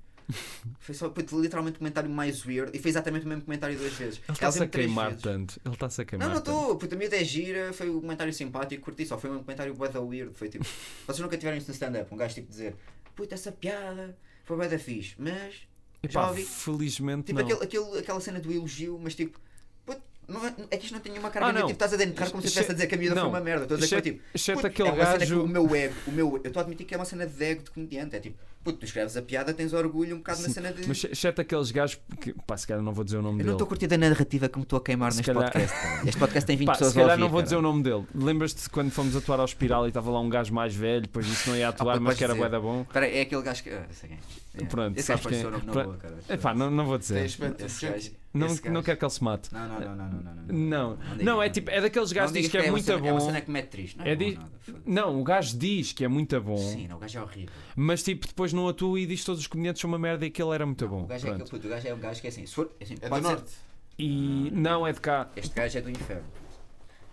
Foi só puto, literalmente o comentário mais weird. E foi exatamente o mesmo comentário duas vezes. Ele está-se a sempre três queimar vezes. tanto. Ele está-se a queimar Não, não tanto. estou, puta, a miúda é gira, foi um comentário simpático, curti só, foi um comentário bué da weird, foi tipo, vocês nunca tiveram isso no stand-up, um gajo tipo dizer, puta, essa piada, foi bué da fixe, mas, já Epá, ouvi, felizmente tipo, não. aquele, aquele- aquela cena do elogio, mas tipo, puta, não, é- é que isto não tem nenhuma cara Ah, ah, não. tipo, estás a dentar como se eu estivesse a dizer que a miúda Não. foi uma merda, estou a dizer que foi tipo, Exceto puta, aquele é uma cena que gajo. o meu ego, o meu, eu estou a admitir que é uma cena de ego de comediante, é tipo, puta, tu escreves a piada, tens orgulho um bocado na Sim, cena de... Mas exceto aqueles gajos que. Pá, se calhar não vou dizer o nome Eu não dele. estou a curtir da narrativa que me estou a queimar Se neste calhar- podcast. cara. Este podcast tem 20 Pá, pessoas se calhar a ouvir, não vou dizer cara. o nome dele. Lembras-te quando fomos atuar ao Espiral e estava lá um gajo mais velho, depois disse não ia atuar, Ah, pá, mas podes que era dizer. bué da bom? Espera aí, é aquele gajo que. Ah, sei quem. É. Pronto, esse sabes gajo pode quem ser o é. nome na Pronto. boa, cara. Epá, não, não vou Tem dizer. aspecto de Esse gajo. junkie. Não, esse gajo. não quero que ele se mate. Não, não, não, não, não, Não, não. Não, não, digas, é digas. tipo, é daqueles gajos Não que diz digas que é uma muito cena- É uma bom. cena que mete triste. Não É é, bom di- nada, foda-se. Não, o gajo diz que é muito bom, Sim, não, o gajo é horrível. mas tipo, depois não atua e diz que todos os comediantes são uma merda e que ele era muito bom. O gajo é Pronto. aquele Ah. puto, o gajo é um gajo que é assim. se for- assim, É do pode ser- norte. E não é de cá. Este gajo é do inferno.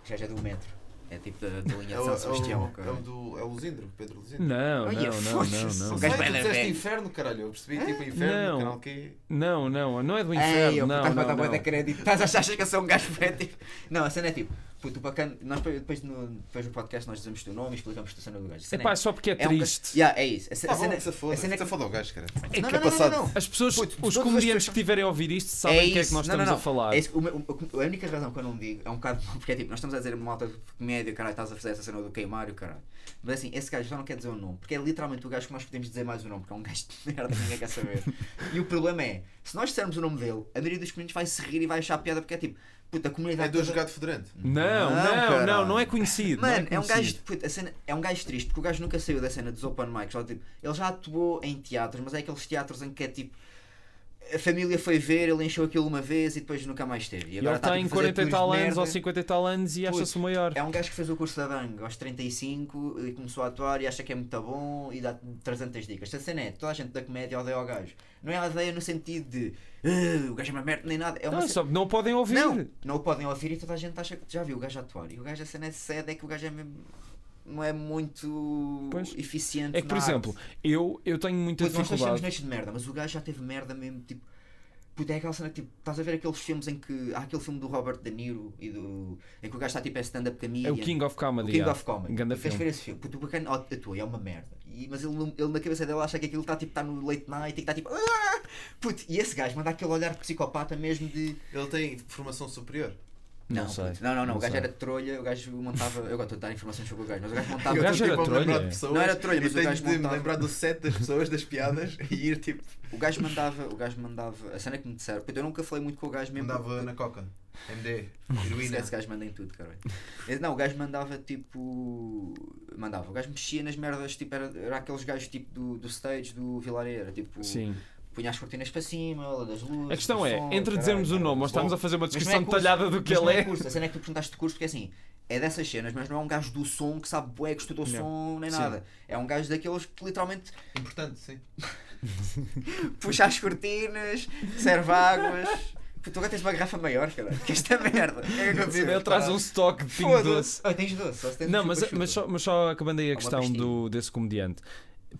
Este gajo é do metro. É tipo da da linha de É o, São é Sebastião. o, cara. é o do. É o Luzindro, Pedro Luzindro. Não, não, Olha, não, foda-se. não, O Não, gajo tu vai na disseste bem. inferno, caralho. Eu percebi tipo inferno, Não. canal Q. não, não, não é do Ei, inferno. eu, Não, puto, estás-me a dar não, bué não. da crédito. Estás a achar que eu sou um gajo bué, tipo... Não, a cena é tipo... Puto, bacana... Nós depois- depois no, depois no podcast nós dizemos o teu nome e explicamos a cena do gajo. A cena Epá, é só porque é É um gajo- triste. Yeah, é isso. A, ce- Tá a cena, bom, se foda. a cena é Se que- foda o gajo, cara. É Não, que- não, não, passado. não, não. As pessoas, Puto, os todas as comediantes pessoas- que tiverem a ouvir isto sabem o que é que isso. nós Não, não, estamos não. a falar. É isso. O meu- o- a única razão que eu não digo é um bocado porque é tipo, nós estamos a dizer uma alta comédia, caralho, estás a fazer essa cena do queimar e o caralho. Mas assim, esse gajo só não quer dizer o nome, porque é literalmente o gajo que nós podemos dizer mais o nome, porque é um gajo de merda que ninguém quer saber. e o problema é, se nós dissermos o nome dele, a maioria dos clientes vai se rir e vai achar piada porque é tipo, puta, a comunidade. É do toda- jogado fedorante. Não, Não, não, não, não, caralho. é conhecido. não Mano, é, um conhecido. gajo, puto, a cena, é um gajo triste, porque o gajo nunca saiu da cena dos open mics. Lá, tipo, ele já atuou em teatros, mas é aqueles teatros em que é tipo. A família foi ver, ele encheu aquilo uma vez e depois nunca mais teve. E E ele agora está tem tipo, a fazer 40 tá e tours de tal anos merda. ou 50 e tal anos e Puto, acha-se o maior. É um gajo que fez o curso da Bang aos 35 e começou a atuar e acha que é muito bom e dá 300 dicas. Esta cena é, toda a gente da comédia odeia o gajo. Não é odeia no sentido de "Ah, o gajo é uma merda nem nada. É uma Não, ce- só não podem ouvir. não, não o podem ouvir e toda a gente acha que já viu o gajo atuar. E o gajo, a cena é sede, é que o gajo é mesmo. não é muito Pois. eficiente. É que, por na arte. exemplo, eu, eu tenho muita Puto, nós deixamos dificuldade. neste de merda, mas o gajo já teve merda mesmo, tipo. Puto, é aquela cena que tipo, estás a ver aqueles filmes em que. Há aquele filme do Robert De Niro e do. em que o gajo está tipo a stand-up comedian. É o King of O Comedy. King yeah. of Comedy. Ganda Tu Queres filme. ver esse filme? Puto, o bacana oh, atua, é uma merda. E- mas ele, não- ele na cabeça dele acha que aquilo está tipo, tá no late night e que está tipo. "Ah!" Puto, e esse gajo manda aquele olhar psicopata mesmo de. Ele tem formação superior. Não puto, sei, não, não, não, não o gajo sei. era de trolha, o gajo montava. Eu gosto de dar informações sobre o gajo, mas o gajo montava. Eu gajo estou, era tipo, a lembrar trolha? de pessoas Não era trolha, e mas o tenho gajo de me montava. lembrar do set das pessoas, das piadas e ir tipo. O gajo mandava. O gajo mandava. A cena é que me disseram. Puto, eu nunca falei muito com o gajo mesmo. Andava na coca. MD. Esse Heroína. gajo- esse gajo manda em tudo, caralho. Ele- Não, o gajo mandava tipo. Mandava, o gajo mexia nas merdas, tipo, era, era aqueles gajos tipo do, do stage do Vilareira, tipo, Sim. punha as cortinas para cima, das luzes. A questão do é, som, entre caralho, dizermos o caralho. nome, nós Bom, estamos a fazer uma mas não é discussão curso, detalhada do que mas não ele é. curso, A cena é que tu perguntaste de curso, porque assim, é dessas cenas, mas não é um gajo do som que sabe bué, que estudou Não. som, nem Sim. nada. É um gajo daqueles que literalmente Importante, sim. puxa as cortinas, serve águas. Tu agora tens uma garrafa maior, caralho. Que esta merda. O que é que aconteceu? Ele traz um stock de pingo doce. Foda-se. Ah, tens doce. só se tens Não, chupa, mas, chupa. mas, só, mas só acabando aí a uma questão pastinha. do, desse comediante.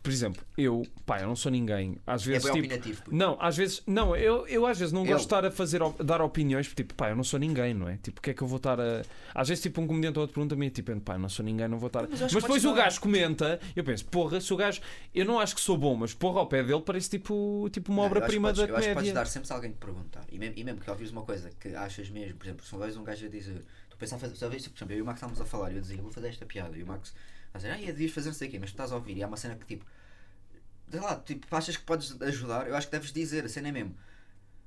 Por exemplo, eu, pá, eu não sou ninguém. Às É vezes, bem tipo, opinativo. puto. não, às vezes, não, eu, eu às vezes não Ele. gosto de estar a fazer, op- dar opiniões, porque, tipo, pá, eu não sou ninguém, não é? Tipo, o que é que eu vou estar a. Às vezes, tipo, um comediante ou outro pergunta-me, tipo, pá, eu não sou ninguém, não vou estar. a- Mas, acho que depois podes o gajo comenta, eu penso, porra, se o gajo. Eu não acho que sou bom, mas porra, ao pé dele parece tipo, tipo uma Não, eu acho que obra-prima podes- da Eu acho que podes comédia. dar sempre se alguém te perguntar. E mesmo, e mesmo que ouvires uma coisa que achas mesmo, por exemplo, se não vês um gajo a dizer, tu pensas a fazer, se eu vejo, por exemplo, eu e o Max estávamos a falar, e eu dizia, vou fazer esta piada, e o Max a dizer, ah, é, devias fazer não sei o quê, mas tu estás a ouvir, e há uma cena que tipo, sei lá, tipo, achas que podes ajudar, eu acho que deves dizer, a cena é mesmo.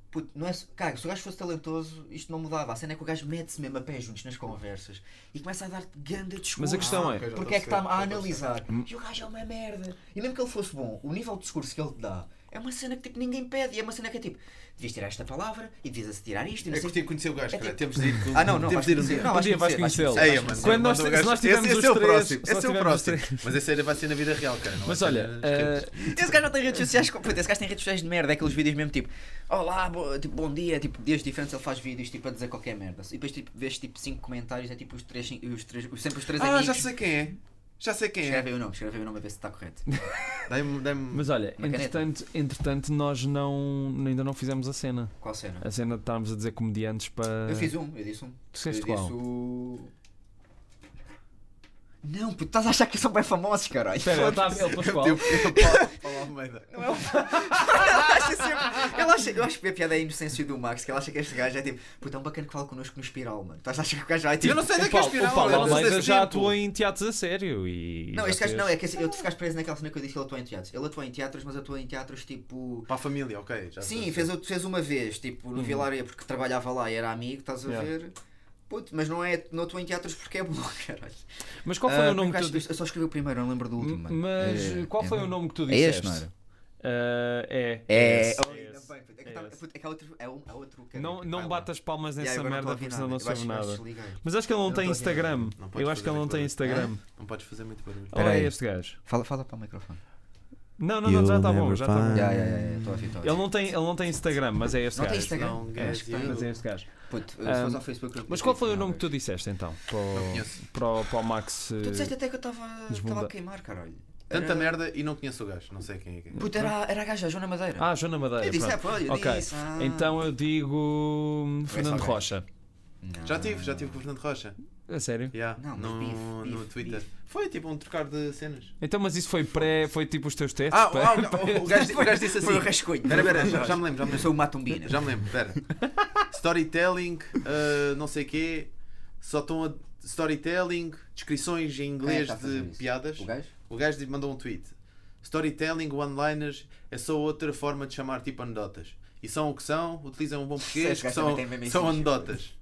Puto, não é, só- cara, se o gajo fosse talentoso, isto não mudava. A cena é que o gajo mete-se mesmo a pé juntos nas conversas e começa a dar-te ganda discurso. Mas a questão é- Ah, ok, já Porque é que estou a está perceber, a já estou a perceber. analisar. E o gajo é uma merda. E mesmo que ele fosse bom, o nível de discurso que ele te dá é uma cena que tipo, ninguém pede. E é uma cena que é tipo, devias tirar esta palavra e devias tirar isto. E não É sei curtir conhecer o gajo, É cara. tipo- Temos de ir. com- Ah, não, não. Temos vais de ir um conhecer. dia. Não, Um vais dia vais conhecer, vais conhecê-lo. conhecer, Ei, vais mano, conhecer. Quando nós- manda o se gajo- nós tivermos esse, esse os é o três, se próximo. nós Esse é o tivermos os próximo. Mas esse aí vai ser na vida real, cara. não vai Mas ser olha, nas redes. eh, Esse gajo não tem redes sociais. com- Puta, esse gajo tem redes sociais de merda. É aqueles vídeos mesmo tipo, olá, bo- tipo, bom dia. Tipo, dias diferentes ele faz vídeos tipo a dizer qualquer merda. E depois tipo, vês tipo 5 comentários. É tipo os três, os três, os, sempre os três Ah, amigos. já sei quem é. Já sei quem é. Escreve aí o nome, escreve aí o nome a ver se está correto. Dá-me. dá-me- Mas olha, Uma caneta. entretanto, entretanto, nós não, ainda não fizemos a cena. Qual cena? A cena de estarmos a dizer comediantes para. Eu fiz um, eu disse um. É. Tu disseste eu qual? disse o. Não, puto, estás a achar que são bem famosos, caralho. Espera, ele tá- ele pôs qual? Eu- eu- Paulo- Paulo Almeida. é Ele acha sempre. Ele acha, eu acho que a piada é a inocência do Max, que ele acha que este gajo é tipo, puto, é um bacana que fala connosco no espiral, mano. Estás a achar que o gajo vai tipo. Eu não sei O daqui a Paulo, espiral. o Paulo eu não sei Almeida desse já tempo. atua em teatros a sério e. Não, já este gajo fez. não, é que eu tu ficaste preso naquela cena que eu disse que ele atua em teatros. Ele atua em teatros, mas atua em teatros tipo. Para a família, ok. Já Sim, sei. fez, outro- fez uma vez, tipo, no Vilaria, porque trabalhava lá e era amigo, estás a Yeah. ver? Puto, mas não é. Não atua em teatros porque é bom, caralho. Mas qual foi Ah, o nome que porque tu acho- Eu só escrevi o primeiro, não lembro do último, mano. Mas É- qual é foi bom. o nome que tu É disseste? este, não era? Ah, é. É. esse, Oh, ainda esse. bem, puto. É que É tá- esse. puto, é que há outro- é um- é outro cara, Não, que não vai lá. batas palmas Yeah, nessa agora merda estou a ouvir porque senão nada. não Eu acho- soube eu acho nada. que desliguei. Mas acho que ele não Eu não tem estou a ouvir nada. Instagram. Não podes Eu acho que fazer ele não tem barulho. É, Instagram. Oh. Não podes fazer muito barulho. Olha Espera aí. este gajo. Fala, fala para o microfone. Não, não, não, já está bom, já está bom. Já, já, já, já, estou a ouvir, estou a Ele ouvir. não tem, ele não tem Instagram, mas é este Não tem gajo. Instagram? não, É, gajo, este gajo, eu- mas é este gajo. Puto, se Ah, fores ao Facebook... eu- Mas eu- qual foi o não, nome eu- que tu disseste então? Para conheço. o, para o, para o Max. eh, Tu disseste até que eu estava Desbunda. estava a queimar, caralho. Tanta Era- merda e não conheço o gajo. Não sei quem é. quem é. Puto, era, era a gaja, a Joana Madeira. Ah, Joana Madeira. eu disse, é, pronto. pô, eu ok. disse. ah. Então eu digo hum, Fernando alguém. Rocha. Não. Já tive, já tive com o Fernando Rocha. A sério? Yeah, Não, mas no, bife, no bife, Twitter. Foi tipo um trocar de cenas. Então, mas isso foi pré. Foi tipo os teus testes? Ah, Pá- ah, o, o, gajo, o gajo disse assim. Foi o rascunho. Espera, espera, já, já me lembro, já me Eu lembro. sou o Matumbina. Já me lembro, espera. Storytelling, ah, não sei quê. Só estão a. Storytelling, descrições em Quem é que inglês está a fazer de isso? piadas. O gajo? O gajo mandou um tweet. Storytelling, one-liners, é só outra forma de chamar tipo anedotas. E são o que são, utilizam um bom português, Esse gajo que são, também tem meme são fixe. anedotas.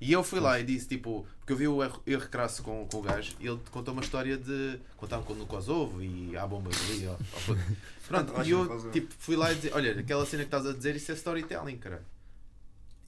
E eu fui lá e disse, tipo, porque eu vi o erro, erro crasso com, com o gajo e ele contou uma história de. contava com no Kosovo e há bombas ali, ó. ó, puto. Pronto, e eu tipo, fui lá e disse, olha, aquela cena que estás a dizer, isso é storytelling, caralho.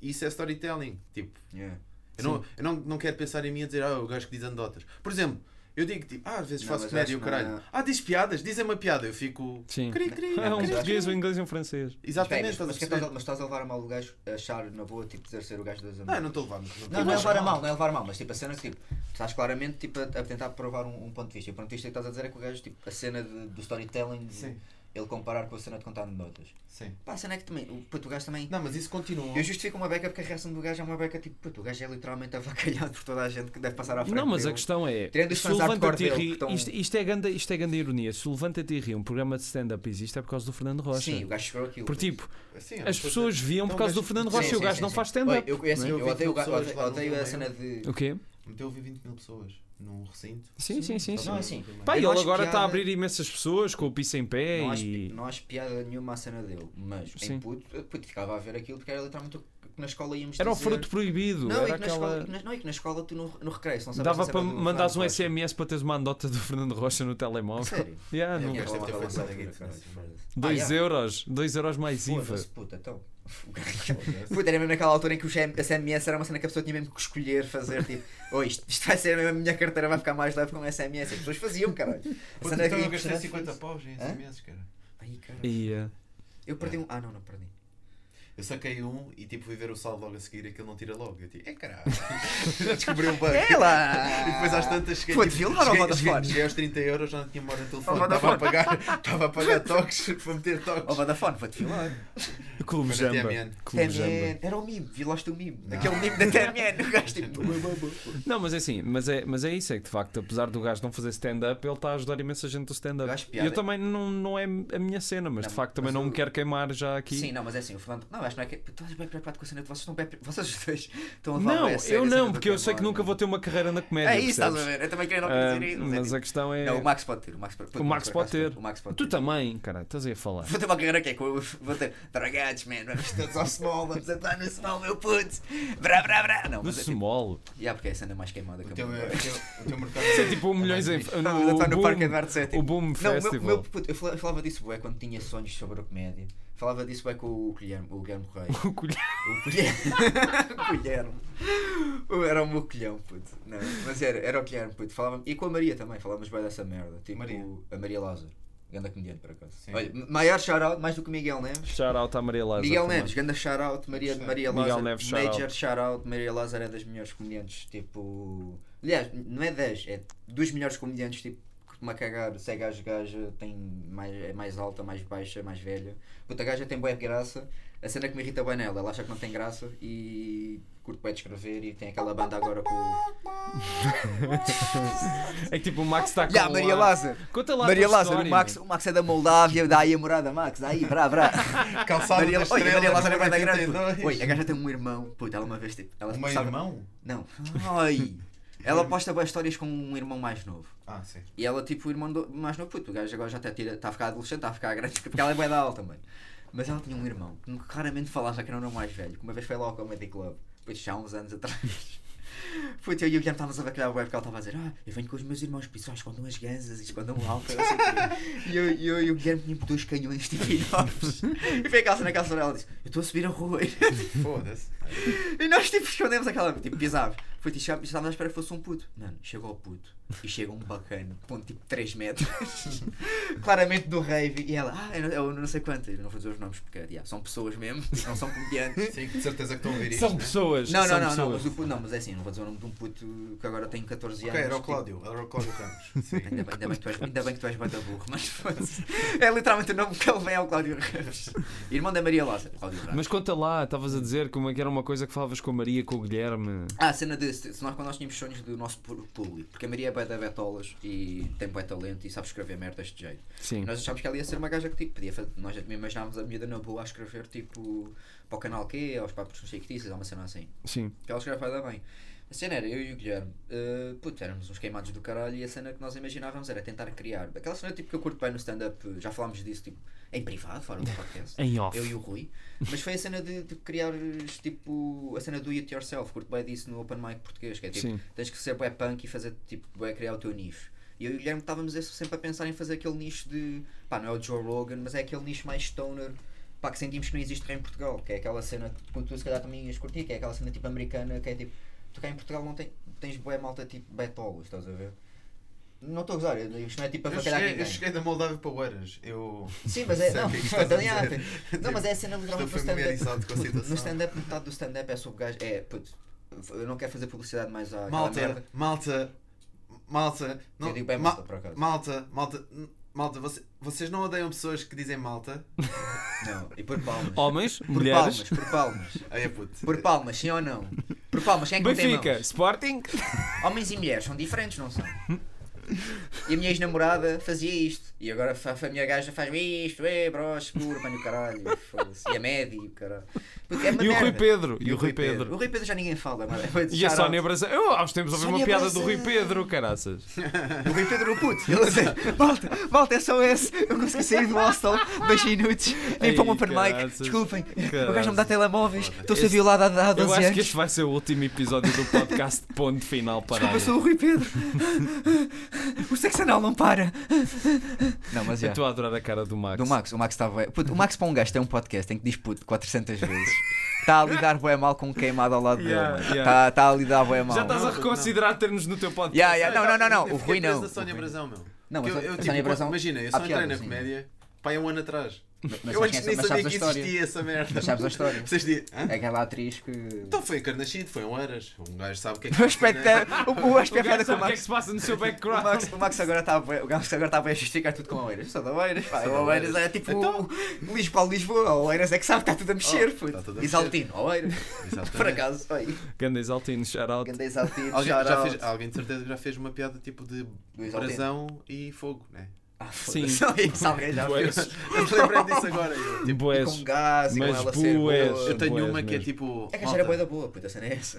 Isso é storytelling. Tipo, Yeah. eu, não, eu não, não quero pensar em mim a dizer, ah, o gajo que diz anedotas. Por exemplo, eu Eu digo tipo, ah, às vezes Não, faço mas comédia e o acho que não, é. caralho. Ah, diz piadas, dizem uma piada, eu fico. Sim. Cri, cri, É um cri, português, um cri. inglês e um francês. Exatamente, mas, estás a mas, que estás a- perceber? mas estás a levar a mal o gajo a achar na boa, tipo, dizer ser o gajo das Não, é eu amigas. não estou a levar. não estou a Não, levar. não é Mas- levar a mal, não é levar a mal, mas tipo, a cena que tipo, estás claramente tipo, a, a tentar provar um, um ponto de vista. E o ponto de vista que estás a dizer é que o gajo, tipo, a cena de- do storytelling, de Sim. ele comparar com a cena de contar notas. Sim. Pá, a cena é que também, o, puto, o gajo também. Não, mas isso continua. Eu justifico uma beca porque a reação do gajo é uma beca tipo, puto, o gajo é literalmente avacalhado por toda a gente que deve passar à frente. Não, mas a dele. questão é. Tirando os Se o fãs hardcore Levanta-te e dele, que ri. estão- Isto, isto é grande, isto é grande ironia. Se o Levanta-te e ri, um programa de stand-up existe, é por causa do Fernando Rocha. Sim, o gajo chegou aquilo. Por tipo, Sim, eu não as estou a pessoas dizer- viam Assim, Então, por causa do mas- Fernando Sim, Rocha e o sim, gajo sim, não sim. faz Olha, stand-up. eu, eu, assim, não é? eu odeio, o gajo- Pessoas lá no odeio a meio. cena de. O quê? Meteu ouvir 20 mil pessoas num recinto. Sim, sim, sim. sim. Não, assim, Pá, eu ele não acho agora está a piada- abrir imensas pessoas com o piso em pé Não acho, e. não acho piada nenhuma à cena dele, mas Sim. em puto, eu, puto, ficava a ver aquilo porque era literalmente o que na escola íamos Era o dizer. fruto proibido. Não, era e que na aquela... escola, e que na- não, e que na escola tu no, no recreio, se não sabes Dava a cena para do mandares um Fernando Rocha. SMS para teres uma anedota do Fernando Rocha no telemóvel. Sério? Yeah, É, não- o gajo deve ter Estava feito avançado nada aqui, disso, caralho, não sei. foda-se. dois Ah, yeah. euros. dois euros mais IVA. Foda-se, puta, então. Puta, era mesmo naquela altura em que o GM a SMS era uma cena que a pessoa tinha mesmo que escolher fazer, tipo, oh, isto, isto vai ser mesmo a minha carteira, vai ficar mais leve com SMS. As pessoas faziam, caralho. A Puta, cena é então que- eu gastei 50 paus em Hã? SMS, cara. Ai, caralho. Ia. Eu É. perdi um. Ah, não, não perdi. Eu saquei um e tipo fui ver o saldo logo a seguir e aquilo não tira logo. Eu tipo, é caralho. Descobri um bug. É lá! E depois às tantas cheguei, Foi tipo, de levar ao cheguei, cheguei, Vodafone. cheguei aos 30 euros, já não tinha memória no telefone. Ao Estava a pagar, estava a pagar toques para meter Ó, toques. Vodafone, vou-te filmar. Clube Mas é a Jamba. TMN. Clube Jamba. TMN. Era o mime, vilaste o mime. Aquele mime da TMN. O gajo tipo. Não, mas é assim, mas é, mas é isso, é que de facto, apesar do gajo não fazer stand-up, ele está a ajudar imensa gente do Eu stand-up. acho E piada. Eu também não, não é a minha cena, mas Não, de facto também mas não me o- quero queimar já aqui. Sim, não, mas é assim, o Fernando. Não, acho que não é que. Tu estás bem preparado com a cena de vocês, estão bem. Vocês os dois estão a levar Não, bem a sério eu a cena não, do porque eu sei que TMN. nunca vou ter uma carreira na comédia. É isso, estás a percebes? ver? Eu também queria não Ah, dizer isso. mas é a questão é. tipo- Não, o Max pode ter. O Max, pode- O Max pode ter. é O Max pode Tu tá- ter. também, cara, estás aí a falar. Vou ter uma carreira que é com. Vou ter. Dragados, man. Vamos todos ao small, vamos andar no small, meu puto. Brá, brá, brá. Não, No mas é tipo. small. Já, porque é a cena mais queimada que O eu teu, me o lembro. teu- o teu mercado. Isso é tipo um milhões em. Não, eu o estava no boom- Parque Eduardo VII. O Boom Não, o meu- Festival. meu puto, eu fala- eu falava disso bué quando tinha sonhos sobre a comédia. Falava disso bué com o Guilherme, o Guilherme Correia. O colher- O Guilherme. o Guilherme. O- Era o meu colhão, puto. Não, mas era, era o Guilherme, puto. Falava, e com a Maria também, falávamos bem dessa merda. Tipo, Maria. a Maria Lázaro. Ganda comediante, por acaso. Sim. Olha, m- maior shout-out, mais do que Miguel Neves. Shout out à Maria Lázaro. Miguel também. Neves, ganda shout-out, Maria, Gostei. Maria Miguel Lázaro. Neves, shout-out. major shout-out, Maria Lázaro é das melhores comediantes, tipo... Aliás, não é 10, é dos melhores comediantes, tipo, que uma cagar, se é gajo, gaja, tem mais, é mais alta, mais baixa, mais velha. Puta, a gaja tem boa graça, a cena que me irrita bem nela, ela acha que não tem graça e curto bem de escrever e tem aquela banda agora com... É que tipo o Max está com. Ya, Maria um- Lázaro. Conta lá a Maria tua Lázaro, história, o, Max, meu. o Max é da Moldávia, dá aí a morada, Max, dá aí, brá, brá. Calçado Maria, da Olha, estrela, Maria Lázaro é bem da grande. 82. puto. Oi, a gaja tem um irmão, puta, ela uma vez tipo. Ela O meu postava- irmão? Não. Ai. Ela posta boas histórias com um irmão mais novo. Ah, sim. E ela, tipo, o irmão do- mais novo, puto, o gajo agora já está a, tira- está a ficar adolescente, está a ficar grande, porque ela é bué da alta, mano. Mas ela tinha um irmão que nunca- raramente falava que era o irmão mais velho, que uma vez foi lá ao Comedy Club, pois já há uns anos atrás. Puto, eu e o Guilherme estávamos a bacalhar bué porque ela estava a dizer, ah, eu venho com os meus irmãos, por isso só escondam as gansas e escondam o álcool, não sei o quê. E eu, e eu e o Guilherme tínhamos dois canhões tipo enormes. E foi a calça na calça dela, ela disse, eu estou a subir a rua. Foda-se. E nós tipo escondemos aquela, tipo pisámos. Foi tipo, chegá- estávamos à espera que fosse um puto. Mano, chegou ao puto e chega um bacana, com tipo 3 metros, claramente do rave. E ela, ah, eu não, eu não sei quanto, eu não vou dizer os nomes porque yeah, são pessoas mesmo, tipo, não são comediantes. Sim, de certeza que estão a ouvir isto. São pessoas. Não, são não, não, não, pessoas. mas o puto, não, mas é assim, não vou dizer o nome de um puto que agora tem 14 Ok, anos. era o tipo, Cláudio. Era o Cláudio Ramos. Sim. Ainda bem, ainda bem que tu és, ainda bem que tu és banda burro, mas foda-se. é literalmente o nome que ele vem é o Cláudio Ramos. Irmão da Maria Lázaro, Cláudio Ramos. Mas conta lá, estavas a dizer como é que era uma coisa que falavas com a Maria, com o Guilherme. Ah, a cena de se se nós, quando nós tínhamos sonhos do nosso pu- público, porque a Maria é bué da betolas e tem bué talento e sabe escrever merdas de jeito. Sim. Nós achámos que ela ia ser uma gaja que tipo, podia fazer, nós já imaginávamos a miúda na boa a escrever tipo para o canal Q, aos papos nos fictícios, ou uma cena assim. Sim. Porque ela escreve bué da bem. A cena era eu e o Guilherme, eh, puto, éramos uns queimados do caralho e a cena que nós imaginávamos era tentar criar. Aquela cena tipo que eu curto bem no stand-up, eh, já falámos disso tipo em privado, fora do podcast. Em off. Eu e o Rui. Mas foi a cena de, de criares tipo a cena do it yourself, curto bem disso no open mic português, que é tipo, Sim. tens que ser bué punk e fazer tipo bué criar o teu nicho. E eu e o Guilherme estávamos esse- sempre a pensar em fazer aquele nicho de pá, não é o Joe Rogan, mas é aquele nicho mais stoner pá, que sentimos que não existe cá em Portugal, que é aquela cena que quando tu se calhar também ias curtir, que é aquela cena tipo americana, que é tipo, tu cá em Portugal não tem, tens bué malta tipo betolos, estás a ver? Não estou a gozar, eu- isto não é tipo a Eu bacalhar cheguei, eu quem cheguei da Moldávia para Oeiras. Eu. Sim, mas é. Sei Não, o que é que estou estás a italiano. dizer. Não, mas é a cena literalmente no Estou familiarizado com a stand-up. situação. No stand-up, metade do stand-up é sobre gajo. É, puto, eu não quero fazer publicidade mais à. àquela merda. Malta, malta, malta. Não, digo bem ma- malta, por acaso. Malta, malta, n- malta, você- vocês não odeiam pessoas que dizem malta? Não, e por palmas. Homens, por mulheres. palmas, por palmas. Aí é puto. Por palmas, sim ou não? Por palmas, quem é que não tem Benfica, mãos? Sporting. Homens e mulheres são diferentes, não são? E a minha ex-namorada fazia isto. E agora fa- a minha gaja faz isto, é bro, seguro, mano, caralho. foda-se. E a média, e o caralho. Puto, é uma E o Rui merda. Pedro, e o Rui Pedro. O Rui Pedro já ninguém fala, é mano. E é a Sónia Brasil. Eu há uns tempos ouvi uma Sónia piada do Abraça. Rui Pedro, caraças. O Rui Pedro no puto. Ele assim, malta, malta, é só esse. Eu consegui sair do hostel, 2 minutos, vim Ai, para um open mic. caraças. Desculpem, o gajo não Caraças. me dá telemóveis, estou a ser Este- violado há há Eu 12 acho que anos. este vai ser o último episódio do podcast Ponto Final para Desculpa, eu sou o Rui Pedro. o sexo anal não para. Não, mas Eu já. estou a adorar a cara do Max. Do Max, o Max está bué- puto, O Max para um gajo tem um podcast tem que diz puto 400 vezes. Está a lidar bué mal com um queimado ao lado Yeah, dele, mano. yeah. Está está a lidar bué mal. Já estás a Não, reconsiderar ter-nos no teu podcast. Yeah, yeah, É, não, não, não, não. Eu O fiquei Rui preso não. da Sónia O Rui- Brasão, meu. Não, mas eu, a- eu, a tipo, Sónia Brasão- Imagina, eu há só entrei na piadas, sim. comédia, pá, há um ano atrás. Mas- mas eu sabes antes quem é- nem mas sabes sabia que a história. existia essa merda. Mas sabes a história. Vocês dizem, hã? Aquela atriz que. Então foi encarnascido, foi um Oeiras. Um gajo sabe o que é que O aspecto é. é. O, O gajo o aspecto é com o sabe o que é que Max. se passa no seu O background. Max, o Max agora está a bué- o Max agora está bué a justificar tudo com a Oeiras. Só da Oeiras. pá, da O Oeiras é tipo. Então- Lisboa, Lisboa. O Oeiras é que sabe, está tudo a mexer, puto. está tudo a mexer. Exaltino, Oeiras. Exatamente. Por acaso, olha. Ganda Exaltino, shout out. Ganda exaltino. Alguém, já shout fez, out. alguém de certeza que já fez uma piada tipo de Exaltino. brasão e fogo, né? Ah, Sim. foda-se, Se alguém já fez. Boés. Eu me lembrei disso agora. eu, tipo, E Boés. com gás e Mas com ela ser bués. boa. eu tenho Boés uma que é mesmo. tipo. A gaja era boa malta, da boa, puta, a cena é essa.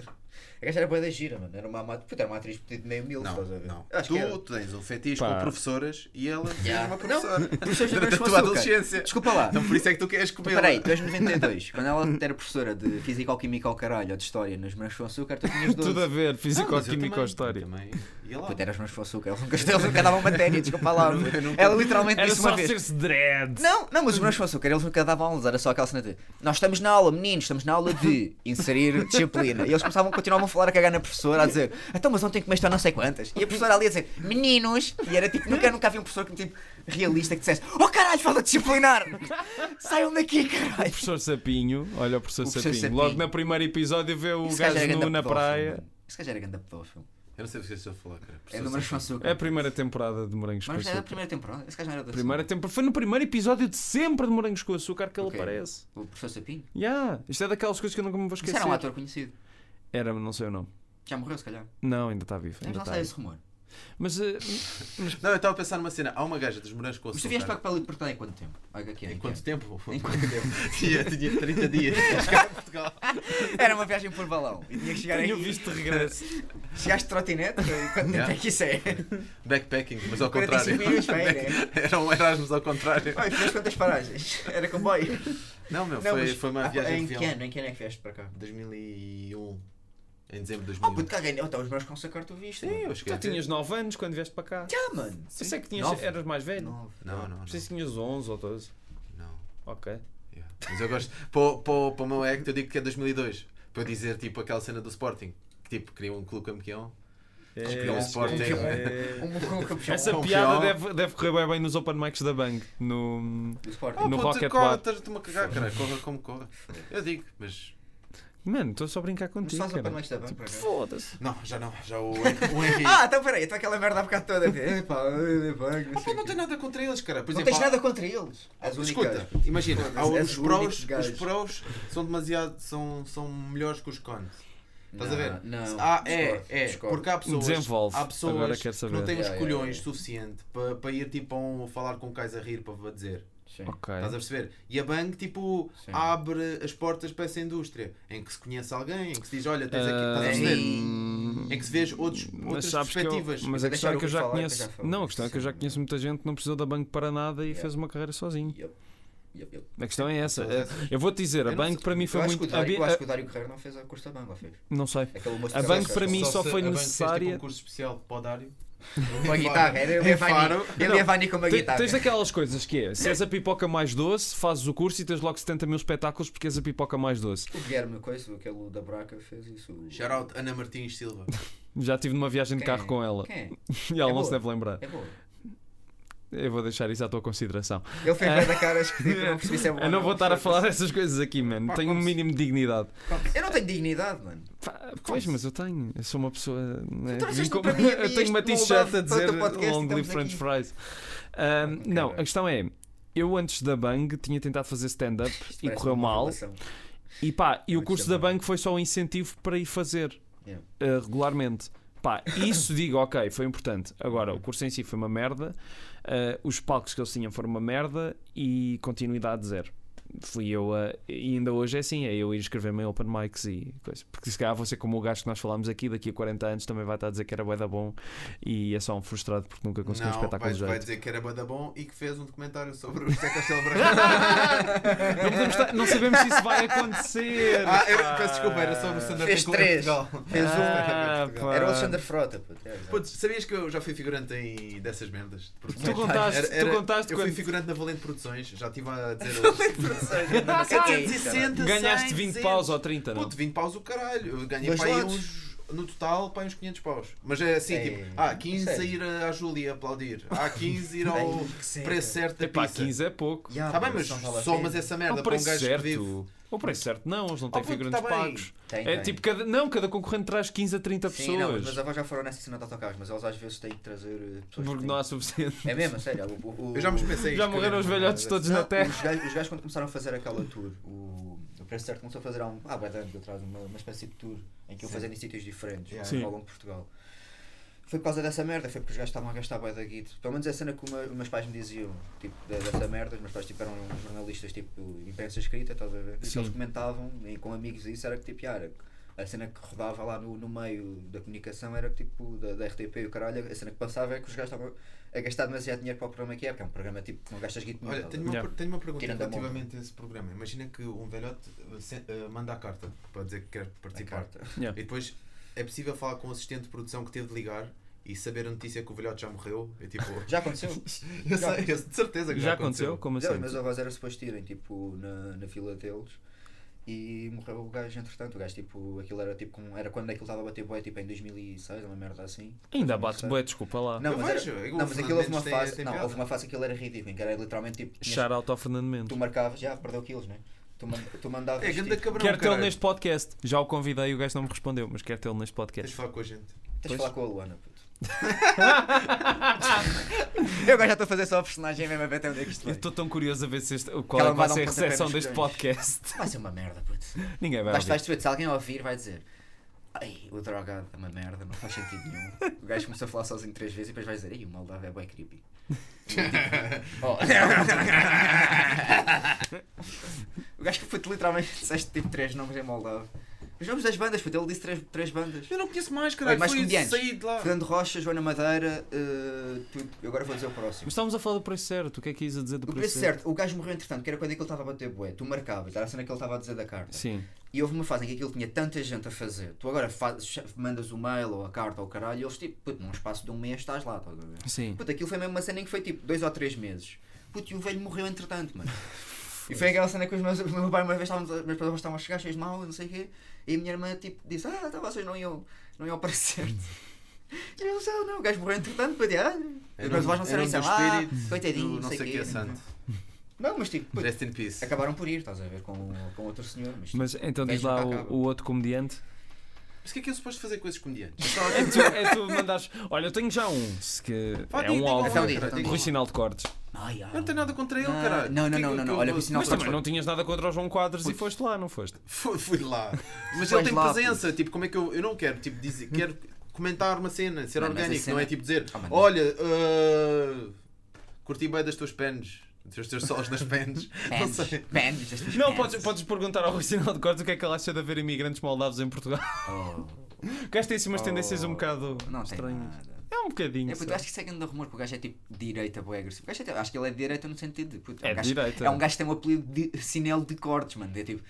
A gaja era boa da gira, mano. Era uma, ama- puta, era uma atriz de meio mil, Não, estás a ver? não. Eu Acho que era. Tu tens um fetiche Pá. com professoras e ela Yeah. é uma professora. Professores Durante não a tua mexem com açúcar. adolescência. Desculpa lá. Então por isso é que tu queres Tu, comer. peraí, tu és 92. Quando ela era professora de Física ou Química ao caralho ou de História nos Mãos com Açúcar, tu tinhas 12. Tudo a ver, Não, mas eu físico-químico também, ou história. também. E ela. Puta, eras Mãos com Açúcar. Ela nunca, eles nunca davam matéria, desculpa lá. mano. Ela literalmente Era disse só uma vez. ser-se dread. Não, não, mas os meus açúcar, eles nunca davam aulas, era só aquela cena de nós estamos na aula, meninos, estamos na aula de inserir disciplina. E eles começavam, continuavam a falar a cagar na professora, a dizer então, mas ontem comeste a não sei quantas. E a professora ali a dizer meninos, e era tipo, nunca, nunca havia um professor que, tipo, realista que dissesse oh caralho, fala disciplinar, saiam daqui, caralho. Professor Sapinho, olha o professor, O professor Sapinho. Sapinho. Logo no primeiro episódio vê o Esse um é gajo era nu ganda na pedófilo, praia. mano. Esse gajo era grande pedófilo. Eu não sei o que estou a falar, cara. assim. É Professora do meus Sofia. açúcar. É a primeira temporada de Morangos com Mas é era da Açúcar. primeira temporada, esse gajo não era da Primeira temporada. Foi no primeiro episódio de sempre de Morangos com Açúcar que ele Ok. aparece. O professor Sapinho? Yeah. Isto é daquelas coisas que eu nunca me vou Isso esquecer. era um ator conhecido. Era, não sei o nome. Já morreu, se calhar. Não, ainda está vivo. Mas ainda não tá sai vivo. esse rumor. Mas eh, Não, eu estava a pensar numa cena. Há uma gaja dos morangos com Mas tu açúcar. vieste para Portugal em quanto tempo? Olha, é aqui, Em aqui. quanto tempo? Em quanto tempo? tinha, tinha 30 dias para chegar a Portugal. Era uma viagem por balão. E tinha que chegar tenho aí. visto de regresso. Chegaste de trotinete? e Quanto tempo Yeah. é que isso é? Backpacking, mas ao 45 contrário. minutos para ir, é? Era um Erasmus ao contrário. Ai, fizeste quantas paragens? Era comboio? Não, meu, Não, foi, mas- foi uma Ah, viagem Em de que avião. ano? Em que ano é que vieste para cá? 2001. Em dezembro de Oh, puto, 2001. caguei. Oh, tá, os meus com sacar tu viste. Sim, eu Já cheguei. tinhas 9 anos quando vieste para cá. Ah, mano. Eu sei que tinhas, Nove. eras mais velho. Não, Nove. Não, não, não. sei se tinhas 11 ou 12. não. Ok. Yeah. Mas eu gosto. Para, para, para o meu act, eu digo que é 2002. Para eu dizer, tipo, aquela cena do Sporting. Que, tipo, queriam um clube campeão. criou Eh, o Sporting. eh, Um com o capuchão. Essa Bom, piada real. deve, deve correr bem, bem nos open mics da Bang. No... Do Sporting. No puto, Rocket corre, Bar. Estás-me a cagar, cara. Corra como corra. Eu digo, mas. Mano, estou só a brincar Mas contigo. faz cara. Tipo, a pano mais também para cá. Foda-se. Não, já não. Já o, o Henrique. Ah, então peraí, então aquela merda há bocado toda. Epá, epá, não Ah, pá, sei o não quê. tenho nada contra eles, cara. Por Não exemplo, tens há- nada contra eles. As Escuta, únicas. imagina, há Foda-se, os és o único prós, os gajo. prós são demasiado, são, são melhores que os cons. Estás a ver? Não. Ah, é, é, discordo. porque há pessoas, Desenvolve, há pessoas agora quero que saber. não têm os Yeah, yeah, colhões yeah. suficiente para ir tipo a um, falar com um cais a rir para dizer. Sim. Ok. Estás a perceber? E a Bang tipo Sim. abre as portas para essa indústria em que se conhece alguém, em que se diz, olha, tens aqui, estás a perceber? Hum, Em que se vês outros, Ah, Mas outras sabes que eu- perspectivas. mas a questão é deixar que eu o já Rui falar, conheço. que eu já falo não, a questão é que eu já disso. conheço muita gente que não precisou da banco para nada e Yeah. fez uma carreira sozinho. Yep. Yep, yep. A questão é essa. Então, Eh, Eu vou-te dizer, a eu não banco sei- para mim foi eu acho muito. que o Dário, a bi- eu acho a- que o Dário Carreira não fez a curso da Bamba, fez. Não sei. Aquele moço A que Banco fez para a- mim- só se foi a Bang fez, tipo, necessária- um curso especial para o Dário. Uma guitarra, era ele Em e a Vani. é Faro. Ele e a Vani com uma Te- guitarra. Tens daquelas coisas que é: se és a pipoca mais doce, fazes o curso e tens logo 70 mil espetáculos porque és a pipoca mais doce. O Guilherme Coiso, aquele da Braca, fez isso. O- Shout out Ana Martins Silva. Já tive numa viagem de Quem é? carro com ela Quem é? e ela não É boa. se deve lembrar. É boa. Eu vou deixar isso à tua consideração. Ele fez bem da cara, acho que não percebi se é bom. Eu ou não vou estar a falar dessas coisas aqui, mano. Pá, Tenho um como se- mínimo de dignidade. Eu não tenho dignidade, mano. Pá, Pois, mas eu tenho. Eu sou uma pessoa. né, trouxeste vim com- para mim a mim eu tenho uma este t-shirt molde a dizer para o podcast e Long Live estamos French Fries. Ahm, ok, não, a bem. questão é. Eu antes da Bang tinha tentado fazer stand-up Isto e parece correu uma mal. revelação. E pá, e o Antes curso da da Bang foi só um incentivo para ir fazer Yeah. eh, regularmente. Pá, isso digo, ok, foi importante. Agora, o curso em si foi uma merda, eh, os palcos que eles tinham foram uma merda e continuidade zero. Fui eu a. E ainda hoje é assim, é eu ir escrever-me em open mics e coisa. Porque se calhar você, como o gajo que nós falámos aqui, daqui a 40 anos também vai estar a dizer que era bué da bom e é só um frustrado porque nunca conseguiu um Não, espetáculo vai, de vai jeito. dizer que era bada bom e que fez um documentário sobre o José Castelo Branco. Não, podemos estar- não sabemos se isso vai acontecer. ah, era, peço desculpa, era sobre o Sandra Fez três. Fez Ah, um. pá. Era o Alexandre Frota, puto. é, exato. Putz, sabias que eu já fui figurante em dessas merdas? de produções? Tu contaste, Era- era- tu contaste eu fui quando figurante na Valente Produções, já estive a dizer. Valente Não sei o que é isso, cara. 760, ganhaste 100, 20 200. paus ou 30, não? Puto, 20 paus o caralho. Eu ganhei Dois para aí lados. uns. No total, para uns 500 paus. Mas é assim, É, É tipo, há 15 a sério. ir a- à Júlia aplaudir, há 15 ir ao Ai, que sério. preço certo da Epá, pizza. 15 é pouco. Ya, Tá bem, pô, mas não vale a somas pena. essa Ao merda para um preço gajo certo. que vive. Ao preço certo, não, eles não têm puto, figurantes tá bem. pagos. Tem, É tem. tipo, cada, não, cada concorrente traz 15 a 30 Sim, não, mas pessoas. meus avós já foram nessa cena de autocarros, mas eles às vezes têm que trazer eh, pessoas. que porque têm- não há suficiente. É mesmo, a sério. o- o- o- Eu já me pensei Já morreram os velhotes todos Não, na terra. Os gajos, os gajos quando começaram a fazer aquela tour, o, o Preço Certo começou a fazer há um. Ah, de anos atrás, uma, uma espécie de tour em que eu Sim. fazia em sítios diferentes Yeah. Sim. ao longo de Portugal. Foi por causa dessa merda, foi porque os gajos estavam a gastar bué da guita. Pelo menos é a cena que o meu- os meus pais me diziam, tipo, de- dessa merda, os meus pais tipo, eram jornalistas, tipo, imprensa escrita, estás a ver? E o que Sim. eles comentavam, e com amigos e isso, era que tipo, ah, era- a cena que rodava lá no, no meio da comunicação era que tipo, da, da RTP e o caralho, a cena que passava é que os gajos estavam a gastar demasiado dinheiro para o programa que é, porque é um programa tipo, que não gastas guita nenhuma, Olha, estás a tenho ver? uma, Yeah. per- tenho uma pergunta Tirando a mão. relativamente a esse programa. Imagina que um velhote eh, se- eh, manda a carta para dizer que quer A participar. carta. E depois é possível falar com o assistente de produção que teve de ligar e saber a notícia que o velhote já morreu? É tipo, Já aconteceu? eu sei, eu- de certeza que já, Já aconteceu? Como assim? Já, os meus avós eram suposto irem, tipo, na, na vila deles e morreu o gajo entretanto. O gajo, tipo, aquilo era tipo, com, era quando aquilo estava a bater boi, tipo, em 2006, uma merda assim. Ainda 2007. bate bué, desculpa lá. Não, Eu mas, era- vejo, é igual não, o mas aquilo houve uma Fernando Mendes tem- fase, tem não, piada. houve uma fase que aquilo era ridículo, em que era literalmente tipo, tinhas- Shout out ao Fernando tu Mendes. marcavas, já, perdeu quilos, né? Tu, man- tu mandavas. É grande tipo, cabrão. Quero tê-lo caralho. neste podcast. Já o convidei e o gajo não me respondeu, mas quero tê-lo neste Tens de podcast. falar com a gente. Tens de Pois. falar com a Luana, puto. eu agora já estou a fazer só a personagem mesmo a ver até onde é que isto Eu vai. estou tão curioso a ver se este, qual Ela é que vai vai dar ser a um pontapé recepção nos deste colhões. podcast. Vai ser uma merda, puto. Ninguém vai Vais, ouvir. vais perceber, é, se alguém ouvir vai dizer Ai, o drogado é uma merda, não faz sentido nenhum. O gajo começou a falar sozinho três vezes e depois vai dizer, ai, o Moldavo é bem creepy. Oh. o gajo que foi literalmente disseste tipo três nomes em Moldavo. Os nomes das bandas, puto, ele disse três, três bandas. Eu não conheço mais, Olha, caralho. mais Foi comediantes. saí de lá. Fernando Rocha, Joana Madeira, eh, tudo. Eu agora vou dizer o próximo. Mas estávamos a falar do preço certo. O que é que ias a dizer do O preço é preço certo, o gajo morreu entretanto, que era quando é que ele estava a bater bué. Tu marcavas, era a cena que ele estava a dizer da carta. Sim. E houve uma fase em que aquilo tinha tanta gente a fazer. Tu agora fazes, mandas o mail ou a carta ou o caralho e eles tipo, puto, num espaço de um mês estás lá, estás a ver? Sim. Puto, aquilo foi mesmo uma cena em que foi tipo dois ou três meses. Puto, e o velho morreu entretanto, mano. E foi aquela cena que os meus, o meu pai uma vez estávamos, a- meus pais estavam a chegar, cheios de mal, não sei o quê, e a minha irmã tipo disse, ah, tá, vocês não iam, não iam aparecer-te. E eu disse, ah, não, o gajo morreu entretanto, puto, e, ah, Em os meus avós não nome- disseram em isso, nome do ah, espírito coitadinho, um do não sei o quê. é santo. Não, mas tipo, puto, Rest in peace. acabaram por ir, estás a ver, com, com outro senhor, mas tipo, Mas então diz Vejo lá para o, cá, o outro comediante. Mas o que é que eu suposto fazer com esses comediantes? É tu, é tu mandares. Olha, eu tenho já um. Se que Pá, é diga- um diga álbum. lá, Então diz, caralho, então diga Rui lá. Sinal de Cortes. ai, ai. Eu não tenho nada contra ele, Não, caralho. não, não, Que- não, que- não, que não. eu Olha, vou- Rui Sinal Mas de também Cortes não tinhas nada contra o João Quadros e Fui. foste lá, não foste? Fui, fui lá. Mas Pois ele tem lá, presença. Tipo, como é que eu. Eu não quero, tipo, Hum. dizer. Quero comentar uma cena, ser Não, mas a orgânico, cena- não é tipo dizer. Ah, mano. Olha, ah, curti bem das tuas pens. Dos teus solos nas pens. não Pens, sei. pens, estas Não, pens. podes, podes perguntar ao Rui Sinal de Cortes o que é que ele acha de haver imigrantes moldavos em Portugal. Oh, O gajo tem assim umas oh, tendências um bocado não tem estranhas. nada. É um bocadinho. É, puto, eu só. acho que isso é grande rumor, porque o gajo é tipo direita, boé agressivo. O gajo é, tipo- acho que ele é de direita no sentido de. Puto, um É de gajo- direita. É um gajo que tem um apelido de sinelo de cortes, mano. É tipo.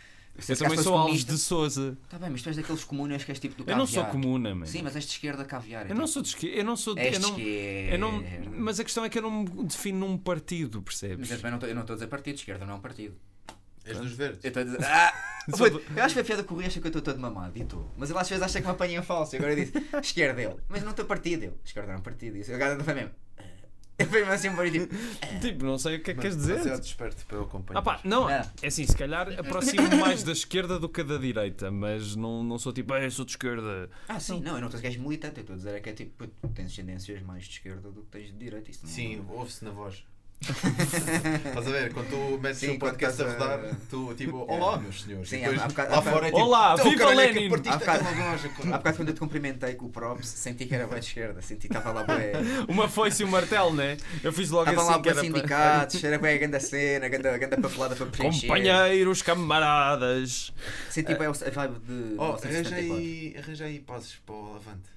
Eu também sou Alves de Souza. Está Tá bem, mas tu és daqueles comunas que és tipo do Eu caviar. não sou comuna, mano. Sim, mas és de esquerda caviar. é Eu não tipo- sou de esquerda. Eu não sou de. És Eu de não, esquerda. eu não, mas a questão é que eu não me defino num partido, percebes? Mas é eu também não tô- eu não estou a dizer partido, esquerda não é um partido. És dos verdes. Eu estou a dizer. Ah! Puto, eu acho que a piada que o Rui acha que eu estou todo mamado e tu. Mas ele às vezes acha que me apanha em falso e agora diz esquerda ele. Mas não estou partido eu. Esquerda não é um partido. E o gajo foi mesmo. "Ah." Eu fui mesmo assim um barulho tipo. Tipo, não sei o que é que queres Mas é dizer. desperto para eu acompanhar. Ah pá, não, É. é assim, se calhar aproximo mais da esquerda do que da direita, mas não, não sou tipo, "Ah, eu sou de esquerda. Ah, sim, não, eu não estou a dizer que és militante. Eu estou a dizer é que é tipo. puto, tens tendências mais de esquerda do que tens de direita. Isso não é Sim, ouve-se na voz. Estás a ver? Quando tu metes Sim, um podcast a quando estás a- É. rodar, tu tipo, olá, meus senhores. Sim, E depois, há- há bocado- lá há bocado- fora é tipo, Olá, "Então, viva caralho, é que Lenin!" partiste Há bocado- aquela voz, Há caralho. bocado quando eu te cumprimentei com o props, senti que era bem de esquerda, senti que estava lá bem. Uma foice e um martelo, né? Eu fiz logo Estavam assim lá que para era sindicatos, era bem a grande cena, a grande, a grande papelada para para... preencher. Companheiros, camaradas. Senti bem o- a vibe de. Oh, 1974. arranja aí, arranja aí passos para o Avante.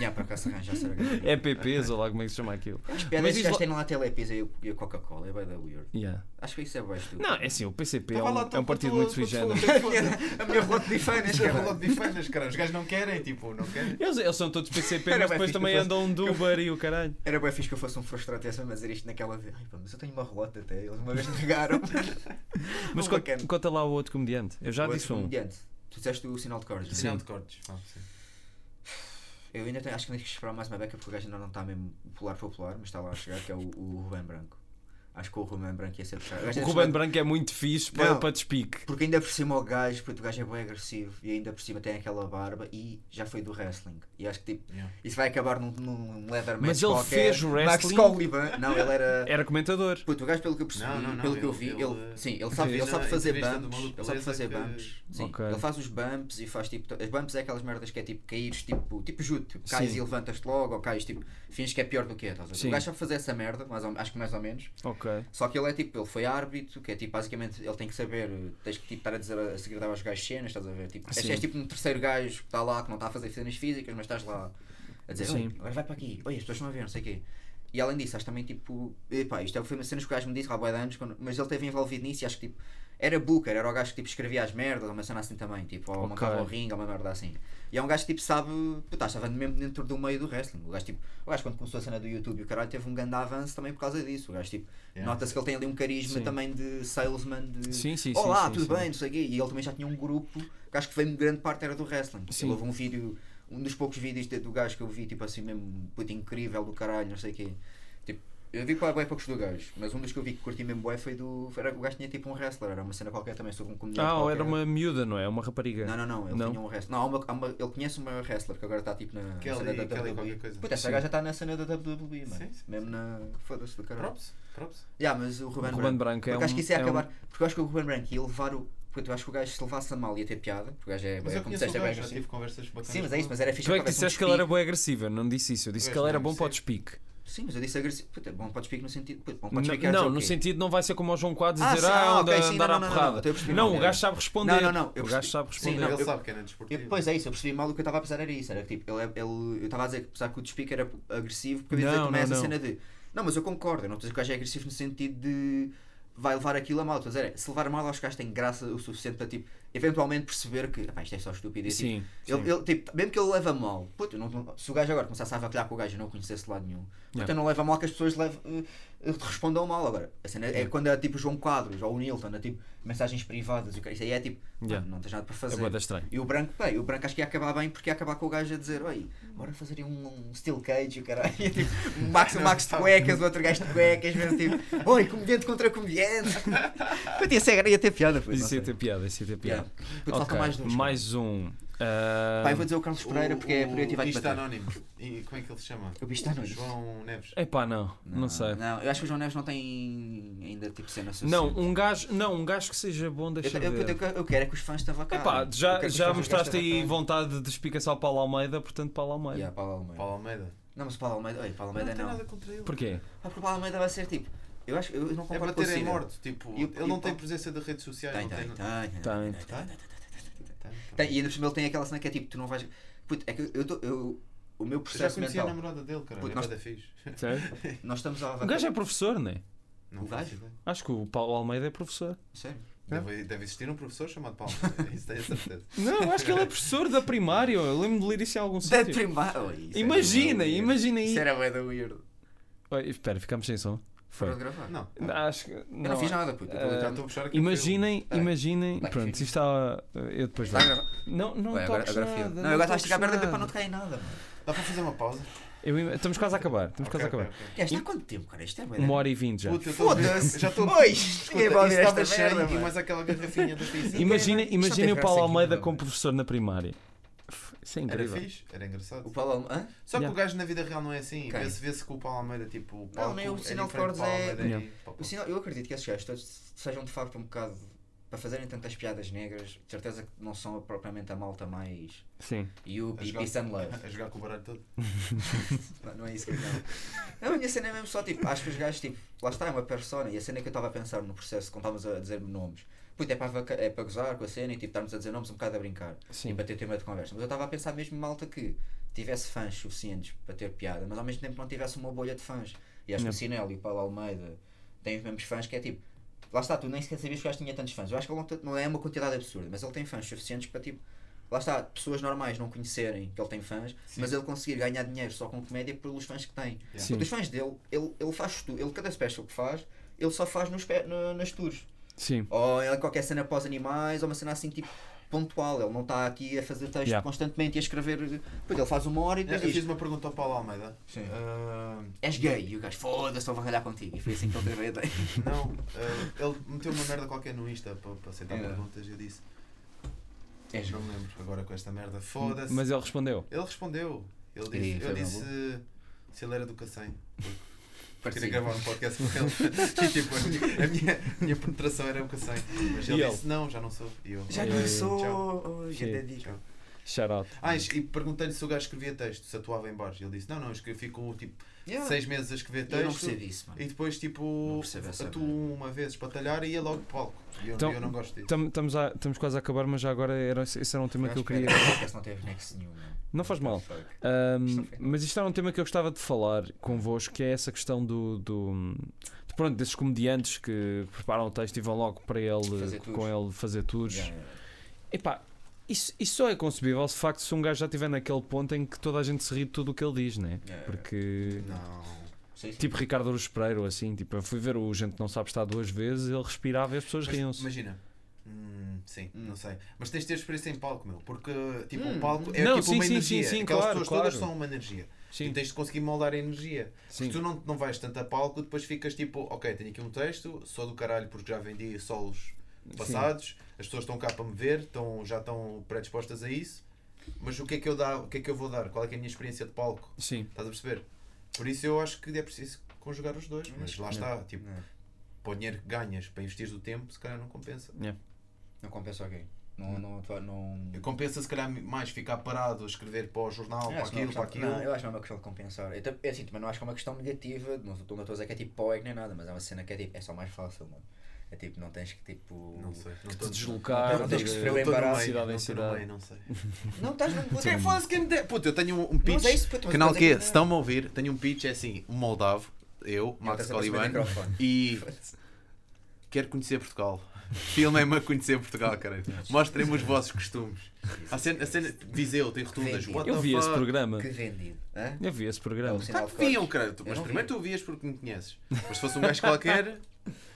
Já, por acaso arranjar será É EPPs, ou lá como é que se chama aquilo. Piadas diz que já lá- têm lá a Telepisa e o- e a Coca-Cola, é bem da weird. Yeah. Acho que isso é bem estúpido. Não, é assim, o PCP é Estava um, lá, é um estava partido lá, muito sui estava lá, generis. estava lá, estava lá. a minha rola de fãs, Isto é cara. relógio de bifanas, caralho. Os gajos não querem, tipo, não querem. Eles, eles são todos PCP, Era mas bem depois fixe também que fosse- andam de Uber e o caralho. Era bem fixe que eu fosse um frustrado e mas era isto naquela de. Ai, pá, mas eu tenho uma relota até, eles uma vez negaram. Mas Oh, co- bacana. conta lá o outro comediante. Eu já Outro disse um. comediante. Tu disseste o sinal de cordas. Sinal é de cortes. vá, sim. Eu ainda tenho, acho que tenho que esperar mais uma beca porque o gajo ainda não está mesmo popular popular, mas está lá a chegar, que é o, o Rubén Branco. Acho que o Rubén Branco ia ser puxado. O gajo ainda Ruben por cima- Branco é muito fixe para, Não. para despique. Porque ainda por cima o gajo, porque o gajo é bem agressivo e ainda por cima tem aquela barba e já foi do wrestling. E acho que tipo, Yeah. isso vai acabar num, num leather match Mas ele qualquer. fez o wrestling? Max Coliban. Não, ele era... Era comentador. Puto, o gajo, pelo que eu percebi, Não, não, não, pelo que eu ele- vi, ele, ele- sim, ele sabe, ele Entrevista- sabe fazer entrevista do bumps. maluco Ele sabe beleza fazer que- bumps. Sim, Ok. ele faz os bumps e faz tipo. As bumps é aquelas merdas que é tipo caíres, tipo, tipo judo, tipo, cais Sim. e levantas-te logo, ou cais, tipo, fins que é pior do que é. Estás a ver? Sim. O gajo sabe fazer essa merda, mais ou- acho que mais ou menos. Ok. Só que ele é tipo, ele foi árbitro, que é tipo, basicamente, ele tem que saber, eh, tens que tipo, estar a dizer a a segredar aos gajos cenas, estás a ver? Tipo, és, Sim. és tipo um terceiro gajo que está lá, que não está a fazer cenas físicas, mas estás lá a dizer, Sim. "Oi, agora vai para aqui, oi, as pessoas estão a ver, não sei o quê. E além disso, acho também tipo, epá, isto é- foi uma cena que o gajo me disse há bué de anos, quando- mas ele esteve envolvido nisso e acho que tipo, era Booker, era o gajo que tipo, escrevia as merdas, ou uma cena assim também, tipo, ou Ok. montava o ringue, ou uma merda assim. E é um gajo que tipo, sabe, puta, estava mesmo dentro do meio do wrestling. O gajo, tipo, o gajo quando começou a cena do YouTube e o caralho teve um grande avanço também por causa disso. O gajo, tipo, Yeah. nota-se que ele tem ali um carisma Sim. também de salesman, de Sim, sim, sim, olá, sim, tudo sim. bem, não sei o quê. E ele também já tinha um grupo, que acho que veio grande parte era do wrestling. Sim. Ele houve um vídeo, um dos poucos vídeos de- do gajo que eu vi, tipo assim mesmo, puto incrível do caralho, não sei o quê. Tipo, eu vi quase bem poucos do gajo, mas um dos que eu vi que curti mesmo bem foi do. Era que o gajo tinha tipo um wrestler, era uma cena qualquer também sobre um comediante. Ah, qualquer. era uma miúda, não é? Uma rapariga. Não, não, não, ele Não? tinha um wrestler. Não, há uma- há uma- ele conhece uma wrestler que agora está tipo na Kelly- cena da Kelly WWE. qualquer coisa. Puta, essa Sim. gaja está na cena da WWE, mano. Sim, sim, Mesmo na. Foda-se do caralho. Props, props. Yeah, mas o Ruben, O Ruben Branco é porque acho um- que isso ia é um- acabar. Porque eu acho que o Ruben Branco ia levar o. Porque eu acho que o gajo se levasse a mal ia ter piada. Porque o gajo é. Mas é, eu como conheço o disseste, é bem gajo, já agressivo. tive conversas bacanas. Sim, mas com é isso, ele. mas era fixe Tu é que houvesse um disseste que ele era despique. bem agressivo, eu não disse isso. Eu disse Tu que és ele era bom bom para o agressivo. despique. Sim, mas eu disse agressivo. Puta, bom, podes pique no sentido. Puta, bom, podes N- pique era Não, dizer o no quê? sentido não vai ser como o João Quadros Ah, dizer sim, ah, ah, ok, anda- sim, andar não, à não, não, não, porrada. estou a perceber, Não, não, o é. gajo sabe responder. Não, não, não, eu O gajo percebi. sabe Sim, responder. Ele não, eu- sabe que era desportivo. Eu, pois é isso, eu percebi mal o que eu estava a pensar era isso. Era que, tipo, ele, é- ele- eu estava a dizer que apesar que o despique era agressivo, porque eu ia dizer Não, também não, essa não. cena de. Não, mas eu concordo, eu não estou a dizer que o gajo é agressivo no sentido de vai levar aquilo a mal. Estou a dizer, é, se levar a mal aos gajos tem graça o suficiente para tipo, eventualmente perceber que "Epá, isto é só estúpido e Sim, tipo, ele- ele, tipo, mesmo que ele leva mal, puto, eu não- não- se o gajo agora começasse a avacalhar com o gajo e não o conhecesse de lado nenhum, puto, Yeah. eu não leva mal que as pessoas leve, eh, respondam mal agora. A cena é quando é tipo o João Quadros ou o Nilton, é tipo mensagens privadas, e o cara- isso aí é tipo, "Mano, Yeah. não tens nada para fazer. bué da estranho. E o branco, bem, o branco acho que ia acabar bem porque ia acabar com o gajo a dizer, oi, bora fazer aí um, um steel cage, o caralho. E, tipo, um Max, um Max de cuecas, o outro gajo de cuecas, mesmo tipo, oi, comediante contra comediante. Puta, ia, ser, ia ter piada, pois. Isso ia ter é piada, isso ia ter piada. piada. Puto, falta Ok, mais dois. Mais um. Ah, Pai, vou dizer o Carlos Pereira porque é O- por eu tive O a Bicho bater. tá Anónimo. E como é que ele se chama? O Bicho está anónimo. João Neves. Epá, não, não sei. Não, é eu acho que o João Neves não tem ainda tipo cena suficiente. Não, um gajo, não, um gajo que seja bom, eu, deixa eu, eu, ver. eu, eu quero é que os fãs estava cá. Epá, já, já mostraste aí vontade de espicaçar o Paulo Almeida, portanto, Paulo Almeida. Yeah, Paulo Almeida. Paulo Almeida. É Não, mas Paulo Almeida, oi, Paulo Almeida tenho não. nada contra ele. Porquê? Ah, porque o Paulo Almeida vai ser tipo, eu acho, eu não É concordo com o bater em Cida. morto. Tipo, E o- e ele o não tem Paulo- presença de redes sociais. Tem, não tem, tem- Tá? tem. Tem. Tem. Tem, e ainda por cima ele tem aquela cena que é tipo, tu não vais. Puto, é que eu tô- eu- o meu Eu já processo conheci a mental. namorada dele, cara. Puto, É nós- nada fixe. Certo? Nós estamos a O gajo é professor, não é? Não O faço gajo? ideia. Acho que o Paulo Almeida é professor. Sério? Deve, deve existir um professor chamado Paulo. Isso tenho a certeza. Não, acho que ele é professor da primária. Eu lembro de ler isso em algum Da sítio. primária. Oh, isso era Imaginem, bué da weird. imaginem aí. Isso era bué da weird. Oi, espera, ficamos sem som. Foi. Para gravar. Não. Acho que. Eu não fiz nada, puto. Eu Ah, tô- Tá, Já estou a puxar aqui. o Imaginem, Peraí. imaginem. Vai, Pronto, fica. isto está. Eu depois Está a vou. gravar. Não, não Tá Bem, agora, toques agora nada, fio. Não, eu agora estás a toques chegar perto nada. para não te cair nada. mano. filme. Dá para fazer uma pausa? Eu im- Estamos quase a acabar. Estamos quase a Ok, ok, acabar. ok. Já está há quanto tempo, cara? Isto é bué da- Uma hora e vinte já. Puta, eu tô- tá Foda-se. Já estou. Pois, ninguém vai Escuta, ouvir isso estava esta cheio merda, e tá mano. mais aquela garrafinha da pizza. Imaginem Isto não imaginem tem o Paulo graça aqui, Almeida assim não. como professor na primária. F- Isso é Era incrível. fixe, era engraçado. O Paulo Almeida. Só que Yeah. o gajo na vida real não é assim. Quem? Vê-se vê que o Paulo Almeida, tipo, o Paulo nem Cu- o sinal de diferente cordas do Paulo é- Almeida tipo, Yeah. e Paulo O sinal- eu acredito que esses gajos todos sejam de facto um bocado. Para fazerem tantas piadas negras, de certeza que não são propriamente a malta mais. Sim. You, A e jogar- peace é and love. A jogar com o baralho todo. Não, não é isso que eu quero. Não, a minha cena é mesmo só tipo, acho que os gajos, tipo, lá está, é uma persona. E a cena que eu estava a pensar no processo, quando estávamos a dizer nomes, puto, é para, vaca- é para gozar com a cena e tipo, estarmos a dizer nomes um bocado a brincar e Sim. para ter tema de conversa. Mas eu estava a pensar mesmo em malta que tivesse fãs suficientes para ter piada, mas ao mesmo tempo não tivesse uma bolha de fãs. E acho que Não. o Sinelli e o Paulo Almeida têm os mesmos fãs que é tipo. Lá está, tu nem sequer sabias que o gajo tinha tantos fãs. Eu acho que ele não tem- não é uma quantidade absurda, mas ele tem fãs suficientes para tipo. Lá está, pessoas normais não conhecerem que ele tem fãs, mas ele conseguir ganhar dinheiro só com comédia pelos fãs que tem. Sim. Porque os fãs dele, ele, ele faz tudo, ele cada special que faz, ele só faz nos, pe- na- nas tours. Sim. Ou ele qualquer cena pós animais, ou uma cena assim tipo pontual. Ele não está aqui a fazer texto Yeah. constantemente e a escrever. Pois ele faz uma hora e Eu depois eu fiz diz: uma pergunta ao Paulo Almeida. Sim. Ah, És gay. E o gajo, foda-se, estou a ralhar contigo. E foi assim que ele teve a ideia. Não, eh, ele meteu uma merda qualquer no Insta para, para aceitar Yeah. É. perguntas e eu disse, És não me lembro agora com esta merda, foda-se. Mas ele respondeu. Ele respondeu. Ele E disse, foi eu bem disse se ele era do Cacém. Queria parecido. gravar um podcast com ele. e, tipo, a minha, a minha, minha penetração era o Cacém. Mas E ele, ele? disse, não, já não sou. E eu, Já Eh, não tchau. sou. oh, já te digo. Tchau. Shout out. Ah, e e perguntei-lhe se o gajo escrevia texto, se atuava em bares. Ele disse, não, não, eu escrevi, fico tipo Yeah. seis meses a escrever Eu não texto. percebo isso, mano. e depois, Não tipo, percebo essa atuo uma vez para talhar e ia logo para palco. E eu, Então, eu não gosto disso. Estamos quase a acabar, mas já agora era, esse era um tema que eu Acho era- queria. O podcast não teve nexo nenhum, mano. Não faz mal. Fuck. Ahm, Isto é um não foi nada. mas isto era um tema que eu gostava de falar convosco, que é essa questão do, do- de, pronto, desses comediantes que preparam o texto e vão logo para ele, Fazer com tours. ele fazer tours. Yeah, yeah. Epá, isso, isso só é concebível de facto se um gajo já estiver naquele ponto em que toda a gente se ri de tudo o que ele diz, né? Yeah, yeah. Porque. Não. Sim, sim. Tipo Ricardo Aruz Pereira, ou assim, tipo, eu fui ver o Gente Não Sabe Estar duas vezes, ele respirava e as pessoas Mas riam-se. Imagina. Hum, sim, Hum. não sei. Mas tens de ter experiência em palco, meu. Porque, tipo, Hum. o palco é Não, tipo sim, uma sim, energia. sim, sim, Aquelas claro, pessoas claro. todas são uma energia. Sim, Tu tens de conseguir moldar a energia. sim. Se tu não, não vais tanto a palco, depois ficas tipo, ok, tenho aqui um texto, sou do caralho porque já vendi solos passados, as pessoas estão cá para me ver, estão, já estão predispostas a isso. Mas o que é que eu dá, o que é que eu vou dar? Qual é, que é a minha experiência de palco? Sim. Estás a perceber? Por isso eu acho que é preciso conjugar os dois, mas lá está, tipo, Não, para o dinheiro que ganhas para investir do tempo, se calhar não compensa. Não compensa alguém. Hum. Não, não, não, não, Compensa se calhar mais ficar parado a escrever para o jornal, para acho que não é aquilo, para uma questão- aquilo. Não, eu acho que não é uma questão de compensar. Eu tam- é assim, mas não acho que é uma questão negativa. Não estou não estou a dizer que é tipo poeg nem nada, mas é uma cena que é tipo, é só mais fácil, mano. É tipo, não tens que tipo. Não sei. Não Te estou deslocar, Não, tens que de- sofrer o não tô no meio, embaraço. cidade em não tô no cidade. meio, não sei. Não estás no. Quem fosse é quem me der. Puta, eu tenho um, um Mas pitch. é isso, puto, mas canal depois é Q, que- se estão-me a ouvir, tenho um pitch, é assim, um moldavo, eu, Max estás a perceber o Coliban, microfone. e quero conhecer Portugal. Filmem-me a conhecer Portugal, caralho. Mostrem-me os vossos costumes. A cena, a cena Viseu tem rotundas. Ridículo. what Eu the vi esse fuck? programa. Que vendido. Hã? Eu vi esse É programa. o sinal Claro de que cortes. viam, caralho. tu- Eu Mas não vi. primeiro tu vias porque me conheces. Mas se fosse um gajo qualquer,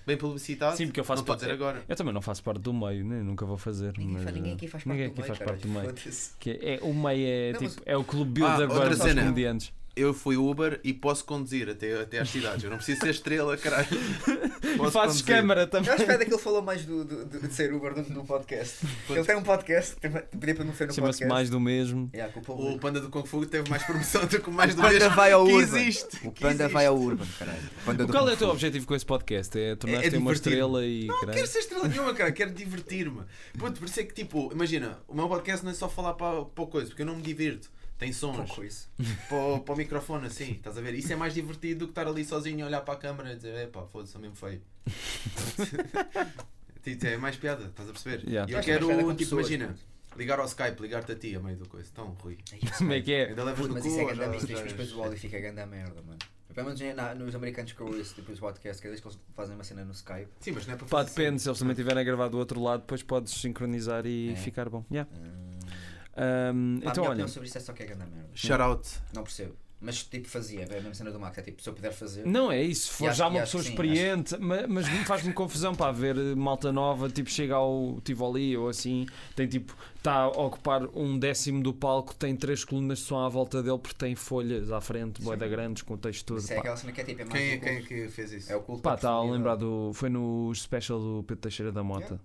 bem publicitado, Sim, porque eu faço não estou a pa- dizer agora. Eu também não faço parte do meio, nem nunca vou fazer. Ninguém, mas, faz, ninguém eh, aqui faz parte ninguém do aqui meio. faz parte do meio. caralho, foda-se. Que é, o meio é, Não, tipo, é o clube build Ah, agora outra dos cena. comediantes. Eu fui Uber e posso conduzir até, até às cidades. Eu não preciso ser estrela, caralho. E Posso fazes conduzir. câmara também. Eu acho que é daquele que falou mais do, do- do- de ser Uber do- no podcast. Ele tem um podcast, tem- podia promover um no Chama-se podcast. mais do mesmo. Yeah, com o O público. Panda do Kung Fu teve mais promoção do que mais O do panda vai ao que Urban. existe. O que panda existe. vai ao Urban, caralho. O panda do Qual é o Kung teu Fu. objetivo com esse podcast? É tornar-te uma é divertir-me. estrela e. Não caralho? quero ser estrela nenhuma, cara. Quero divertir-me. Puto, por isso é que, tipo, imagina, o meu podcast não é só falar para, para coisa, porque eu não me divirto. Tem sons. Pouco isso. para, o- para o microfone assim, estás a ver? Isso é mais divertido do que estar ali sozinho a olhar para a câmara e dizer, epá, foda-se, sou mesmo feio. Tipo, é mais piada, estás a perceber? Yeah. E eu Acho que é mais piada quero, com tipo, pessoas, imagina, puto. ligar ao Skype, ligar-te a ti a meio do coisa. Tão ruim. Ai, isso, Como é que é? Ainda levas Puto, no mas cu isso é ou grande já- ambiente, já- mas depois o áudio fica grande a merda, mano. Pelo menos na- nos americanos que eu ouço tipo, os podcasts, cada vez que eles fazem uma cena no Skype. Sim, mas não é para Pá, fazer. depende, se eles também estiverem a gravar do outro lado, depois podes sincronizar e É. ficar bom. Yeah. hum, Um, pá, a então, minha olha, opinião sobre isso é só que é grande merda. Shout out. Não percebo. Mas tipo fazia, é a mesma cena do Max, é tipo, se eu puder fazer. não é isso, se for E acho- já e uma acho pessoa que sim, experiente, ma- mas, faz-me confusão para ver eh, malta nova, tipo, chega ao Tivoli ou assim, tem tipo, está a ocupar um décimo do palco, tem três colunas de som à volta dele porque tem folhas à frente, boeda grandes, com o texto todo. Isso é Pá, aquela cena que é tipo, é mais. Quem é do culto. quem que fez isso? É o culto. Pá, da está a personalidade. lembrar do. Foi no special do Pedro Teixeira da Mota.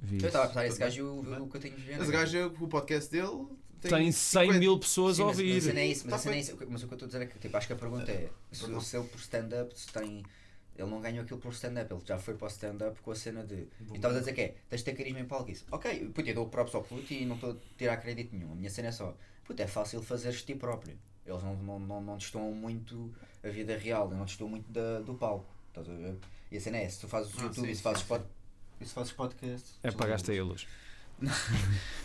Vi Eu estava a isso. pensar, esse gajo viu o que eu tenho de ver. né? Mas o gajo, é o podcast dele tem, Tem 100 mil pessoas Sim, a mas- ouvir. Mas a cena é isso, mas Tá a cena é feito. isso. Mas o que eu estou a dizer é que tipo, acho que a pergunta é: se, perdão. o- se ele por stand-up, se tem. Ele não ganhou aquilo por stand-up, ele já foi para o stand-up com a cena de. E estavas a dizer que é, tens de ter carisma em palco isso. Ok, puto, eu dou o props ao puto e não estou a tirar crédito nenhum. A minha cena é só, puto, é fácil fazeres de ti próprio. Eles não, não, não, não te estão muito a vida real, não te estão muito da- do palco. Estás a ver? E a cena é, se tu fazes Ah, YouTube sim, e se fazes, sim, pod... e se fazes podcast. Apagaste aí a luz.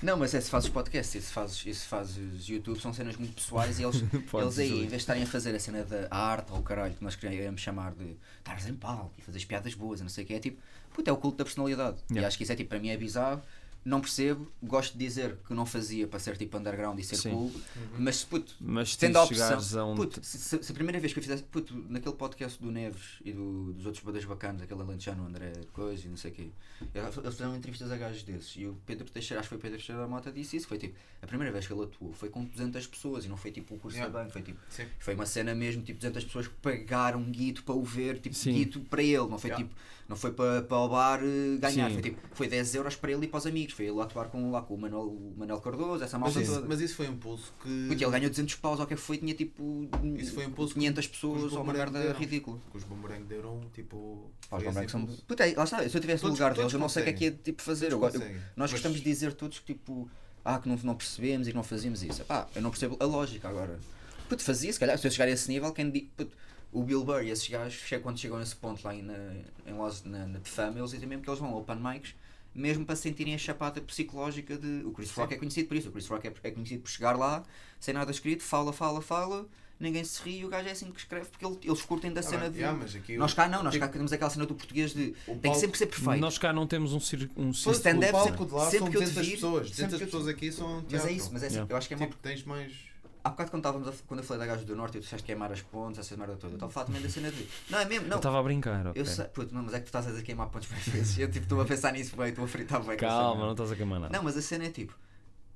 Não, mas é se fazes podcast e se fazes, e se fazes YouTube, são cenas muito pessoais e eles, Podes, eles aí, em Júlio. vez de estarem a fazer a cena da arte ou o caralho que nós queremos chamar de estares em palco e fazeres piadas boas e não sei o que, é tipo, puto, é o culto da personalidade. E Yeah. acho que isso é tipo, para mim é bizarro, não percebo, gosto de dizer que não fazia para ser tipo underground e ser Sim. cool, mas puto, Mas se tendo a opção, chegares a um. puto, se, se- se a primeira vez que eu fizesse, puto, naquele podcast do Neves e do- dos outros badeiros bacanas, aquele alentejano, o André Coisa e não sei o quê, eles eles fizeram entrevistas a gajos desses e o Pedro Teixeira, acho que foi o Pedro Teixeira da Mota, disse isso, foi tipo, a primeira vez que ele atuou foi com 200 pessoas e não foi tipo o curso Yeah. da banca, foi tipo, Sim. foi uma cena mesmo, tipo 200 pessoas que pagaram guito para o ver, tipo, Sim. guito para ele, não foi Yeah. tipo, não foi para, para o bar eh, ganhar, Sim. foi tipo, foi 10 euros para ele e para os amigos, foi ele atuar com, lá com o Manuel, o Manuel Cardoso, essa Mas malta isso, toda. mas isso foi um impulso que. Puto, ele é ganhou 200 paus, ou o que foi, tinha tipo Isso foi um impulso que 500 que pessoas os ou uma bombeiros merda deram. ridícula. Que os bumerangue deram, tipo. Pá, os foi bombeiros esse são- impulso. Puta, aí, lá está, se eu estivesse no Todos- lugar deles, todos eu não sei o que é que ia conseguem. tipo, fazer. Todos Eu- eu- conseguem. nós Mas- gostamos de dizer todos que tipo, ah, que não, não percebemos e que não fazíamos isso. Pá, eu não percebo a lógica agora. Puto, fazia, se calhar, se eu chegar a esse nível, quem diz. Puto, o Bill Burr e esses gajos, che- quando chegam a esse ponto lá em, na, em Los, na, na Fama, eles dizem mesmo que eles vão a open mics, mesmo para sentirem a chapada psicológica de. O Chris Rock é conhecido por isso, o Chris Rock é, é conhecido por chegar lá, sem nada escrito, fala, fala, fala, ninguém se ri e o gajo é assim que escreve, porque ele- eles curtem da Ah, cena bem, de. yeah, mas aqui Nós o- cá Ah, não, nós tipo, cá temos aquela cena do português de O tem que palco- sempre ser perfeito. Nós cá não temos um círculo. Um Pois, círculo o stand-up palco é sempre- de lá sempre são que eu te 200 vir, pessoas. sempre 200 que eu te- pessoas aqui são. Mas é teatro. isso, mas é assim, Yeah. eu acho que é uma. Tipo, tens mais. Há bocado quando, estávamos a- quando eu falei da gajo do Norte e tu disseste é queimar as pontes, essa merda toda, eu estava a falar também da cena de. Não, é mesmo, Eu não. estava a brincar. ok. Eu sei, puto, não, mas é que tu estás a dizer queimar pontes bem vezes. Eu tipo, estou a pensar nisso bem, estou a fritar bem. com essa Calma, merda. não estás a queimar nada. Não, mas a cena é tipo.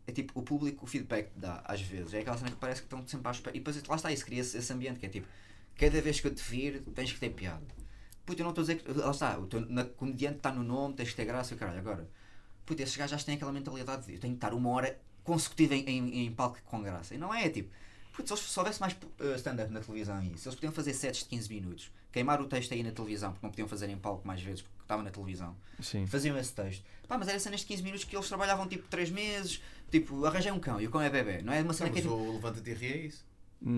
É tipo, o público, o feedback que dá, às vezes, é aquela cena que parece que estão sempre à espera. E depois lá está isso, cria esse esse ambiente que é tipo, cada vez que eu te vir, tens que ter piada. Puta, eu não estou a dizer que. Lá está, o teu na- comediante está no nome, tens que ter graça, e o caralho. Agora, puta, esses gajos já têm aquela mentalidade de eu tenho que estar uma hora consecutiva em, em, em palco com graça. E não é, é tipo. Putz, se eles- se houvesse mais eh, stand-up na televisão e isso, eles podiam fazer sets de 15 minutos, queimar o texto aí na televisão, porque não podiam fazer em palco mais vezes, porque estava na televisão Sim. faziam esse texto. Pá, mas era cenas de 15 minutos que eles trabalhavam tipo 3 meses, tipo, arranjei um cão e o cão é bebê. Não é uma Não, cena que é mas tipo. o Levanta-te e ri é isso.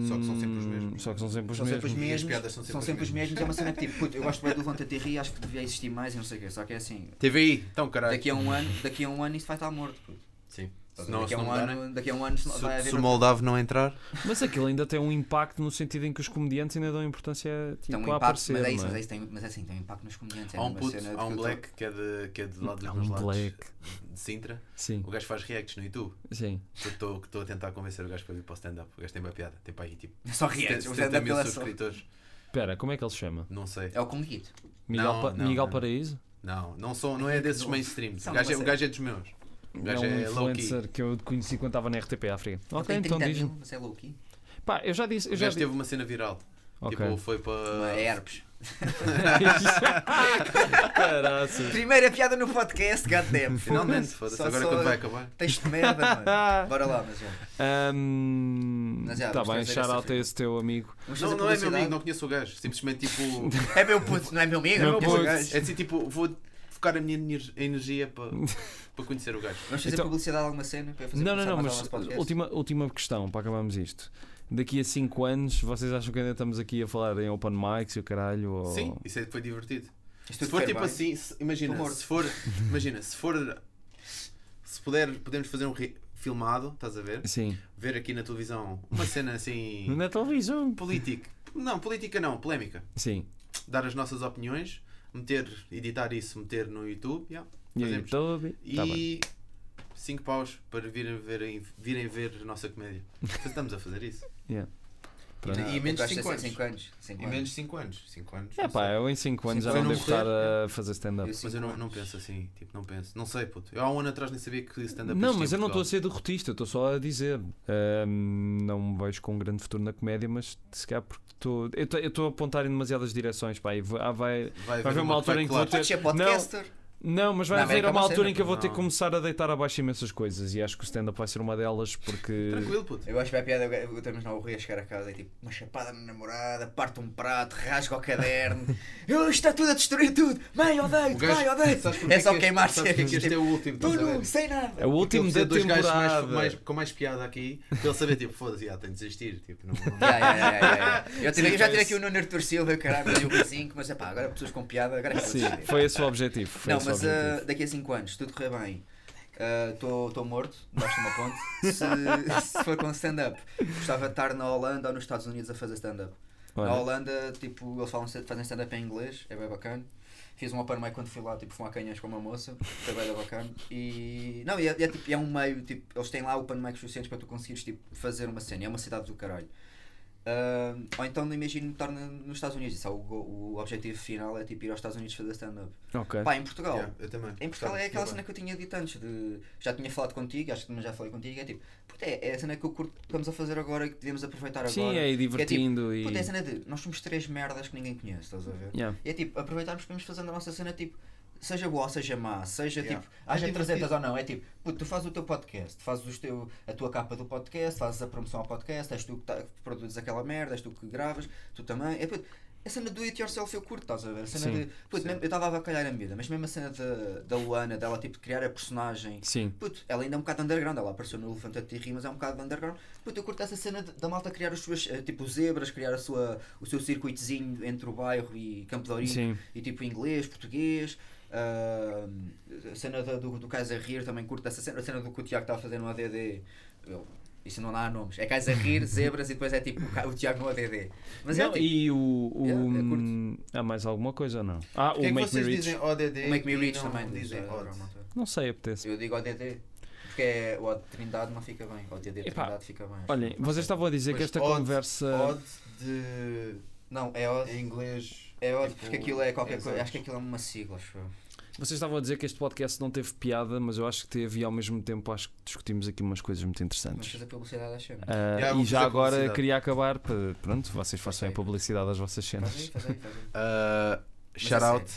Só que são sempre os Hum, mesmos. Só que são sempre os São sempre mesmos. os mesmos. E as mesmos, piadas são são sempre sempre as os mesmos, é uma cena que tipo, puto, eu gosto bem do Levanta-te e ri, acho que devia existir mais e não sei o quê, só que é assim, TVI, então caralho. daqui a um ano, daqui a um ano isso vai estar morto, puto. Sim. Estás Se a ver? não, Daqui se a não um mudarem- ano, daqui a um ano se não- vai se- haver. se o outra- Moldavo não entrar. Mas aquilo ainda tem um impacto no sentido em que os comediantes ainda dão importância tipo, Tem um a impacto, aparecer. mas é isso, não mas é isso, tem, mas é assim, tem um impacto nos comediantes. é Há um uma puto, cena de há que um eu tô- black que é de, que é de lá dos Há meus um lados. black. De Sintra. Sim, O gajo faz reacts no YouTube. sim. Eu Estou a tentar convencer o gajo para vir para o stand-up. O gajo tem uma piada. Tem para aí tipo Só reacts, o 70 stand-up mil ele é só- subscritores. Espera, como é que ele se chama? Não sei. É o Conguito. Miguel, Não, Pa- não, Miguel não. Paraíso? Não, não, sou, não é desses mainstream. São O gajo é, o vocês. gajo é dos meus. O gajo é um é low-key. influencer que eu conheci quando estava na RTP África. Ok, Ele tem então 30 diz-me. mil, mas é low-key. Pá, eu já disse. O Eu já gajo disse. teve uma cena viral. Ok. Tipo, foi para. É herpes. Caraças. Primeira piada no podcast, goddamn. Finalmente, foda-se. Só- Agora só- quando vai acabar. Tens de merda, mano. Bora lá, mas já. Ahm, Mas já, tá vamos bem, fazer shout essa out a frente. esse teu amigo. Vamos fazer Não, não é meu publicidade? amigo, não conheço o gajo. Simplesmente tipo. É meu puto, não é meu amigo? Meu é meu puto. puto. É gajo. assim, tipo, vou focar a minha ener- energia para, para conhecer o gajo. Vamos fazer Então- publicidade a alguma cena? Para eu fazer Não, não, não, publicidade é mais ao mas nosso podcast? última, última questão para acabarmos isto. Daqui a 5 anos, vocês acham que ainda estamos aqui a falar em open mics e o caralho? Ou... Sim, isso é, foi divertido. Isto Se tudo for corre tipo bem. assim, se- imagina, Tô morto. se for, imagina, se for, se puder, podemos fazer um re- filmado, estás a ver? Sim. Ver aqui na televisão uma cena assim Na televisão. política, Não, política não, polémica. Sim. Dar as nossas opiniões, meter, editar isso, meter no YouTube. yeah, E aí, fazemos. então, tá bem. E 5 paus para virem ver, virem ver a nossa comédia. Estamos a fazer isso. Yeah. E, Não, e menos gosto de 5 anos. cinco anos. cinco E anos. menos 5 anos. 5 anos. É não pá, sei. eu em 5 anos Sim, já não foi devo num estar ser, a fazer stand-up. Eu- Mas eu não, não penso assim, tipo, não penso. Não sei, puto. Eu há um ano atrás nem sabia que stand-up Não, existia mas eu em não estou Portugal. a ser derrotista, eu estou só a dizer. Ahm, não me vejo com um grande futuro na comédia, mas se calhar porque estou. Eu tô- eu estou a apontar em demasiadas direções, pá. e vou- ah, vai, Vai vai haver haver uma uma que altura vai em que vou colar. ter. Podes Não, Ah, ser é podcaster. Não, mas vai Na haver América uma não altura sei, em que eu vou ter que não. começar a deitar abaixo imensas coisas e acho que o stand-up vai ser uma delas porque. Tranquilo, puto. Eu acho que vai piada o termos não Rui a chegar a casa e tipo, uma chapada na namorada, parte um prato, rasga o caderno, "Eu, está tudo a destruir tudo, mãe, odeio, O pai, gajo- odeio. sabes porque É só que este- queimar sabes porque é que este é o último, estás a Tudo, ver? sem nada. É o último Porque da ele precisa de dois gajos mais- temporada. mais- com mais piada aqui, para ele saber, tipo, foda-se, já, tem de desistir. Tipo, não, não- Ya, ya, ya, ya, ya. Eu, tirei- Sim, eu já tirei parece- aqui o Nuno Artur Silva, caralho, e o Rizinho, mas epá, agora pessoas com piada, agora é que eu Sim, decidi. foi esse o objetivo. Foi Não, esse o mas objetivo. ah, daqui a 5 anos, se tudo correr bem, estou morto, debaixo de uma ponte. Se, se for com stand-up, gostava de estar na Holanda ou nos Estados Unidos a fazer stand-up. Olha. Na Holanda, tipo, eles falam, fazem stand-up em inglês, é bem bacana. Fiz um open mic quando fui lá, tipo, fumar canhas com uma moça, foi bem bacana. E. Não, e é, é, tipo, é um meio, tipo, eles têm lá open mics suficientes para tu conseguires, tipo, fazer uma cena, é uma cidade do caralho. Ah, ou então imagino estar na- nos Estados Unidos, isso é o, go- o objetivo final é tipo ir aos Estados Unidos fazer stand-up. Ok. Pá, em Portugal. Yeah, eu também. Em Portugal Gostava, é aquela eu cena que eu tinha dito antes, de, já tinha falado contigo, acho que também já falei contigo, é tipo, puta, é é a cena que eu curto que estamos a fazer agora e que devemos aproveitar Sim, agora. é e Que divertindo é, tipo, puta, é a e. cena de, nós somos três merdas que ninguém conhece, estás a ver? Yeah. E é tipo, aproveitarmos que vamos fazendo a nossa cena, tipo, seja boa ou seja má, seja Yeah. tipo, haja É divertido. 300 ou não, é tipo, puto, tu fazes o teu podcast, fazes os teu, a tua capa do podcast, fazes a promoção ao podcast, és tu que, tá- que produzes aquela merda, és tu que gravas, tu também, é puto, a cena do it yourself eu curto, estás a ver? A cena Sim. de, puto, mesmo- eu estava a bacalhar a miúda, mas mesmo a cena da, da Luana, dela tipo criar a personagem, Sim. Puto, ela ainda é um bocado underground, ela apareceu no Levanta-te e Ri, mas é um bocado underground. Puto, eu curto essa cena de- da malta criar os suas, eh, tipo, zebras, criar a sua, o seu circuitozinho entre o bairro e Campo de Sim. Ourinho, e tipo inglês, português. ah, a cena da- do, do Kaiser Rir também curto essa cena, a cena do que o Tiago está a fazer no ADD. Eu- isso não dá nomes. É Kaiser Rir, zebras e depois é tipo o Ca- o Tiago no ADD. Mas é Não, tipo, e o. o- hum, Yeah, é há mais alguma coisa ou não? Ah, Porquê o é que Make Me vocês Rich. dizem ODD o Make é Me e Rich não também. dizem é diz, odds? ah, Não sei, apetece. Eu digo ODD. Porque é, o O de Trindade não fica bem. O ODD de Epá, Trindade fica bem. acho. Olhem, vocês estavam a dizer que Mas esta odds- conversa. Odds de... Não, é o em inglês... É ótimo, tipo, porque aquilo é qualquer exato. coisa. Acho que aquilo é uma sigla, acho eu. Vocês estavam a dizer que este podcast não teve piada, mas eu acho que teve e ao mesmo tempo acho que discutimos aqui umas coisas muito Vamos interessantes. fazer publicidade à cena. Ah, Yeah, e vou já fazer agora publicidade. queria acabar para. Pronto, vocês façam a Ok. publicidade às vossas Faz aí, cenas. faz aí, faz aí. Uh, é shout out.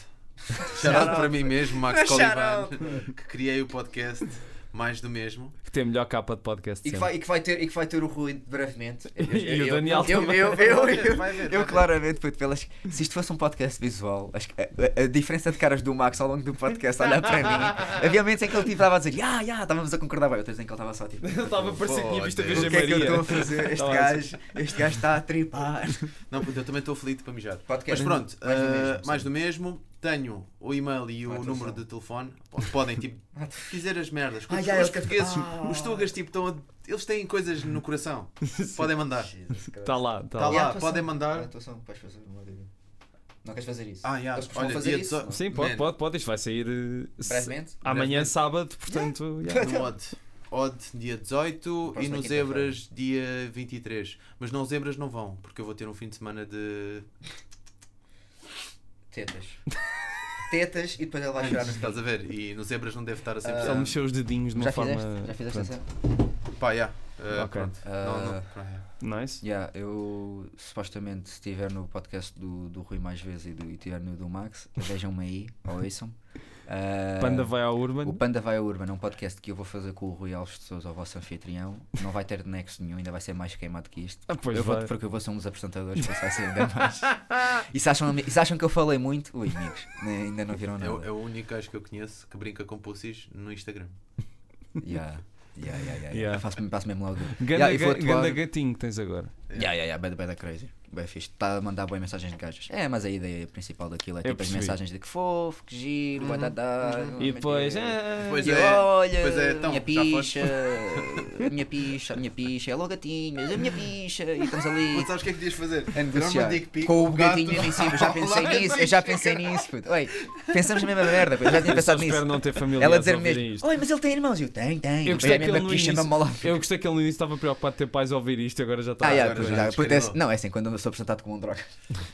shout out para mim mesmo, Max Mas shout Colivan, que criei o podcast mais do mesmo. Que tem a melhor capa de podcast. E que, sempre. vai, e, que vai ter, e que vai ter o Rui brevemente. Eu- eu- E o eu- Daniel eu, também. eu, eu, Vai eu, ver, vai ver, eu vai ver. claramente, puto, pelas, se isto fosse um podcast visual, acho que a, a- a diferença de caras do Max ao longo do podcast a olhar para mim, havia momentos em que ele tipo, estava a dizer, ah, yeah, estávamos a concordar, bem, outras em que ele estava só tipo, Ele estava a parecer que tinha visto a Foda-se. Virgem o que é que eu estou Maria. a fazer? Este Estava a dizer- gajo, este gajo está a tripar. Não, puto, eu também estou aflito para mijar. Mas Podcast pronto, uh, mais do mesmo, mais sim. do mesmo. Tenho o e-mail e o Atenção. número de telefone. onde Podem, tipo, dizer as merdas. Ai, Os, ai, os eu quero- portugueses, Ah. os tugas, tipo, estão a- eles têm coisas no coração. Podem mandar. Está lá, está Tá lá. lá. podem mandar. A atuação, podes fazer uma dele. Não queres fazer isso? Ah, já. Eles costumam Olha, fazer dia isso. 18. Sim, pode, Man. pode, pode. Isto vai sair eh, se- Brevemente. amanhã, Brevemente. sábado, portanto. yeah. No Odd. Odd dia 18 e Próxima no quinta-feira. Zebras dia 23. Mas não, os Zebras não vão, porque eu vou ter um fim de semana de. Tetas. Tetas e depois ele vai chorar nos Estás a ver? E no Zebras não deve estar a 100%. Ah. Ele mexeu os dedinhos de uma Já forma. fizeste? Já fizeste pronto. essa? Pá, já. Ah, Ok. Pronto. Não, não. Ah. pronto, já. Nice. Yeah, eu supostamente se estiver no podcast do, do Rui mais vezes e, do, e estiver no do Max, vejam-me aí, ou ouçam-me. Ah, Panda vai ao O Urban. Panda vai a Urban é um podcast que eu vou fazer com o Rui Alves de Souza, o vosso anfitrião. Não vai ter nexo nenhum, ainda vai ser mais queimado que isto. Ah, pois eu vou, vai. porque eu vou ser um dos apresentadores, por isso vai ser ainda mais. E se acham, e se acham que eu falei muito? Ui, amigos, nem- ainda não viram É, o- nada. é o único gajo que eu conheço que brinca com pussies no Instagram. Yeah. Yeah, yeah, yeah, yeah. Yeah. Eu faço, faço mesmo logo. Ganda, Yeah, e vou ga- atuar- ganda gatinho que tens agora. Yeah, yeah, yeah, bad, bad, crazy. Bem fixe. Está a mandar boas mensagens de gajas. É, mas a ideia principal daquilo é tipo as percebi. mensagens de que fofo, que giro, uhum. batata. E depois. ah, Depois e é. olha, Pois é, a então, minha já foste. picha, a minha picha, a minha picha, é logo gatinhas, a minha picha, e estamos ali Puto, Sabes o que é que devias fazer? a Tirar uma negociar dick pic com ao o gato. gatinho em cima. Eu já pensei Lá, nisso, eu já pensei nisso. Puto. Oi, pensamos na mesma merda, puto. eu já tinha pensado Só espero nisso. não ter família Ela dizer a ouvirem mesmo, isto. oi, mas ele tem irmãos. E Eu tenho, tenho. Eu Mas é gostei, a que ele no mesma picha, início, mesmo lá. eu gostei que ele no início estava preocupado de ter pais a ouvir isto e agora já está. Ah, yeah, agora pois, já já, puto, é- descarregou. não, é assim, quando eu sou apresentado como um droga.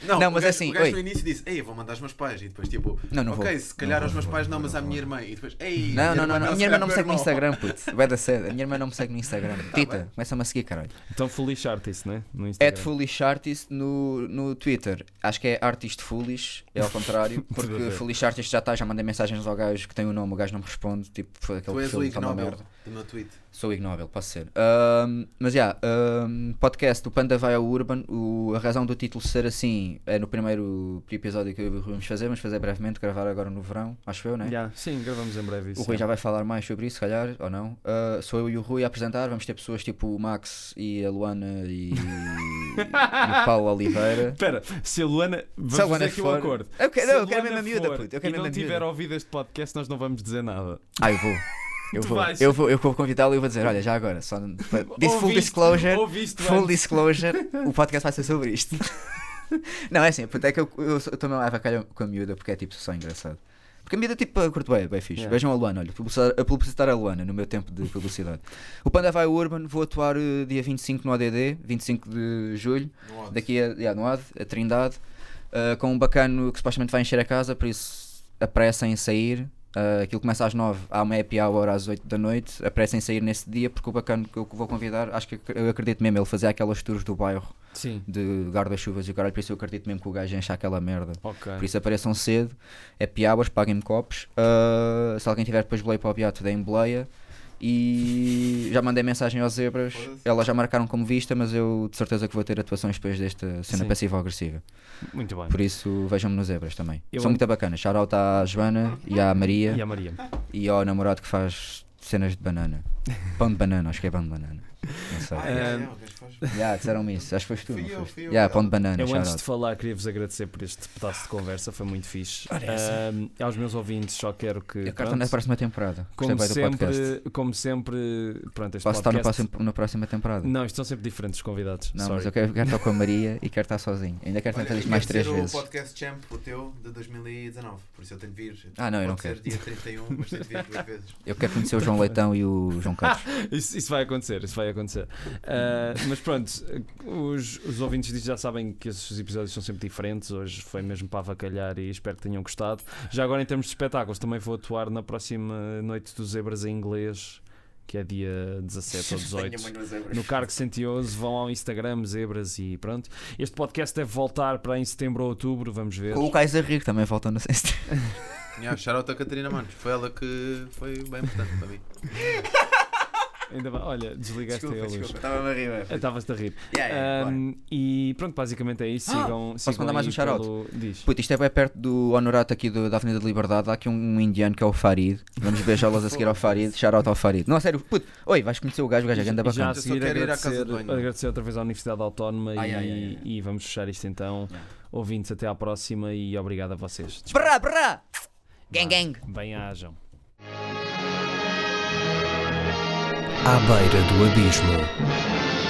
Não, Não, o mas gajo- é assim, O gajo oi. no início disse: Ei, eu vou mandar aos meus pais. E depois, tipo, Não, não ok, vou. se calhar Não aos vou, meus não pais vou, não, mas não à minha irmã. E depois, ei, Não, não, não, não. A minha irmã não me se calhar segue no meu irmão." Instagram, puto. Vai da sede. A minha irmã não me segue no Instagram. Tita, começa-me a seguir, caralho. Então Foolish Artist, né? No É Instagram. de Foolish Artist no, no Twitter. Acho que é Artist Foolish, é ao contrário. Tudo a Porque ver. Foolish Artist já está, já mandei mensagens ao gajo que tem o nome, o gajo não me responde. Tipo, foi aquele Tu és perfil o que tá uma ignóbil merda. do meu tweet. Sou ignóbil, posso ser. Ahm, mas já, ahm, podcast, o Panda vai ao Urban. O- a razão do título ser assim é no primeiro episódio que eu e o Rui vamos fazer, mas fazer brevemente, gravar agora no verão, acho eu, né? Yeah, Sim, gravamos em breve O isso. Rui já vai falar mais sobre isso, se calhar, ou não. Ah, sou eu e o Rui a apresentar. Vamos ter pessoas tipo o Max e a Luana e, e o Paulo Oliveira. Espera, se a Luana. Vamos Se a Luana fazer aqui um for- acordo. Eu quero- Se não, eu quero Luana mesmo a miúda, for puto, eu quero e não mesmo a tiver miúda. ouvido este podcast, nós não vamos dizer nada. Ah, eu vou. Eu Tu vou, vais. eu vou, eu vou convidá-lo e vou dizer: olha, já agora, só. Disse full Ouviste- disclosure. Ouviste Full antes. disclosure, o podcast vai ser sobre isto. não, é assim, puto, é que eu, eu, sou- eu também avacalho com a miúda porque é tipo só engraçado. Porque a miúda tipo eu curto bem, bem fixe. Yeah. Vejam a Luana, olha, publicitar, a publicitar a Luana no meu tempo de publicidade. o Panda vai ao Urban, vou atuar eh, dia 25 no ADD, 25 de julho, No Odd. daqui a, yeah, no AD, a Trindade, eh, com um bacano que supostamente vai encher a casa, por isso apressem em sair. Eh, aquilo começa às 9, há uma happy hour às 8 da noite. Apressem em sair nesse dia, porque o bacano que eu vou convidar, acho que eu acredito mesmo, ele fazia aquelas tours do bairro Sim, de guarda-chuvas e o caralho, por isso eu acredito mesmo que o gajo encha aquela merda. ok. Por isso apareçam cedo, é piabas, paguem-me copos. Ah, se alguém tiver depois boleia para o beato, deem boleia. E já mandei mensagem aos zebras, Foda-se. elas já marcaram como vista, mas eu de certeza que vou ter atuações depois desta cena Sim. passiva-agressiva. Muito bem. Por isso vejam-me nos zebras também. Eu São amo- muito bacanas. Shout out à Joana e à Maria E a Maria? e ao namorado que faz cenas de banana. Pão de banana, acho que é pão de banana. Não sei. Ah, Já, é, Ah, é, o gajo faz. disseram-me isso, acho que foste tu. Fui não eu, foste? fui eu. Já, pão de banana, Eu shout antes out. de falar queria vos agradecer por este pedaço de conversa, foi muito fixe. é assim. Ahm, aos meus ouvintes só quero que. A carta pronto, na próxima temporada. como Gostei bem do podcast. sempre, como sempre, pronto, este Posso estar podcast. no próximo- na próxima temporada? Não, estão sempre diferentes os convidados. Não, Sorry. mas eu quero, quero estar com a Maria e quero estar sozinho. Ainda quero Olha, tentar eu isto mais quero três ser vezes. o podcast champ, o teu, de 2019. Por isso eu tenho de vir. Ah, não, eu Pode não ser tipo- quero. dia 31, mas tenho de vir duas vezes. Eu quero conhecer o João Leitão e o João Carlos. Isso, isso vai acontecer, isso vai acontecer. Ah, mas pronto, os, os ouvintes disto já sabem que esses episódios são sempre diferentes. Hoje foi mesmo para avacalhar e espero que tenham gostado. Já agora, em termos de espetáculos, também vou atuar na próxima noite dos Zebras em inglês, que é dia 17 ou 18. No Cargo 111, vão ao Instagram, Zebras e pronto. Este podcast deve voltar para em setembro ou outubro, vamos ver. Com o Kaiser Rico também volta no sexto. Yeah, shout out a Catarina Manos. Foi ela que foi bem importante para mim. Ainda bem- Olha, desligaste aí a luz. Estava a rir, Ah, Estavas-te a rir. Yeah, yeah, claro. Um, e pronto, basicamente é isso. É, Ah, Sigam, sigam mandar mais aí um shout-out? pelo- Diz. Puto, isto é bem perto do honorato aqui do- da Avenida da Liberdade. Há aqui um indiano que é o Farid. Vamos beijá-las a seguir ao Farid. Shout out ao Farid. Não, a sério, puto. Oi, vais conhecer o gajo, o gajo é Já ganda já bacana. a só seguir quero ir à casa agradecer, de banho. agradecer outra vez à Universidade Autónoma Ai, e, ai, ai, ai. e vamos fechar isto então. Ouvintes, até à próxima e obrigado a vocês. Brá, brá! Gang, gang! Bem-ajam. À beira do abismo.